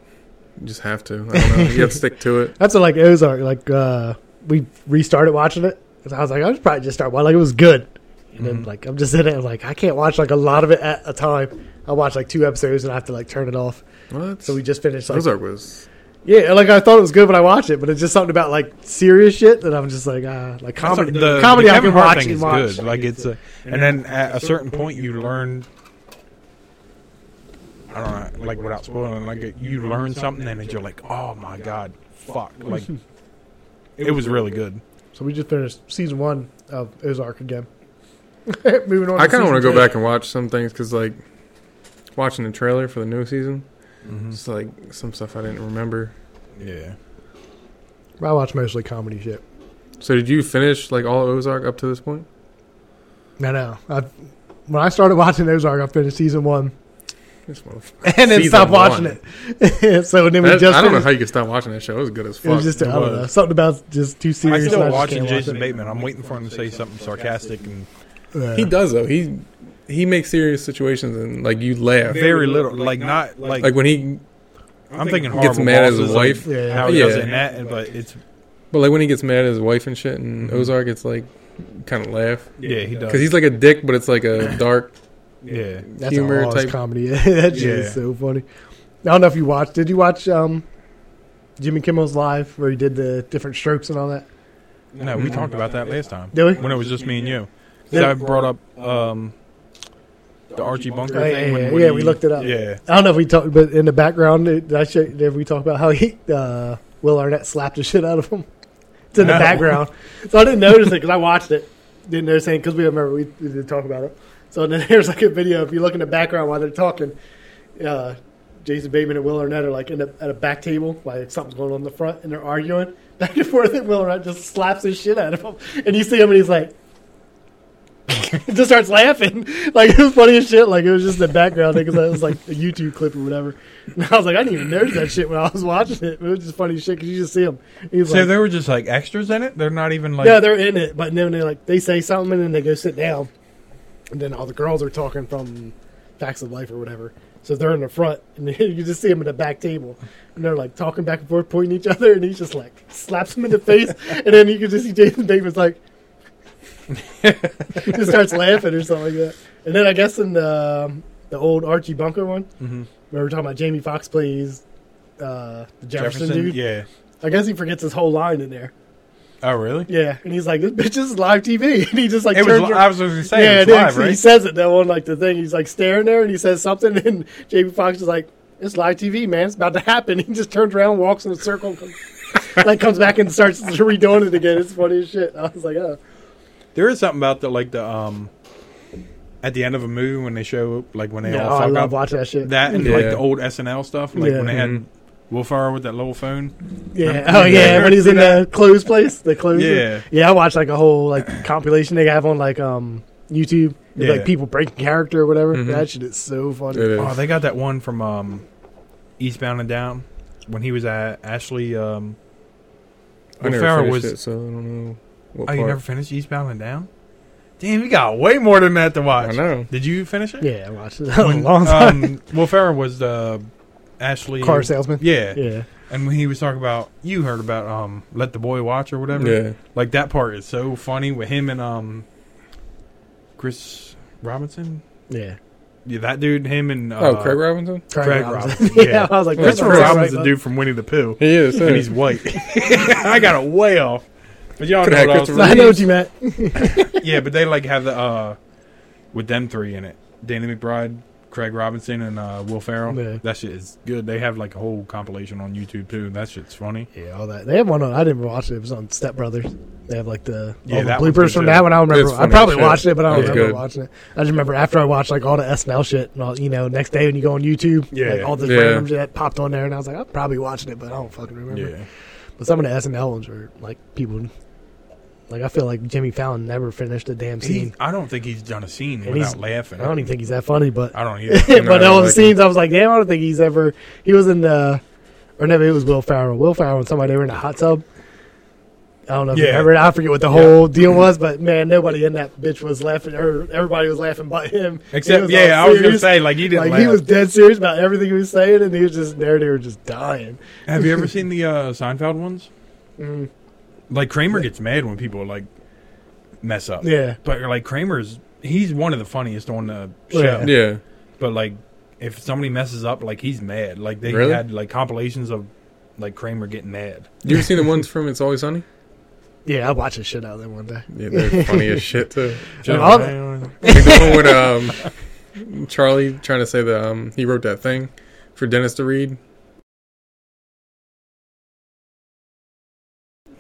[SPEAKER 3] you just have to. I don't know. You have to stick to it.
[SPEAKER 2] That's what, like Ozark. Like uh, we restarted watching it. 'Cause I was like, I should probably just start watching. Like it was good. And then
[SPEAKER 3] Mm-hmm.
[SPEAKER 1] Mhm.
[SPEAKER 2] like I'm just in it. I'm like, I can't watch like a lot of it at a time. I watch like two episodes and I have to like turn it off.
[SPEAKER 3] What?
[SPEAKER 2] So we just finished like
[SPEAKER 3] Ozark was
[SPEAKER 2] yeah, like I thought it was good when I watched it, but it's just something about like serious shit that I'm just like ah like comedy.
[SPEAKER 1] The-
[SPEAKER 2] comedy
[SPEAKER 1] the
[SPEAKER 2] I
[SPEAKER 1] Kevin
[SPEAKER 2] can
[SPEAKER 1] Hart
[SPEAKER 2] watch
[SPEAKER 1] thing
[SPEAKER 2] and
[SPEAKER 1] is
[SPEAKER 2] watch.
[SPEAKER 1] good. Like it's a, and then at a certain point you learn. I don't know, like without spoiling, like you learn something and you're like, oh my god, fuck, like it was really good.
[SPEAKER 2] So we just finished season one of Ozark again. Moving on.
[SPEAKER 3] I kind of
[SPEAKER 2] season
[SPEAKER 3] want to go
[SPEAKER 2] two.
[SPEAKER 3] back and watch some things because, like, watching the trailer for the new season,
[SPEAKER 1] Mm-hmm.
[SPEAKER 3] it's like some stuff I didn't remember.
[SPEAKER 1] Yeah,
[SPEAKER 2] I watch mostly comedy shit.
[SPEAKER 3] So, did you finish like all Ozark up to this point?
[SPEAKER 2] No, no. I've, when I started watching Ozark, I finished season one
[SPEAKER 3] This motherfucker.
[SPEAKER 2] and then
[SPEAKER 3] Season
[SPEAKER 2] stopped watching
[SPEAKER 3] one.
[SPEAKER 2] it. so then we
[SPEAKER 3] That-
[SPEAKER 2] just
[SPEAKER 3] I don't know
[SPEAKER 2] finished-
[SPEAKER 3] how you could stop watching that show. It was good as
[SPEAKER 2] it
[SPEAKER 3] fuck.
[SPEAKER 2] was just I
[SPEAKER 1] It
[SPEAKER 2] don't
[SPEAKER 1] was.
[SPEAKER 2] know something about just too
[SPEAKER 1] I'm
[SPEAKER 2] serious. and
[SPEAKER 1] still
[SPEAKER 2] I just
[SPEAKER 1] watching
[SPEAKER 2] can't watch
[SPEAKER 1] Jason Bateman. I'm waiting for him to say something sarcastic and
[SPEAKER 2] it. Yeah.
[SPEAKER 3] he does though. He he makes serious situations and like you laugh.
[SPEAKER 1] very little, like not like.
[SPEAKER 3] Like when he,
[SPEAKER 1] I'm thinking
[SPEAKER 3] gets
[SPEAKER 1] horrible
[SPEAKER 3] mad at his
[SPEAKER 1] bosses, like,
[SPEAKER 3] wife.
[SPEAKER 2] Yeah.
[SPEAKER 1] how he does
[SPEAKER 3] Yeah.
[SPEAKER 1] in that, but it's
[SPEAKER 3] but like when he gets mad at his wife and shit, and
[SPEAKER 1] Mhm.
[SPEAKER 3] Ozark, it's like kind of laugh
[SPEAKER 1] yeah, he does.
[SPEAKER 3] because he's like a dick, but it's like a dark
[SPEAKER 1] yeah,
[SPEAKER 2] That's
[SPEAKER 3] humor
[SPEAKER 2] all his
[SPEAKER 3] type.
[SPEAKER 2] comedy. that shit
[SPEAKER 1] Yeah.
[SPEAKER 2] is so funny. I don't know if you watched. Did you watch um, Jimmy Kimmel's Live where he did the different strokes and all that?
[SPEAKER 1] no, we talked about that last time
[SPEAKER 2] Did we?
[SPEAKER 1] when it was just me and you. 'Cause
[SPEAKER 2] Yeah.
[SPEAKER 1] I brought up um, the Archie Bunker
[SPEAKER 2] Oh, Yeah,
[SPEAKER 1] thing.
[SPEAKER 2] yeah,
[SPEAKER 1] when
[SPEAKER 2] yeah,
[SPEAKER 1] Woody-
[SPEAKER 2] yeah, we looked it up.
[SPEAKER 1] Yeah,
[SPEAKER 2] I don't know if we talked, but in the background, did I show, did we talk about how he uh, Will Arnett slapped the shit out of him? It's in the
[SPEAKER 1] No.
[SPEAKER 2] background, so I didn't notice it because I watched it. Didn't notice anything because we remember we, we did talk about it. So then there's like a video. If you look in the background while they're talking, uh, Jason Bateman and Will Arnett are like in a, at a back table, like something's going on in the front, and they're arguing back and forth. And Will Arnett just slaps his shit out of him, and you see him, and he's like. just starts laughing. Like it was funny as shit. Like it was just the background because that was like a YouTube clip or whatever. And I was like, I didn't even notice that shit when I was watching it. It was just funny as shit because you just see him. He's
[SPEAKER 1] so
[SPEAKER 2] like,
[SPEAKER 1] they were just like extras in it. They're not even like
[SPEAKER 2] yeah, they're in it, but then they like they say something and then they go sit down, and then all the girls are talking from Facts of Life or whatever. So they're in the front, and you just see them at the back table, and they're like talking back and forth, pointing each other, and he just like slaps him in the face, and then you can just see Jason Davis like just starts laughing or something like that. And then I guess in the um, the old Archie Bunker one,
[SPEAKER 1] Mhm.
[SPEAKER 2] where we're talking about Jamie Foxx plays uh, the Jefferson,
[SPEAKER 1] Jefferson.
[SPEAKER 2] dude.
[SPEAKER 1] Yeah.
[SPEAKER 2] I guess he forgets his whole line in there.
[SPEAKER 1] Oh really?
[SPEAKER 2] Yeah, and he's like, "This bitch this is live TV," and he just like
[SPEAKER 1] it was.
[SPEAKER 2] turns.
[SPEAKER 1] Li-
[SPEAKER 2] around-
[SPEAKER 1] I was going to say it
[SPEAKER 2] yeah,
[SPEAKER 1] was
[SPEAKER 2] and then
[SPEAKER 1] live,
[SPEAKER 2] he- he
[SPEAKER 1] right?
[SPEAKER 2] says it. That one like the thing. He's like staring there, and he says something, and Jamie Foxx is like, "It's live TV, man. It's about to happen." He just turns around, walks in a circle, and comes, like comes back and starts redoing it again. It's funny as shit. I was like, "Oh,
[SPEAKER 1] There is something about the like the um, at the end of a movie when they show like when they
[SPEAKER 2] yeah, oh,
[SPEAKER 1] all
[SPEAKER 2] I
[SPEAKER 1] fuck
[SPEAKER 2] love
[SPEAKER 1] up
[SPEAKER 2] watching that shit."
[SPEAKER 1] that and like
[SPEAKER 3] Yeah.
[SPEAKER 1] the old SNL stuff, like when they
[SPEAKER 3] Yeah.
[SPEAKER 1] had Wolfhard with that little phone.
[SPEAKER 2] yeah,
[SPEAKER 1] Yeah.
[SPEAKER 2] oh yeah, when he's in
[SPEAKER 1] Yeah.
[SPEAKER 2] the clothes place, the clothes.
[SPEAKER 1] Yeah.
[SPEAKER 2] yeah. I watched like a whole like compilation they have on like um YouTube, It's,
[SPEAKER 1] Yeah. Mm-hmm.
[SPEAKER 2] like people breaking character or whatever.
[SPEAKER 3] Mhm.
[SPEAKER 2] That shit is so funny.
[SPEAKER 3] It is.
[SPEAKER 1] Oh, they got that one from um, Eastbound and Down when he was at Ashley. Um,
[SPEAKER 3] I never
[SPEAKER 1] Farrah
[SPEAKER 3] finished
[SPEAKER 1] was-
[SPEAKER 3] it, so I don't know what
[SPEAKER 1] oh, you
[SPEAKER 3] part.
[SPEAKER 1] never finished Eastbound and Down? Damn, you got way more than that to watch.
[SPEAKER 3] I know.
[SPEAKER 1] Did you finish it?
[SPEAKER 2] Yeah, I watched it a
[SPEAKER 1] When,
[SPEAKER 2] long time.
[SPEAKER 1] Um, Will Ferrell was the Ashley
[SPEAKER 2] Car salesman.
[SPEAKER 1] Yeah.
[SPEAKER 2] Yeah.
[SPEAKER 1] and when he was talking about you heard about um, let the boy watch or whatever.
[SPEAKER 3] Yeah,
[SPEAKER 1] like that part is so funny with him and um, Chris Robinson.
[SPEAKER 2] Yeah.
[SPEAKER 1] Yeah, that dude, him and uh,
[SPEAKER 3] oh, Craig Robinson.
[SPEAKER 2] Craig,
[SPEAKER 1] Craig
[SPEAKER 2] Robinson.
[SPEAKER 1] Robinson,
[SPEAKER 2] yeah.
[SPEAKER 1] yeah.
[SPEAKER 2] I was like,
[SPEAKER 1] Chris
[SPEAKER 2] that's
[SPEAKER 3] Christopher
[SPEAKER 2] right,
[SPEAKER 1] Robinson, the
[SPEAKER 2] right,
[SPEAKER 1] dude from Winnie the Pooh,
[SPEAKER 3] He is.
[SPEAKER 1] and
[SPEAKER 3] yeah.
[SPEAKER 1] he's white. I got it way off. But y'all
[SPEAKER 3] Coulda
[SPEAKER 1] know
[SPEAKER 3] had
[SPEAKER 1] what I was
[SPEAKER 3] Christopher
[SPEAKER 2] but- I know what you meant.
[SPEAKER 1] yeah, but they like have the uh with them three in it. Danny McBride, Craig Robinson and uh, Will Ferrell.
[SPEAKER 2] Yeah.
[SPEAKER 1] That shit is good. They have like a whole compilation on YouTube too. That shit's funny.
[SPEAKER 2] Yeah, all that. They have one on. I didn't watch it. It was on Step Brothers. They have like the
[SPEAKER 1] Yeah,
[SPEAKER 2] all the
[SPEAKER 1] that one's
[SPEAKER 2] bloopers
[SPEAKER 1] good
[SPEAKER 2] from
[SPEAKER 1] too.
[SPEAKER 2] that one. I don't
[SPEAKER 3] It's
[SPEAKER 2] remember. I
[SPEAKER 3] funny
[SPEAKER 2] probably
[SPEAKER 3] shit.
[SPEAKER 2] watched it, but I don't
[SPEAKER 1] It's
[SPEAKER 2] remember
[SPEAKER 3] good.
[SPEAKER 2] watching it. I just remember after I watched like all the SNL shit and all. You know, next day when you go on YouTube,
[SPEAKER 1] Yeah.
[SPEAKER 2] like, all this
[SPEAKER 3] Yeah.
[SPEAKER 2] random shit that popped on there, and I was like, I'm probably watching it, but I don't fucking remember.
[SPEAKER 1] Yeah.
[SPEAKER 2] But some of the SNL ones were like people. Like I feel like Jimmy Fallon never finished a damn
[SPEAKER 1] He,
[SPEAKER 2] scene.
[SPEAKER 1] I don't think he's done a scene
[SPEAKER 2] And he's-
[SPEAKER 1] without laughing.
[SPEAKER 2] I don't even think he's that funny, but
[SPEAKER 1] I don't either.
[SPEAKER 2] but
[SPEAKER 3] No,
[SPEAKER 2] all the
[SPEAKER 3] like-
[SPEAKER 2] scenes, I was like, damn, I don't think he's ever. He was in the, or never. It was Will Farrell. Will Farrell and somebody they were in a hot tub. I don't know. If you
[SPEAKER 1] Yeah.
[SPEAKER 2] remember, I forget what the
[SPEAKER 1] Yeah.
[SPEAKER 2] whole deal was, but man, nobody in that bitch was laughing. Or everybody was laughing but him. He
[SPEAKER 1] Except,
[SPEAKER 2] was all
[SPEAKER 1] yeah, I was gonna
[SPEAKER 2] serious.
[SPEAKER 1] say like he didn't
[SPEAKER 2] like
[SPEAKER 1] laugh.
[SPEAKER 2] he was dead serious about everything he was saying, and he was just there. They were just dying.
[SPEAKER 1] Have you ever seen the uh, Seinfeld ones?
[SPEAKER 2] Mm,
[SPEAKER 1] Like Kramer gets mad when people like mess up.
[SPEAKER 2] yeah,
[SPEAKER 1] But like Kramer's, he's one of the funniest on the show.
[SPEAKER 2] Yeah.
[SPEAKER 3] Yeah.
[SPEAKER 1] But like, if somebody messes up, like he's mad. Like they
[SPEAKER 3] Really?
[SPEAKER 1] had like compilations of like Kramer getting mad.
[SPEAKER 3] You ever seen the ones from It's Always Sunny?
[SPEAKER 2] yeah. I watched the shit out of them one day.
[SPEAKER 3] Yeah, they're funny as shit too.
[SPEAKER 2] And all the-
[SPEAKER 3] Like the one with um, Charlie trying to say that um, he wrote that thing for Dennis to read.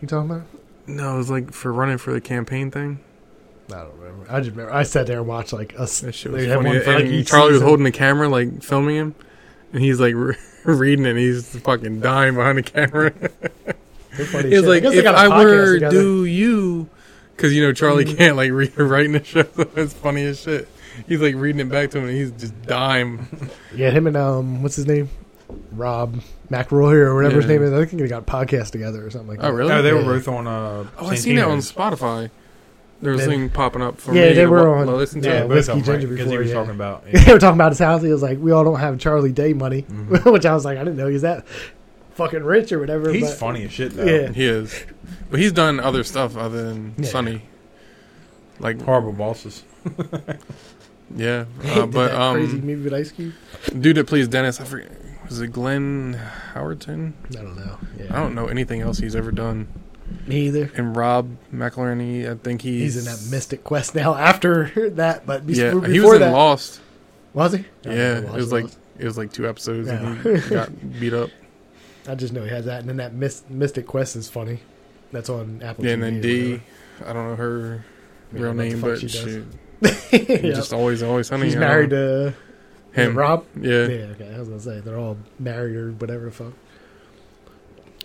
[SPEAKER 2] you talking about?
[SPEAKER 3] No, it was like for running for the campaign thing.
[SPEAKER 2] I don't remember. I just remember I sat there and watched like us.
[SPEAKER 3] That shit was
[SPEAKER 2] They had
[SPEAKER 3] funny.
[SPEAKER 2] one for,
[SPEAKER 3] and
[SPEAKER 2] like, each
[SPEAKER 3] Charlie was
[SPEAKER 2] season.
[SPEAKER 3] holding the camera, like filming him, and he's like re- reading, it, and he's fucking dying behind the camera. He was like, "If I were do you," because you know Charlie
[SPEAKER 2] Mhm.
[SPEAKER 3] can't like read or write in the show. So it's funny as shit. He's like reading it back to him, and he's just dying.
[SPEAKER 2] Yeah, him and um, what's his name, Rob McElroy or whatever his
[SPEAKER 3] Yeah.
[SPEAKER 2] name is. I think they got a podcast together or something like that.
[SPEAKER 3] Oh, really?
[SPEAKER 1] No, they were
[SPEAKER 2] Yeah.
[SPEAKER 1] both on. Uh,
[SPEAKER 3] Oh, I seen that on
[SPEAKER 1] Santino's.
[SPEAKER 3] Spotify. There was a
[SPEAKER 2] They-
[SPEAKER 3] thing popping up for
[SPEAKER 2] Yeah,
[SPEAKER 3] me.
[SPEAKER 2] they
[SPEAKER 3] to
[SPEAKER 2] were
[SPEAKER 3] wa-
[SPEAKER 2] on-
[SPEAKER 3] to Listen to
[SPEAKER 2] yeah,
[SPEAKER 3] it.
[SPEAKER 1] both of them,
[SPEAKER 2] Oh, Whiskey
[SPEAKER 1] right,
[SPEAKER 2] Ginger
[SPEAKER 1] 'cause he
[SPEAKER 2] before,
[SPEAKER 1] was
[SPEAKER 2] yeah.
[SPEAKER 1] talking about.
[SPEAKER 2] they were talking about his house. He was like, "We all don't have Charlie Day money,"
[SPEAKER 1] Mhm.
[SPEAKER 2] which I was like, "I didn't know he's that fucking rich or whatever."
[SPEAKER 1] He's
[SPEAKER 2] but
[SPEAKER 1] funny as shit though.
[SPEAKER 2] Yeah.
[SPEAKER 3] He is, but he's done other stuff other than
[SPEAKER 2] Yeah.
[SPEAKER 3] Sunny. Like
[SPEAKER 1] Horrible bosses.
[SPEAKER 3] yeah,
[SPEAKER 2] He
[SPEAKER 3] uh,
[SPEAKER 2] did
[SPEAKER 3] but
[SPEAKER 2] that
[SPEAKER 3] um,
[SPEAKER 2] crazy movie with Ice Cube.
[SPEAKER 3] dude that plays Dennis, I forget, was it Glenn Howerton?
[SPEAKER 2] I don't know.
[SPEAKER 3] I don't know anything else he's ever done.
[SPEAKER 2] me either.
[SPEAKER 3] And Rob McElhenney, I think he's
[SPEAKER 2] He's in that Mystic Quest now. After that, but be-
[SPEAKER 3] Yeah,
[SPEAKER 2] before
[SPEAKER 3] he was in
[SPEAKER 2] that,
[SPEAKER 3] Lost.
[SPEAKER 2] was he? Oh, I don't know,
[SPEAKER 3] Yeah, it
[SPEAKER 2] I
[SPEAKER 3] was
[SPEAKER 2] don't
[SPEAKER 3] like it was like two episodes,
[SPEAKER 2] Yeah.
[SPEAKER 3] and he got beat up.
[SPEAKER 2] know. I just know he has that, and then that Mys- Mystic Quest is funny. That's on Apple.
[SPEAKER 3] Yeah,
[SPEAKER 2] TV
[SPEAKER 3] and
[SPEAKER 2] or
[SPEAKER 3] then D, I don't know her
[SPEAKER 2] Yeah,
[SPEAKER 3] real
[SPEAKER 2] what the
[SPEAKER 3] name,
[SPEAKER 2] fuck
[SPEAKER 3] but
[SPEAKER 2] she does.
[SPEAKER 3] she
[SPEAKER 2] whatever. yeah.
[SPEAKER 3] just always always honey.
[SPEAKER 2] He's
[SPEAKER 3] I don't
[SPEAKER 2] married
[SPEAKER 3] know.
[SPEAKER 2] to is it
[SPEAKER 3] him.
[SPEAKER 2] Rob.
[SPEAKER 3] Yeah,
[SPEAKER 2] Yeah, okay. I was gonna say they're all married or whatever the fuck.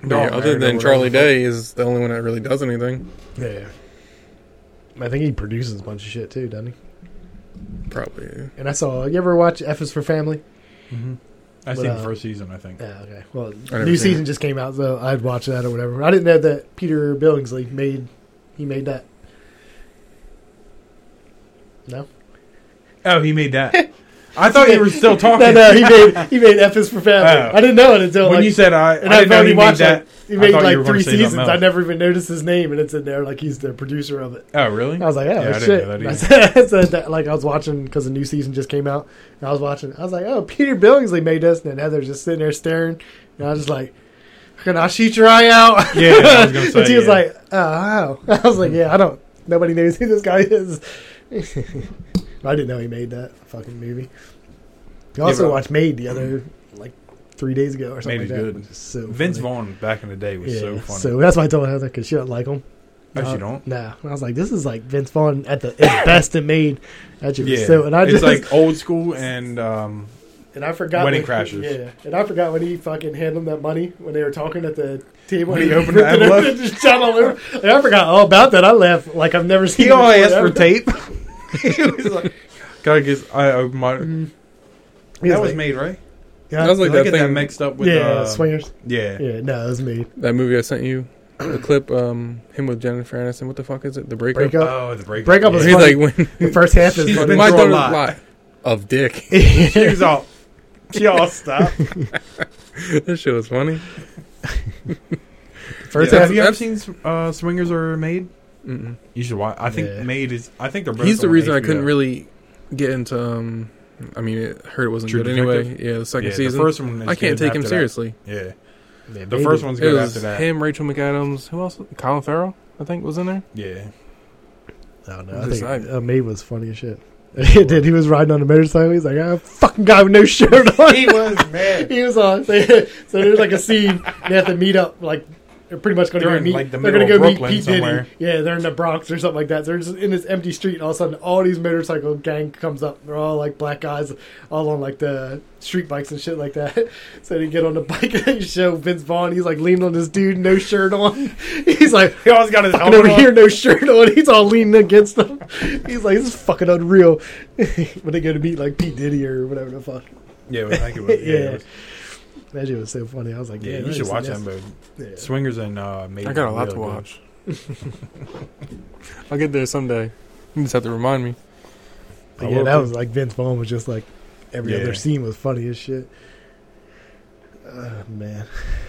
[SPEAKER 3] But
[SPEAKER 1] Dog
[SPEAKER 3] yeah,
[SPEAKER 1] married
[SPEAKER 3] other
[SPEAKER 1] or
[SPEAKER 3] than
[SPEAKER 1] whatever.
[SPEAKER 3] Charlie Day is the only one that really does anything.
[SPEAKER 2] Yeah. I think he produces a bunch of shit too, doesn't he?
[SPEAKER 3] Probably.
[SPEAKER 2] And I saw you ever watch F is for Family?
[SPEAKER 1] Mm-hmm. I
[SPEAKER 2] But,
[SPEAKER 1] seen
[SPEAKER 2] uh,
[SPEAKER 1] the first season. I think.
[SPEAKER 2] Yeah, okay. Well
[SPEAKER 3] never
[SPEAKER 2] new
[SPEAKER 3] seen
[SPEAKER 2] season just came out, so I'd watch that or whatever. I didn't know that Peter Billingsley made he made that.
[SPEAKER 1] Oh, he made that. I thought you were still
[SPEAKER 2] No,
[SPEAKER 1] talking.
[SPEAKER 2] no, he made he made F is for Family.
[SPEAKER 1] Oh.
[SPEAKER 2] I didn't know it until
[SPEAKER 1] when
[SPEAKER 2] like,
[SPEAKER 1] you said I,
[SPEAKER 2] and
[SPEAKER 1] I
[SPEAKER 2] I've
[SPEAKER 1] didn't know
[SPEAKER 2] already
[SPEAKER 1] he made
[SPEAKER 2] watched
[SPEAKER 1] that.
[SPEAKER 2] that. He
[SPEAKER 1] I
[SPEAKER 2] made
[SPEAKER 1] thought you
[SPEAKER 2] like
[SPEAKER 1] were gonna
[SPEAKER 2] three
[SPEAKER 1] say something
[SPEAKER 2] seasons. I
[SPEAKER 1] else.
[SPEAKER 2] never even noticed his name, and it's in there like he's the producer of it.
[SPEAKER 1] Oh, really?
[SPEAKER 2] I was like, oh,
[SPEAKER 1] Yeah, I didn't
[SPEAKER 2] shit.
[SPEAKER 1] know that
[SPEAKER 2] And
[SPEAKER 1] either.
[SPEAKER 2] I said, I said that, like, I was watching because the new season just came out. And I was watching. I was like, oh, Peter Billingsley made this. And then Heather's just sitting there staring. And I was just like, can I shoot your eye out?
[SPEAKER 1] Yeah, I was gonna say,
[SPEAKER 2] and she was
[SPEAKER 1] yeah. Mm-hmm.
[SPEAKER 2] like, oh, wow. I was like, yeah, I don't. Nobody knows who this guy is. I didn't know he made that fucking movie. I also
[SPEAKER 1] but-
[SPEAKER 2] watched Made the other, like, three days ago or something
[SPEAKER 1] Made
[SPEAKER 2] like
[SPEAKER 1] is
[SPEAKER 2] that.
[SPEAKER 1] good.
[SPEAKER 2] which is So
[SPEAKER 1] Vince
[SPEAKER 2] funny.
[SPEAKER 1] Vaughn back in the day was
[SPEAKER 2] Yeah,
[SPEAKER 1] so funny.
[SPEAKER 2] that's why I told Heather because she don't like him.
[SPEAKER 1] Oh,
[SPEAKER 2] Uh,
[SPEAKER 1] she don't.
[SPEAKER 2] No, I was like, this is like Vince Vaughn at the at best and made. That shit was
[SPEAKER 1] Yeah,
[SPEAKER 2] so, and I
[SPEAKER 1] it's
[SPEAKER 2] just
[SPEAKER 1] like old school and um,
[SPEAKER 2] and I forgot
[SPEAKER 1] Wedding
[SPEAKER 2] when-
[SPEAKER 1] Crashers.
[SPEAKER 2] Yeah, and I forgot when he fucking handed him that money when they were talking at the table.
[SPEAKER 1] When he opened the
[SPEAKER 2] ripped it
[SPEAKER 1] envelope.
[SPEAKER 2] open and just shot all over. Like, I forgot all about that. I laughed like I've never seen.
[SPEAKER 1] He only
[SPEAKER 2] it
[SPEAKER 1] asked
[SPEAKER 2] before.
[SPEAKER 1] for tape. he was like, "Gotta get." I opened my.
[SPEAKER 2] He
[SPEAKER 1] That was
[SPEAKER 2] Mm. like-
[SPEAKER 1] made right.
[SPEAKER 2] Yeah,
[SPEAKER 3] That was like
[SPEAKER 1] Did I
[SPEAKER 3] that
[SPEAKER 1] get
[SPEAKER 3] thing.
[SPEAKER 1] that mixed up with
[SPEAKER 2] yeah,
[SPEAKER 1] uh,
[SPEAKER 2] swingers.
[SPEAKER 1] Yeah.
[SPEAKER 2] Yeah, no, it was me.
[SPEAKER 3] That movie I sent you, the clip, um, him with Jennifer Aniston. What the fuck is it? The breakup.
[SPEAKER 2] Breakup.
[SPEAKER 1] Oh, the breakup.
[SPEAKER 2] Breakup
[SPEAKER 1] yeah.
[SPEAKER 2] was
[SPEAKER 3] He's
[SPEAKER 2] funny.
[SPEAKER 3] like when
[SPEAKER 2] The first half is
[SPEAKER 1] She's
[SPEAKER 2] funny.
[SPEAKER 1] been
[SPEAKER 3] my
[SPEAKER 1] through a
[SPEAKER 3] daughter's
[SPEAKER 1] lot.
[SPEAKER 3] lot of dick.
[SPEAKER 1] She was all. She all stopped.
[SPEAKER 3] this shit was funny.
[SPEAKER 2] first
[SPEAKER 1] Yeah.
[SPEAKER 2] half.
[SPEAKER 1] Have you ever
[SPEAKER 3] that's-
[SPEAKER 1] seen uh, Swingers or Made?
[SPEAKER 3] Mm-mm.
[SPEAKER 1] You should watch. I think
[SPEAKER 2] Yeah.
[SPEAKER 1] Made is. I think they're. Both
[SPEAKER 3] He's the
[SPEAKER 1] on
[SPEAKER 3] reason I
[SPEAKER 1] HBO.
[SPEAKER 3] couldn't really get into. Um, I mean, it heard it wasn't
[SPEAKER 1] True
[SPEAKER 3] good anyway.
[SPEAKER 1] Detective?
[SPEAKER 3] Yeah, the second
[SPEAKER 1] yeah,
[SPEAKER 3] season.
[SPEAKER 1] The first one. Is
[SPEAKER 3] I
[SPEAKER 1] good
[SPEAKER 3] can't take
[SPEAKER 1] after
[SPEAKER 3] him
[SPEAKER 1] that.
[SPEAKER 3] seriously.
[SPEAKER 1] Yeah.
[SPEAKER 2] Yeah,
[SPEAKER 1] The
[SPEAKER 2] Made
[SPEAKER 1] first
[SPEAKER 2] is-
[SPEAKER 1] one's
[SPEAKER 3] It
[SPEAKER 1] good
[SPEAKER 3] was
[SPEAKER 1] after that.
[SPEAKER 3] him, Rachel McAdams. Who else? Colin Farrell, I think, was in there.
[SPEAKER 1] Yeah.
[SPEAKER 2] I don't know.
[SPEAKER 3] It
[SPEAKER 2] I
[SPEAKER 3] was
[SPEAKER 2] think
[SPEAKER 3] exciting.
[SPEAKER 2] uh, Made was funny as shit. It did. He was riding on a motorcycle. He's like, ah, fucking guy with no shirt on.
[SPEAKER 4] He was mad.
[SPEAKER 2] he was on. So, so there's like a scene. They have to meet up. Like they're pretty much going to go
[SPEAKER 4] They're in,
[SPEAKER 2] meet.
[SPEAKER 4] like, the
[SPEAKER 2] they're going to
[SPEAKER 4] middle
[SPEAKER 2] go
[SPEAKER 4] of
[SPEAKER 2] meet
[SPEAKER 4] Brooklyn
[SPEAKER 2] Pete
[SPEAKER 4] somewhere.
[SPEAKER 2] Diddy. Yeah, they're in the Bronx or something like that. So they're just in this empty street, and all of a sudden, all these motorcycle gang comes up. They're all like black guys, all on like the street bikes and shit like that. So they get on the bike and they show Vince Vaughn. He's like leaning on this dude, no shirt on. He's like,
[SPEAKER 4] He always got his
[SPEAKER 2] fucking
[SPEAKER 4] helmet
[SPEAKER 2] over
[SPEAKER 4] on.
[SPEAKER 2] here, no shirt on. He's all leaning against them. He's like, this is fucking unreal. when they go to meet like Pete Diddy or whatever the fuck.
[SPEAKER 1] Yeah, I think it was. Yeah,
[SPEAKER 2] Yeah.
[SPEAKER 1] it was-
[SPEAKER 2] That shit was so funny. I was like,
[SPEAKER 1] yeah,
[SPEAKER 2] "Man,
[SPEAKER 1] you
[SPEAKER 2] that
[SPEAKER 1] should
[SPEAKER 2] is
[SPEAKER 1] watch that
[SPEAKER 2] nasty."
[SPEAKER 1] movie.
[SPEAKER 2] Yeah.
[SPEAKER 1] Swingers and uh, Made
[SPEAKER 3] I got a
[SPEAKER 1] in
[SPEAKER 3] lot to
[SPEAKER 1] Real Good.
[SPEAKER 3] watch. I'll get there someday. You just have to remind me.
[SPEAKER 2] But
[SPEAKER 1] I
[SPEAKER 2] yeah,
[SPEAKER 1] will
[SPEAKER 2] that
[SPEAKER 1] too.
[SPEAKER 2] was like Vince Vaughn was just like every
[SPEAKER 1] Yeah.
[SPEAKER 2] other scene was funny as shit. Oh man,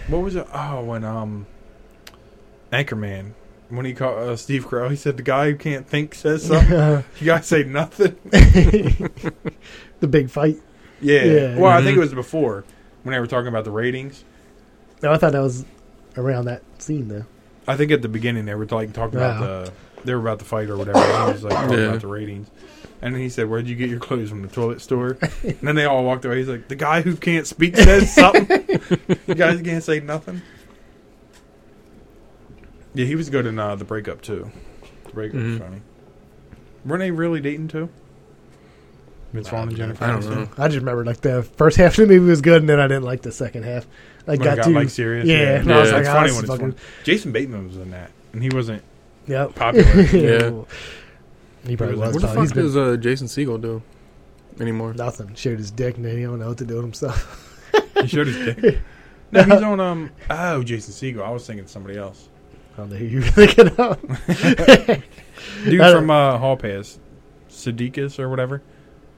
[SPEAKER 1] What was it? Oh, when um, Anchorman, when he called uh, Steve Crow, he said the guy who can't think says something. you guys say nothing.
[SPEAKER 2] the big fight.
[SPEAKER 1] Yeah.
[SPEAKER 2] Yeah.
[SPEAKER 1] Well, I think
[SPEAKER 3] Mhm.
[SPEAKER 1] it was before when they were talking about the ratings.
[SPEAKER 2] No, I thought that was around that scene though.
[SPEAKER 1] I think at the beginning they were like talking
[SPEAKER 2] Yeah.
[SPEAKER 1] about the they were about the fight or whatever. And he was like talking
[SPEAKER 3] Yeah.
[SPEAKER 1] about the ratings. And then he said, "Where'd you get your clothes from the toilet store?" and then they all walked away. He's like, "The guy who can't speak says something. you guys can't say nothing." Yeah, he was good in uh, the breakup too. The breakup
[SPEAKER 3] Mhm.
[SPEAKER 1] was funny. Weren't they really dating too? Vince Vaughn and Jennifer.
[SPEAKER 3] I don't
[SPEAKER 1] Aniston?
[SPEAKER 3] know.
[SPEAKER 2] I just remember like the first half of the movie was good, and then I didn't like the second half. I
[SPEAKER 1] When it
[SPEAKER 2] got,
[SPEAKER 1] got
[SPEAKER 2] too
[SPEAKER 1] like serious.
[SPEAKER 2] Yeah,
[SPEAKER 1] yeah.
[SPEAKER 2] and I was
[SPEAKER 3] Yeah.
[SPEAKER 2] like,
[SPEAKER 1] It's
[SPEAKER 2] "Ah,
[SPEAKER 1] funny
[SPEAKER 2] this
[SPEAKER 1] when
[SPEAKER 2] is
[SPEAKER 1] it's
[SPEAKER 2] fucking
[SPEAKER 1] Jason Bateman was in that, and he wasn't
[SPEAKER 2] yep."
[SPEAKER 1] popular.
[SPEAKER 3] Yeah.
[SPEAKER 2] he probably
[SPEAKER 1] What
[SPEAKER 2] was.
[SPEAKER 3] what the
[SPEAKER 2] probably. He's
[SPEAKER 3] fuck
[SPEAKER 2] been
[SPEAKER 3] does uh, Jason Siegel do
[SPEAKER 1] uh,
[SPEAKER 3] anymore?
[SPEAKER 2] nothing. Showed his dick, and then he don't know what to do with himself.
[SPEAKER 1] He showed his dick. No, he's on um. Oh, Jason Segel. I was thinking somebody else.
[SPEAKER 2] I don't know who you were thinking of.
[SPEAKER 1] Dude
[SPEAKER 2] I don't-
[SPEAKER 1] from uh, Hall Pass, Sadiqus or whatever.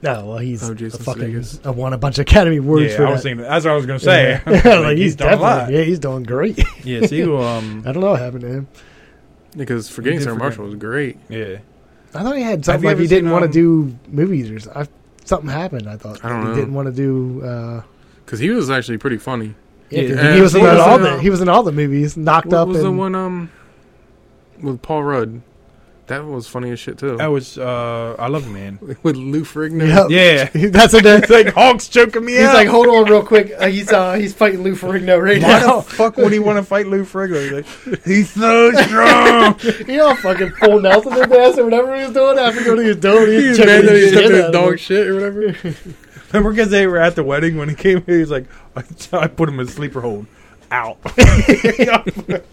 [SPEAKER 2] No, well, he's
[SPEAKER 3] Oh,
[SPEAKER 2] a
[SPEAKER 3] Jason
[SPEAKER 2] fucking.
[SPEAKER 3] Sudeikis.
[SPEAKER 2] I won a bunch of Academy Awards
[SPEAKER 1] yeah,
[SPEAKER 2] for
[SPEAKER 1] I was
[SPEAKER 2] that.
[SPEAKER 1] thinking. That's what I was gonna say.
[SPEAKER 2] Yeah.
[SPEAKER 1] Like,
[SPEAKER 2] like, he's,
[SPEAKER 1] done a lot.
[SPEAKER 2] definitely- Yeah, he's doing great.
[SPEAKER 1] Yeah, Segel. Um.
[SPEAKER 2] I don't know what happened to him.
[SPEAKER 3] Because
[SPEAKER 1] He
[SPEAKER 3] Forgetting
[SPEAKER 1] did
[SPEAKER 3] Sarah
[SPEAKER 1] forget.
[SPEAKER 3] Marshall was great.
[SPEAKER 1] Yeah.
[SPEAKER 2] I thought he had
[SPEAKER 1] Have
[SPEAKER 2] something
[SPEAKER 1] you
[SPEAKER 2] like
[SPEAKER 1] ever
[SPEAKER 2] he didn't
[SPEAKER 1] seen,
[SPEAKER 2] want to
[SPEAKER 1] um,
[SPEAKER 2] do movies or s- I, something happened. I thought
[SPEAKER 3] I don't
[SPEAKER 2] he
[SPEAKER 3] know.
[SPEAKER 2] didn't want to do. Uh,
[SPEAKER 3] Because he was actually pretty funny.
[SPEAKER 2] yeah, 'cause
[SPEAKER 1] Yeah, uh,
[SPEAKER 2] he was in
[SPEAKER 3] what was
[SPEAKER 2] all
[SPEAKER 3] it,
[SPEAKER 2] the
[SPEAKER 3] um,
[SPEAKER 2] he was in all the movies. Knocked
[SPEAKER 3] What
[SPEAKER 2] up
[SPEAKER 3] was
[SPEAKER 2] and
[SPEAKER 3] the one um with Paul Rudd? That was funny as shit too.
[SPEAKER 1] That was. Uh. I love him, man.
[SPEAKER 3] with Lou Frigno.
[SPEAKER 2] Yep.
[SPEAKER 1] Yeah.
[SPEAKER 2] that's what
[SPEAKER 1] It's like Hawk's choking me
[SPEAKER 2] He's
[SPEAKER 1] out.
[SPEAKER 2] like, hold on, real quick. Uh, he's uh, he's fighting Lou Ferrigno right
[SPEAKER 1] Why the
[SPEAKER 2] now.
[SPEAKER 1] fuck would he want to fight Lou Ferrigno? He's, like, he's so strong.
[SPEAKER 2] He all fucking full Nelson his ass or whatever he was doing. I forget what he was doing. He was
[SPEAKER 3] He's
[SPEAKER 2] choking
[SPEAKER 3] mad that
[SPEAKER 2] the
[SPEAKER 3] he
[SPEAKER 2] shit out
[SPEAKER 3] stepped in his
[SPEAKER 2] of him.
[SPEAKER 3] dog shit or whatever.
[SPEAKER 1] Remember, because they were at the wedding when he came here. He's like, I, I put him in sleeper hold. Out.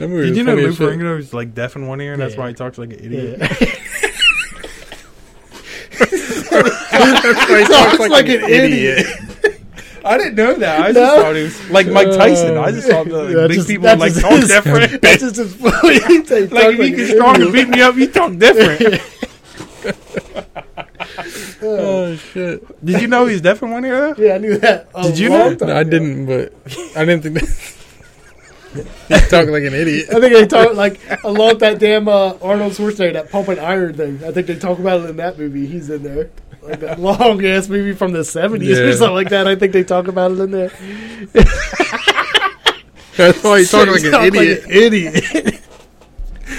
[SPEAKER 3] That movie
[SPEAKER 1] Did
[SPEAKER 3] was
[SPEAKER 1] you know
[SPEAKER 3] funny
[SPEAKER 1] Lou
[SPEAKER 3] as shit.
[SPEAKER 1] Ferrigno is like deaf in one ear, and that's
[SPEAKER 2] Yeah.
[SPEAKER 1] why he talks like an idiot?
[SPEAKER 2] Yeah.
[SPEAKER 3] That's why he
[SPEAKER 2] Talks like an idiot.
[SPEAKER 1] I didn't know that. I
[SPEAKER 2] No?
[SPEAKER 1] just thought he was like Mike Tyson. I just thought the
[SPEAKER 2] That's
[SPEAKER 1] like, big
[SPEAKER 2] Um, just-
[SPEAKER 1] people
[SPEAKER 2] that's
[SPEAKER 1] like
[SPEAKER 2] just-
[SPEAKER 1] talk different.
[SPEAKER 2] That's just his He's like,
[SPEAKER 1] like if you
[SPEAKER 2] an
[SPEAKER 1] get strong
[SPEAKER 2] idiot.
[SPEAKER 1] and beat me up, you talk different.
[SPEAKER 3] Oh shit!
[SPEAKER 1] Did you know he's deaf in one ear? though?
[SPEAKER 2] Yeah, I knew that. a
[SPEAKER 1] Did you
[SPEAKER 2] long
[SPEAKER 1] know?
[SPEAKER 2] time
[SPEAKER 3] No, I
[SPEAKER 2] ago.
[SPEAKER 3] didn't, but I didn't think that. He's talking like an idiot.
[SPEAKER 2] I think they talk like I love that damn uh, Arnold Schwarzenegger that Pump and Iron thing. I think they talk about it in that movie. He's in there, like that long ass movie from the seventies or
[SPEAKER 3] Yeah.
[SPEAKER 2] something like that. I think they talk about it in there.
[SPEAKER 3] That's why he's talking like
[SPEAKER 2] He
[SPEAKER 3] an
[SPEAKER 2] talked
[SPEAKER 3] idiot.
[SPEAKER 2] an idiot.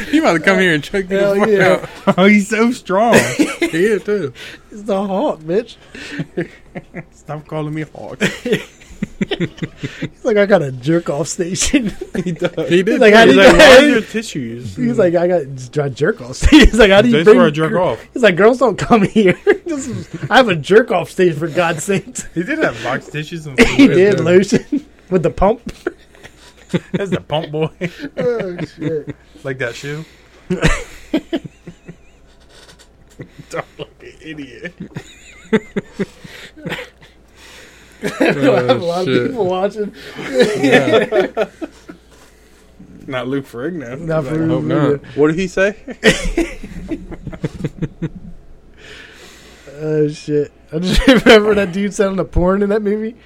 [SPEAKER 3] He about to come here and check me
[SPEAKER 2] Hell
[SPEAKER 3] the fuck
[SPEAKER 2] yeah,
[SPEAKER 1] Oh, he's so strong.
[SPEAKER 3] out. He is too.
[SPEAKER 2] it's the Hawk, bitch.
[SPEAKER 1] Stop calling me Hawk.
[SPEAKER 2] He's like, I got a jerk off station.
[SPEAKER 1] He does.
[SPEAKER 3] He did.
[SPEAKER 2] like, how
[SPEAKER 3] too.
[SPEAKER 2] do
[SPEAKER 1] He's
[SPEAKER 2] you-
[SPEAKER 1] like, why are your tissues?
[SPEAKER 2] He's like, I got just a jerk off station. He's like, how do you
[SPEAKER 1] This
[SPEAKER 2] bring
[SPEAKER 1] where I jerk off.
[SPEAKER 2] He's like, girls don't come here. this is, I have a jerk off stage for God's sake.
[SPEAKER 1] He did have box tissues and
[SPEAKER 2] He
[SPEAKER 1] stuff.
[SPEAKER 2] did lotion with the pump.
[SPEAKER 1] That's the pump boy.
[SPEAKER 2] Oh shit!
[SPEAKER 1] like that shoe. Talk like an idiot.
[SPEAKER 2] I have a
[SPEAKER 3] Oh,
[SPEAKER 2] lot of
[SPEAKER 3] shit.
[SPEAKER 2] people watching.
[SPEAKER 3] Yeah.
[SPEAKER 1] Not Luke Ferrigno.
[SPEAKER 2] Not for
[SPEAKER 3] hope
[SPEAKER 2] real.
[SPEAKER 3] not.
[SPEAKER 1] What did he say?
[SPEAKER 2] Oh shit! I just remember that dude sending a porn in that movie.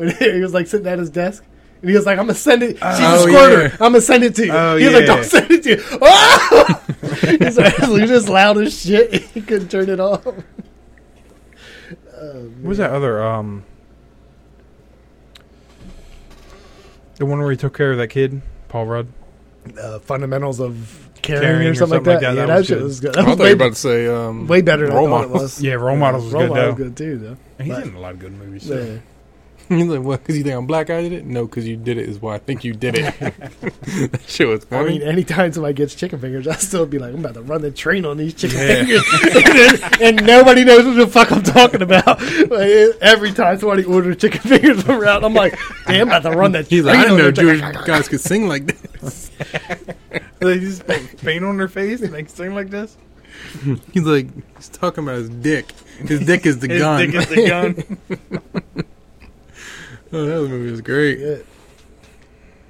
[SPEAKER 2] When he was like sitting at his desk. And he was like, I'm gonna send it. She's
[SPEAKER 1] Oh,
[SPEAKER 2] a squirter.
[SPEAKER 3] yeah.
[SPEAKER 2] I'm gonna send it to you.
[SPEAKER 1] Oh,
[SPEAKER 2] he was like,
[SPEAKER 1] yeah.
[SPEAKER 2] Don't send it to you. Oh! He's like, he was just loud as shit. He couldn't turn it off.
[SPEAKER 1] What was that other um the one where he took care of that kid, Paul Rudd?
[SPEAKER 2] uh, fundamentals of caring,
[SPEAKER 1] Caring
[SPEAKER 2] or something, like that. Yeah, that,
[SPEAKER 1] was
[SPEAKER 2] shit
[SPEAKER 1] good.
[SPEAKER 2] was good. That
[SPEAKER 3] I thought
[SPEAKER 2] was
[SPEAKER 3] you were
[SPEAKER 2] way,
[SPEAKER 3] about to say um,
[SPEAKER 2] way better than I
[SPEAKER 3] Role
[SPEAKER 2] thought it
[SPEAKER 3] Models.
[SPEAKER 2] was.
[SPEAKER 1] Yeah, Role Models was
[SPEAKER 2] Role
[SPEAKER 1] good,
[SPEAKER 2] models
[SPEAKER 1] though.
[SPEAKER 2] good too, though.
[SPEAKER 1] And he's
[SPEAKER 2] But-
[SPEAKER 1] in a lot of good movies. so.
[SPEAKER 2] Yeah.
[SPEAKER 3] He's like, what? Because you think I'm black? I did it? No, because you did it is why I think you did it. that shit was
[SPEAKER 2] I
[SPEAKER 3] funny.
[SPEAKER 2] mean, anytime somebody gets chicken fingers, I still be like, I'm about to run the train on these chicken
[SPEAKER 1] Yeah.
[SPEAKER 2] fingers, and, and nobody knows what the fuck I'm talking about. Like, it- every time somebody orders chicken fingers around, I'm like, damn, I'm about to run the train.
[SPEAKER 3] He's like, I didn't
[SPEAKER 2] on
[SPEAKER 3] know
[SPEAKER 2] the
[SPEAKER 3] Jewish
[SPEAKER 2] chicken-
[SPEAKER 3] guys could sing like that.
[SPEAKER 1] they just paint paint on their face and they sing like this.
[SPEAKER 3] He's like, he's talking about his dick. His dick is the
[SPEAKER 1] His
[SPEAKER 3] gun.
[SPEAKER 1] dick is the gun.
[SPEAKER 3] oh, that movie was great.
[SPEAKER 2] Yeah.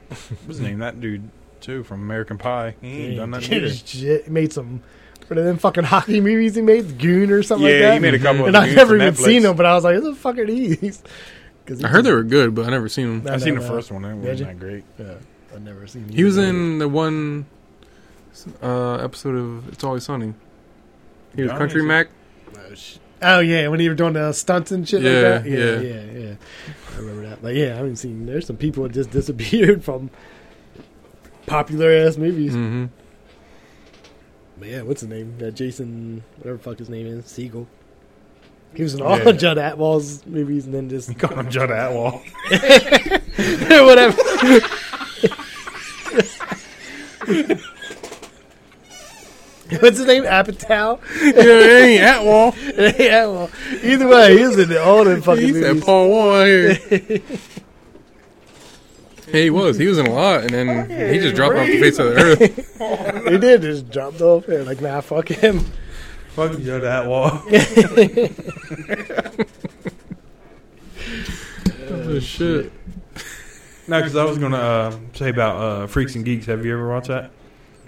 [SPEAKER 1] What's his name? That dude too from American Pie. He ain't done nothing either.
[SPEAKER 2] Shit, made some. But then fucking hockey movies he made, Goon or something like
[SPEAKER 1] Yeah,
[SPEAKER 2] that.
[SPEAKER 1] he made a couple.
[SPEAKER 2] and
[SPEAKER 1] of
[SPEAKER 2] I've
[SPEAKER 1] dudes
[SPEAKER 2] never
[SPEAKER 1] for
[SPEAKER 2] even
[SPEAKER 1] Netflix.
[SPEAKER 2] seen them, but I was like, "Who the fuck are these?" Cause
[SPEAKER 3] I heard they were good, but I never seen him.
[SPEAKER 1] I've seen the
[SPEAKER 2] no.
[SPEAKER 1] first one. It
[SPEAKER 2] Did you?
[SPEAKER 1] wasn't that great.
[SPEAKER 2] Yeah, I've never seen.
[SPEAKER 3] He was
[SPEAKER 2] either.
[SPEAKER 3] in the one uh, episode of It's Always Sunny. He was
[SPEAKER 1] Johnny,
[SPEAKER 3] Country
[SPEAKER 1] is it?
[SPEAKER 3] Mac.
[SPEAKER 2] Oh, sh- oh, yeah, when he were doing the stunts and shit
[SPEAKER 3] Yeah,
[SPEAKER 2] like that. Yeah,
[SPEAKER 3] yeah.
[SPEAKER 2] yeah, yeah, I remember that. But yeah, I haven't seen. There's some people that just disappeared from popular ass movies.
[SPEAKER 3] hmm
[SPEAKER 2] But yeah, what's his name? That Jason, whatever the fuck his name is, Siegel. He was in
[SPEAKER 1] Yeah.
[SPEAKER 2] all Judd Atwell's movies, and then just
[SPEAKER 1] You call him Judd Atwell.
[SPEAKER 2] whatever. What's his name? Apatow?
[SPEAKER 3] yeah, it ain't Atwell.
[SPEAKER 2] yeah, well, either way, he was in all them fucking
[SPEAKER 3] He said
[SPEAKER 2] movies.
[SPEAKER 3] Paul Wall out here. yeah, he was. He was in a lot, and
[SPEAKER 2] Oh,
[SPEAKER 3] then he just dropped off the face of the earth.
[SPEAKER 2] He did just dropped off there, like, nah, fuck him.
[SPEAKER 1] Fuck Judd Atwell.
[SPEAKER 3] oh shit!
[SPEAKER 1] No, because I was gonna uh, say about uh, Freaks and Geeks. Have you ever watched that?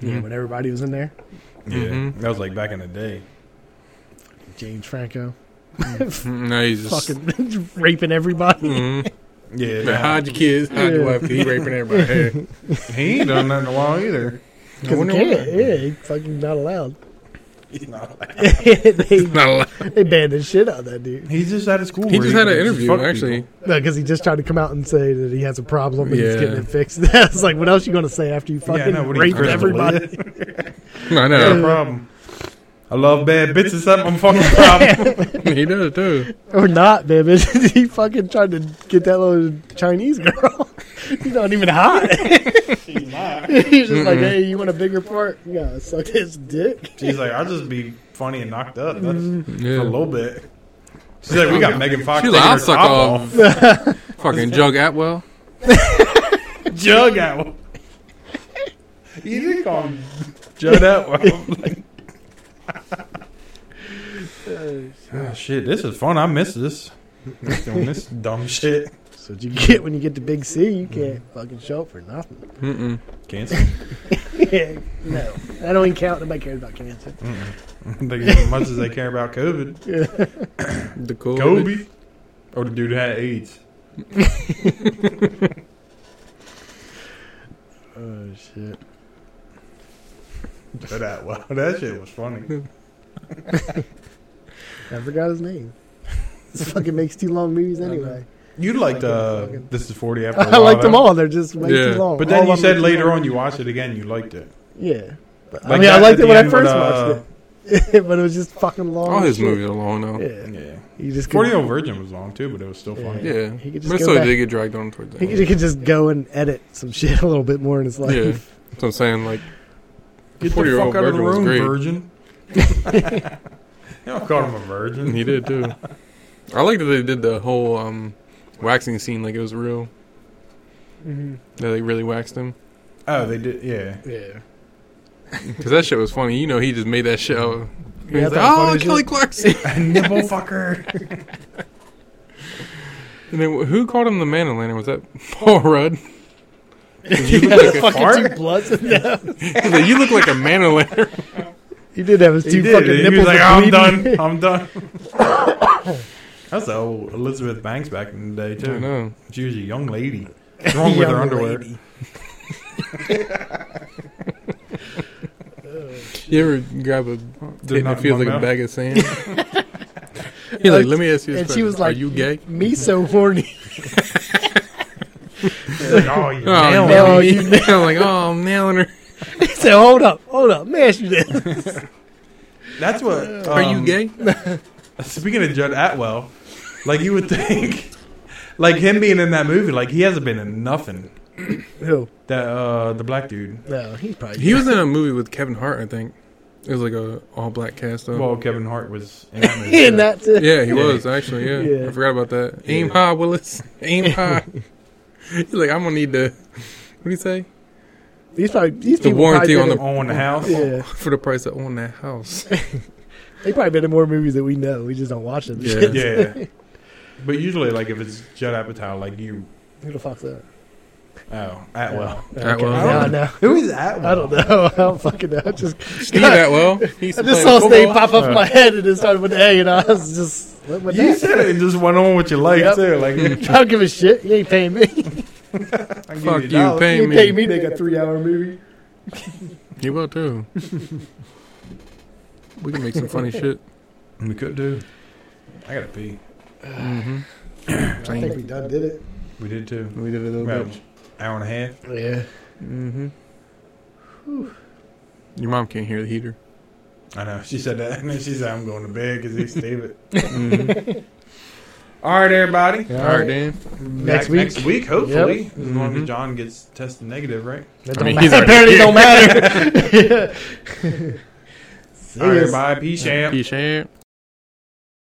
[SPEAKER 2] Yeah,
[SPEAKER 1] Mm-hmm.
[SPEAKER 2] when everybody was in there,
[SPEAKER 1] Yeah,
[SPEAKER 3] Mhm.
[SPEAKER 1] that was like back in the day.
[SPEAKER 2] James Franco
[SPEAKER 3] No, he's just.
[SPEAKER 2] fucking raping everybody.
[SPEAKER 3] Mhm.
[SPEAKER 1] Yeah,
[SPEAKER 3] Man, hide your kids, hide your
[SPEAKER 2] Yeah.
[SPEAKER 3] wife. 'cause He raping everybody. Hey,
[SPEAKER 1] he ain't done that in a while either.
[SPEAKER 3] I
[SPEAKER 2] Because
[SPEAKER 3] wonder
[SPEAKER 2] he can't.
[SPEAKER 3] why.
[SPEAKER 2] Yeah, he's fucking not allowed.
[SPEAKER 1] He's not.
[SPEAKER 2] they,
[SPEAKER 3] Not a lot.
[SPEAKER 2] they banned the shit out of that dude.
[SPEAKER 1] He's just at a school.
[SPEAKER 3] He
[SPEAKER 1] where
[SPEAKER 3] just had
[SPEAKER 1] can
[SPEAKER 3] an interview
[SPEAKER 1] fuck
[SPEAKER 3] actually.
[SPEAKER 1] people.
[SPEAKER 2] No, because he just tried to come out and say that he has a problem and he's
[SPEAKER 3] Yeah.
[SPEAKER 2] getting it fixed. That's like, what else you going to say after you
[SPEAKER 1] I
[SPEAKER 2] fucking
[SPEAKER 1] know, what are you,
[SPEAKER 2] raped
[SPEAKER 1] Chris
[SPEAKER 2] everybody?
[SPEAKER 3] I
[SPEAKER 1] Got a
[SPEAKER 3] know
[SPEAKER 1] problem. I love bad bitches. That's my fucking problem.
[SPEAKER 3] he does too.
[SPEAKER 2] or not, baby. he fucking tried to get that little Chinese girl. She's not even hot. He's just like,
[SPEAKER 3] Mm-mm.
[SPEAKER 2] hey, you want a bigger part? You gotta suck his dick.
[SPEAKER 1] She's like, I'll just be funny and knocked up. That's for a
[SPEAKER 3] Yeah.
[SPEAKER 1] little bit. She's like, we got Megan Fox.
[SPEAKER 3] She like, um, I'll
[SPEAKER 1] taking her
[SPEAKER 3] suck
[SPEAKER 1] top
[SPEAKER 3] off. Fucking Jug Atwell.
[SPEAKER 1] Jug out. You didn't call him Judd Atwell. Like, oh, shit, this is fun. I miss this. Miss Doing this dumb shit.
[SPEAKER 2] So what you get when you get to Big C, you can't fucking show up for nothing.
[SPEAKER 3] Mm-mm.
[SPEAKER 1] Cancel.
[SPEAKER 2] yeah, no, I don't even count. Nobody cares about cancer.
[SPEAKER 1] They- as much as they care about COVID.
[SPEAKER 3] The cool.
[SPEAKER 1] Kobe. Or the dude who had AIDS.
[SPEAKER 2] Oh shit!
[SPEAKER 1] But that, wow, that shit was funny.
[SPEAKER 2] I forgot his name. This fucking makes too long movies anyway.
[SPEAKER 1] You liked uh, This is 40 After a
[SPEAKER 2] I
[SPEAKER 1] While,
[SPEAKER 2] liked them
[SPEAKER 1] though.
[SPEAKER 2] all. They're just way
[SPEAKER 3] Yeah.
[SPEAKER 2] too long.
[SPEAKER 1] But then
[SPEAKER 2] All
[SPEAKER 1] you
[SPEAKER 2] of them
[SPEAKER 1] said
[SPEAKER 2] are too
[SPEAKER 1] later
[SPEAKER 2] long.
[SPEAKER 1] on you watched it again, you liked it.
[SPEAKER 2] Yeah. But, I
[SPEAKER 1] Like
[SPEAKER 2] mean, I
[SPEAKER 1] that
[SPEAKER 2] liked
[SPEAKER 1] at
[SPEAKER 2] it
[SPEAKER 1] the
[SPEAKER 2] when I
[SPEAKER 1] end with,
[SPEAKER 2] first
[SPEAKER 1] uh,
[SPEAKER 2] watched it, but it was just fucking long.
[SPEAKER 3] All
[SPEAKER 2] as
[SPEAKER 3] his
[SPEAKER 2] shit.
[SPEAKER 3] movies are long though. Yeah.
[SPEAKER 2] Yeah.
[SPEAKER 1] Yeah.
[SPEAKER 2] He just
[SPEAKER 1] Forty
[SPEAKER 2] could-
[SPEAKER 1] Year Old Virgin was long too, but it was still funny.
[SPEAKER 2] Yeah. He could just
[SPEAKER 3] But
[SPEAKER 2] go
[SPEAKER 3] so
[SPEAKER 2] back-
[SPEAKER 3] it did get dragged on towards the
[SPEAKER 2] He,
[SPEAKER 3] end.
[SPEAKER 2] he could just go and edit some shit a little bit more in his life.
[SPEAKER 3] Yeah. So I'm saying like, Forty Year Old Virgin was great.
[SPEAKER 1] virgin. you don't call him a virgin.
[SPEAKER 3] He did too. I like that they did the whole um, waxing scene like it was real.
[SPEAKER 2] Mm-hmm.
[SPEAKER 3] That they really waxed him
[SPEAKER 1] Oh, they did. Yeah.
[SPEAKER 2] Yeah.
[SPEAKER 3] because that shit was funny. You know, he just made that shit out. He
[SPEAKER 2] Yeah,
[SPEAKER 3] was
[SPEAKER 2] I thought
[SPEAKER 3] like,
[SPEAKER 2] it was
[SPEAKER 3] oh,
[SPEAKER 2] funny as
[SPEAKER 3] Kelly Clarkson.
[SPEAKER 1] Nipple fucker.
[SPEAKER 3] and then who called him the Man in Lantern? Was that Paul Rudd?
[SPEAKER 2] He had
[SPEAKER 3] look like
[SPEAKER 2] the
[SPEAKER 3] a
[SPEAKER 2] fucking
[SPEAKER 3] fart.
[SPEAKER 2] two bloods in there.
[SPEAKER 3] He's like, you look like a Man in Lantern.
[SPEAKER 2] He did have his
[SPEAKER 1] He
[SPEAKER 2] two
[SPEAKER 1] did.
[SPEAKER 2] fucking
[SPEAKER 1] He
[SPEAKER 2] nipples.
[SPEAKER 1] was like,
[SPEAKER 2] are
[SPEAKER 1] I'm
[SPEAKER 2] bleeding."
[SPEAKER 1] done. I'm done. That's the old Elizabeth Banks back in the day
[SPEAKER 3] I
[SPEAKER 1] too.
[SPEAKER 3] know.
[SPEAKER 1] She was a young lady. What's wrong with her
[SPEAKER 2] Young
[SPEAKER 1] underwear?
[SPEAKER 2] lady.
[SPEAKER 3] You ever grab a
[SPEAKER 1] Did
[SPEAKER 3] and
[SPEAKER 1] not
[SPEAKER 3] it feels
[SPEAKER 1] bum
[SPEAKER 3] like a
[SPEAKER 1] out.
[SPEAKER 3] bag of sand? He's like, let me ask you. This
[SPEAKER 2] And she was
[SPEAKER 3] question.
[SPEAKER 2] like,
[SPEAKER 3] "Are you gay?"
[SPEAKER 2] Me so horny.
[SPEAKER 4] like, oh, you
[SPEAKER 3] Oh,
[SPEAKER 4] nailed
[SPEAKER 2] man.
[SPEAKER 4] it.
[SPEAKER 2] Oh,
[SPEAKER 3] oh
[SPEAKER 2] you-
[SPEAKER 3] you I'm like, oh, I'm nailing her.
[SPEAKER 2] he said, "Hold up, hold up, man, you did."
[SPEAKER 4] That's what.
[SPEAKER 3] Are you
[SPEAKER 4] um,
[SPEAKER 3] gay?
[SPEAKER 4] Speaking of Judd Atwell, like you would think, like him being in that movie, like he hasn't been in nothing.
[SPEAKER 2] Who?
[SPEAKER 4] That uh, the black dude,
[SPEAKER 2] No, he's probably.
[SPEAKER 3] He was in a movie with Kevin Hart, I think. It was like a all black cast. Though.
[SPEAKER 4] well, Kevin Hart was in that movie.
[SPEAKER 2] in that. too.
[SPEAKER 3] yeah, he
[SPEAKER 4] Yeah.
[SPEAKER 3] was actually. Yeah.
[SPEAKER 2] Yeah.
[SPEAKER 3] I forgot about that. Aim
[SPEAKER 4] Yeah.
[SPEAKER 3] high, Willis. Aim high. He's like, I'm gonna need to. What do you say?
[SPEAKER 2] He's probably. These
[SPEAKER 3] The
[SPEAKER 2] people
[SPEAKER 3] warranty
[SPEAKER 2] probably
[SPEAKER 3] on
[SPEAKER 2] been
[SPEAKER 4] on the house.
[SPEAKER 2] in- Yeah,
[SPEAKER 3] For the price of own that house.
[SPEAKER 2] they probably been in more movies than we know. We just don't watch them.
[SPEAKER 3] Yeah.
[SPEAKER 4] Yeah. But usually, like if it's Judd Apatow, like you,
[SPEAKER 2] Who the fuck's that?
[SPEAKER 4] oh Atwell.
[SPEAKER 2] Okay,
[SPEAKER 3] Atwell.
[SPEAKER 2] now I know.
[SPEAKER 4] Who is Atwell?
[SPEAKER 2] I don't know. I don't fucking know. I just,
[SPEAKER 3] Steve Atwell. He's
[SPEAKER 2] I just
[SPEAKER 3] playing
[SPEAKER 2] saw his name
[SPEAKER 3] football. Uh.
[SPEAKER 2] pop up in my head and it started with A, and I was just. What, what
[SPEAKER 4] You
[SPEAKER 2] the-
[SPEAKER 4] said it and just went on with your life
[SPEAKER 2] Yep.
[SPEAKER 4] too. Like,
[SPEAKER 2] I don't give a shit. You ain't paying me. You
[SPEAKER 4] I can give
[SPEAKER 3] Fuck
[SPEAKER 4] a
[SPEAKER 3] you,
[SPEAKER 4] dollar.
[SPEAKER 3] pay
[SPEAKER 2] ain't
[SPEAKER 3] me.
[SPEAKER 2] paying me to make a three-hour movie.
[SPEAKER 3] You will too. we can make some funny shit.
[SPEAKER 4] We could do. I gotta pee.
[SPEAKER 3] Mm-hmm.
[SPEAKER 2] I think we done did it.
[SPEAKER 4] We did too.
[SPEAKER 3] We did it a little
[SPEAKER 4] About
[SPEAKER 3] bit.
[SPEAKER 4] hour and a half.
[SPEAKER 2] Yeah.
[SPEAKER 3] Mm-hmm. Your mom can't hear the heater.
[SPEAKER 4] I know. She said that, and then she said, "I'm going to bed because he's David."
[SPEAKER 3] Mhm.
[SPEAKER 4] All right, everybody.
[SPEAKER 3] All right, Dan.
[SPEAKER 2] Next
[SPEAKER 4] Back
[SPEAKER 2] week.
[SPEAKER 4] Next week, hopefully,
[SPEAKER 2] Yep.
[SPEAKER 4] as long as
[SPEAKER 3] Mhm.
[SPEAKER 4] John gets tested negative, right?
[SPEAKER 2] That
[SPEAKER 3] I
[SPEAKER 2] don't
[SPEAKER 3] mean, he's
[SPEAKER 2] matter.
[SPEAKER 3] already
[SPEAKER 2] Apparently, don't matter. See
[SPEAKER 4] All right,
[SPEAKER 2] yous.
[SPEAKER 4] everybody. Peace, champ.
[SPEAKER 3] Peace out.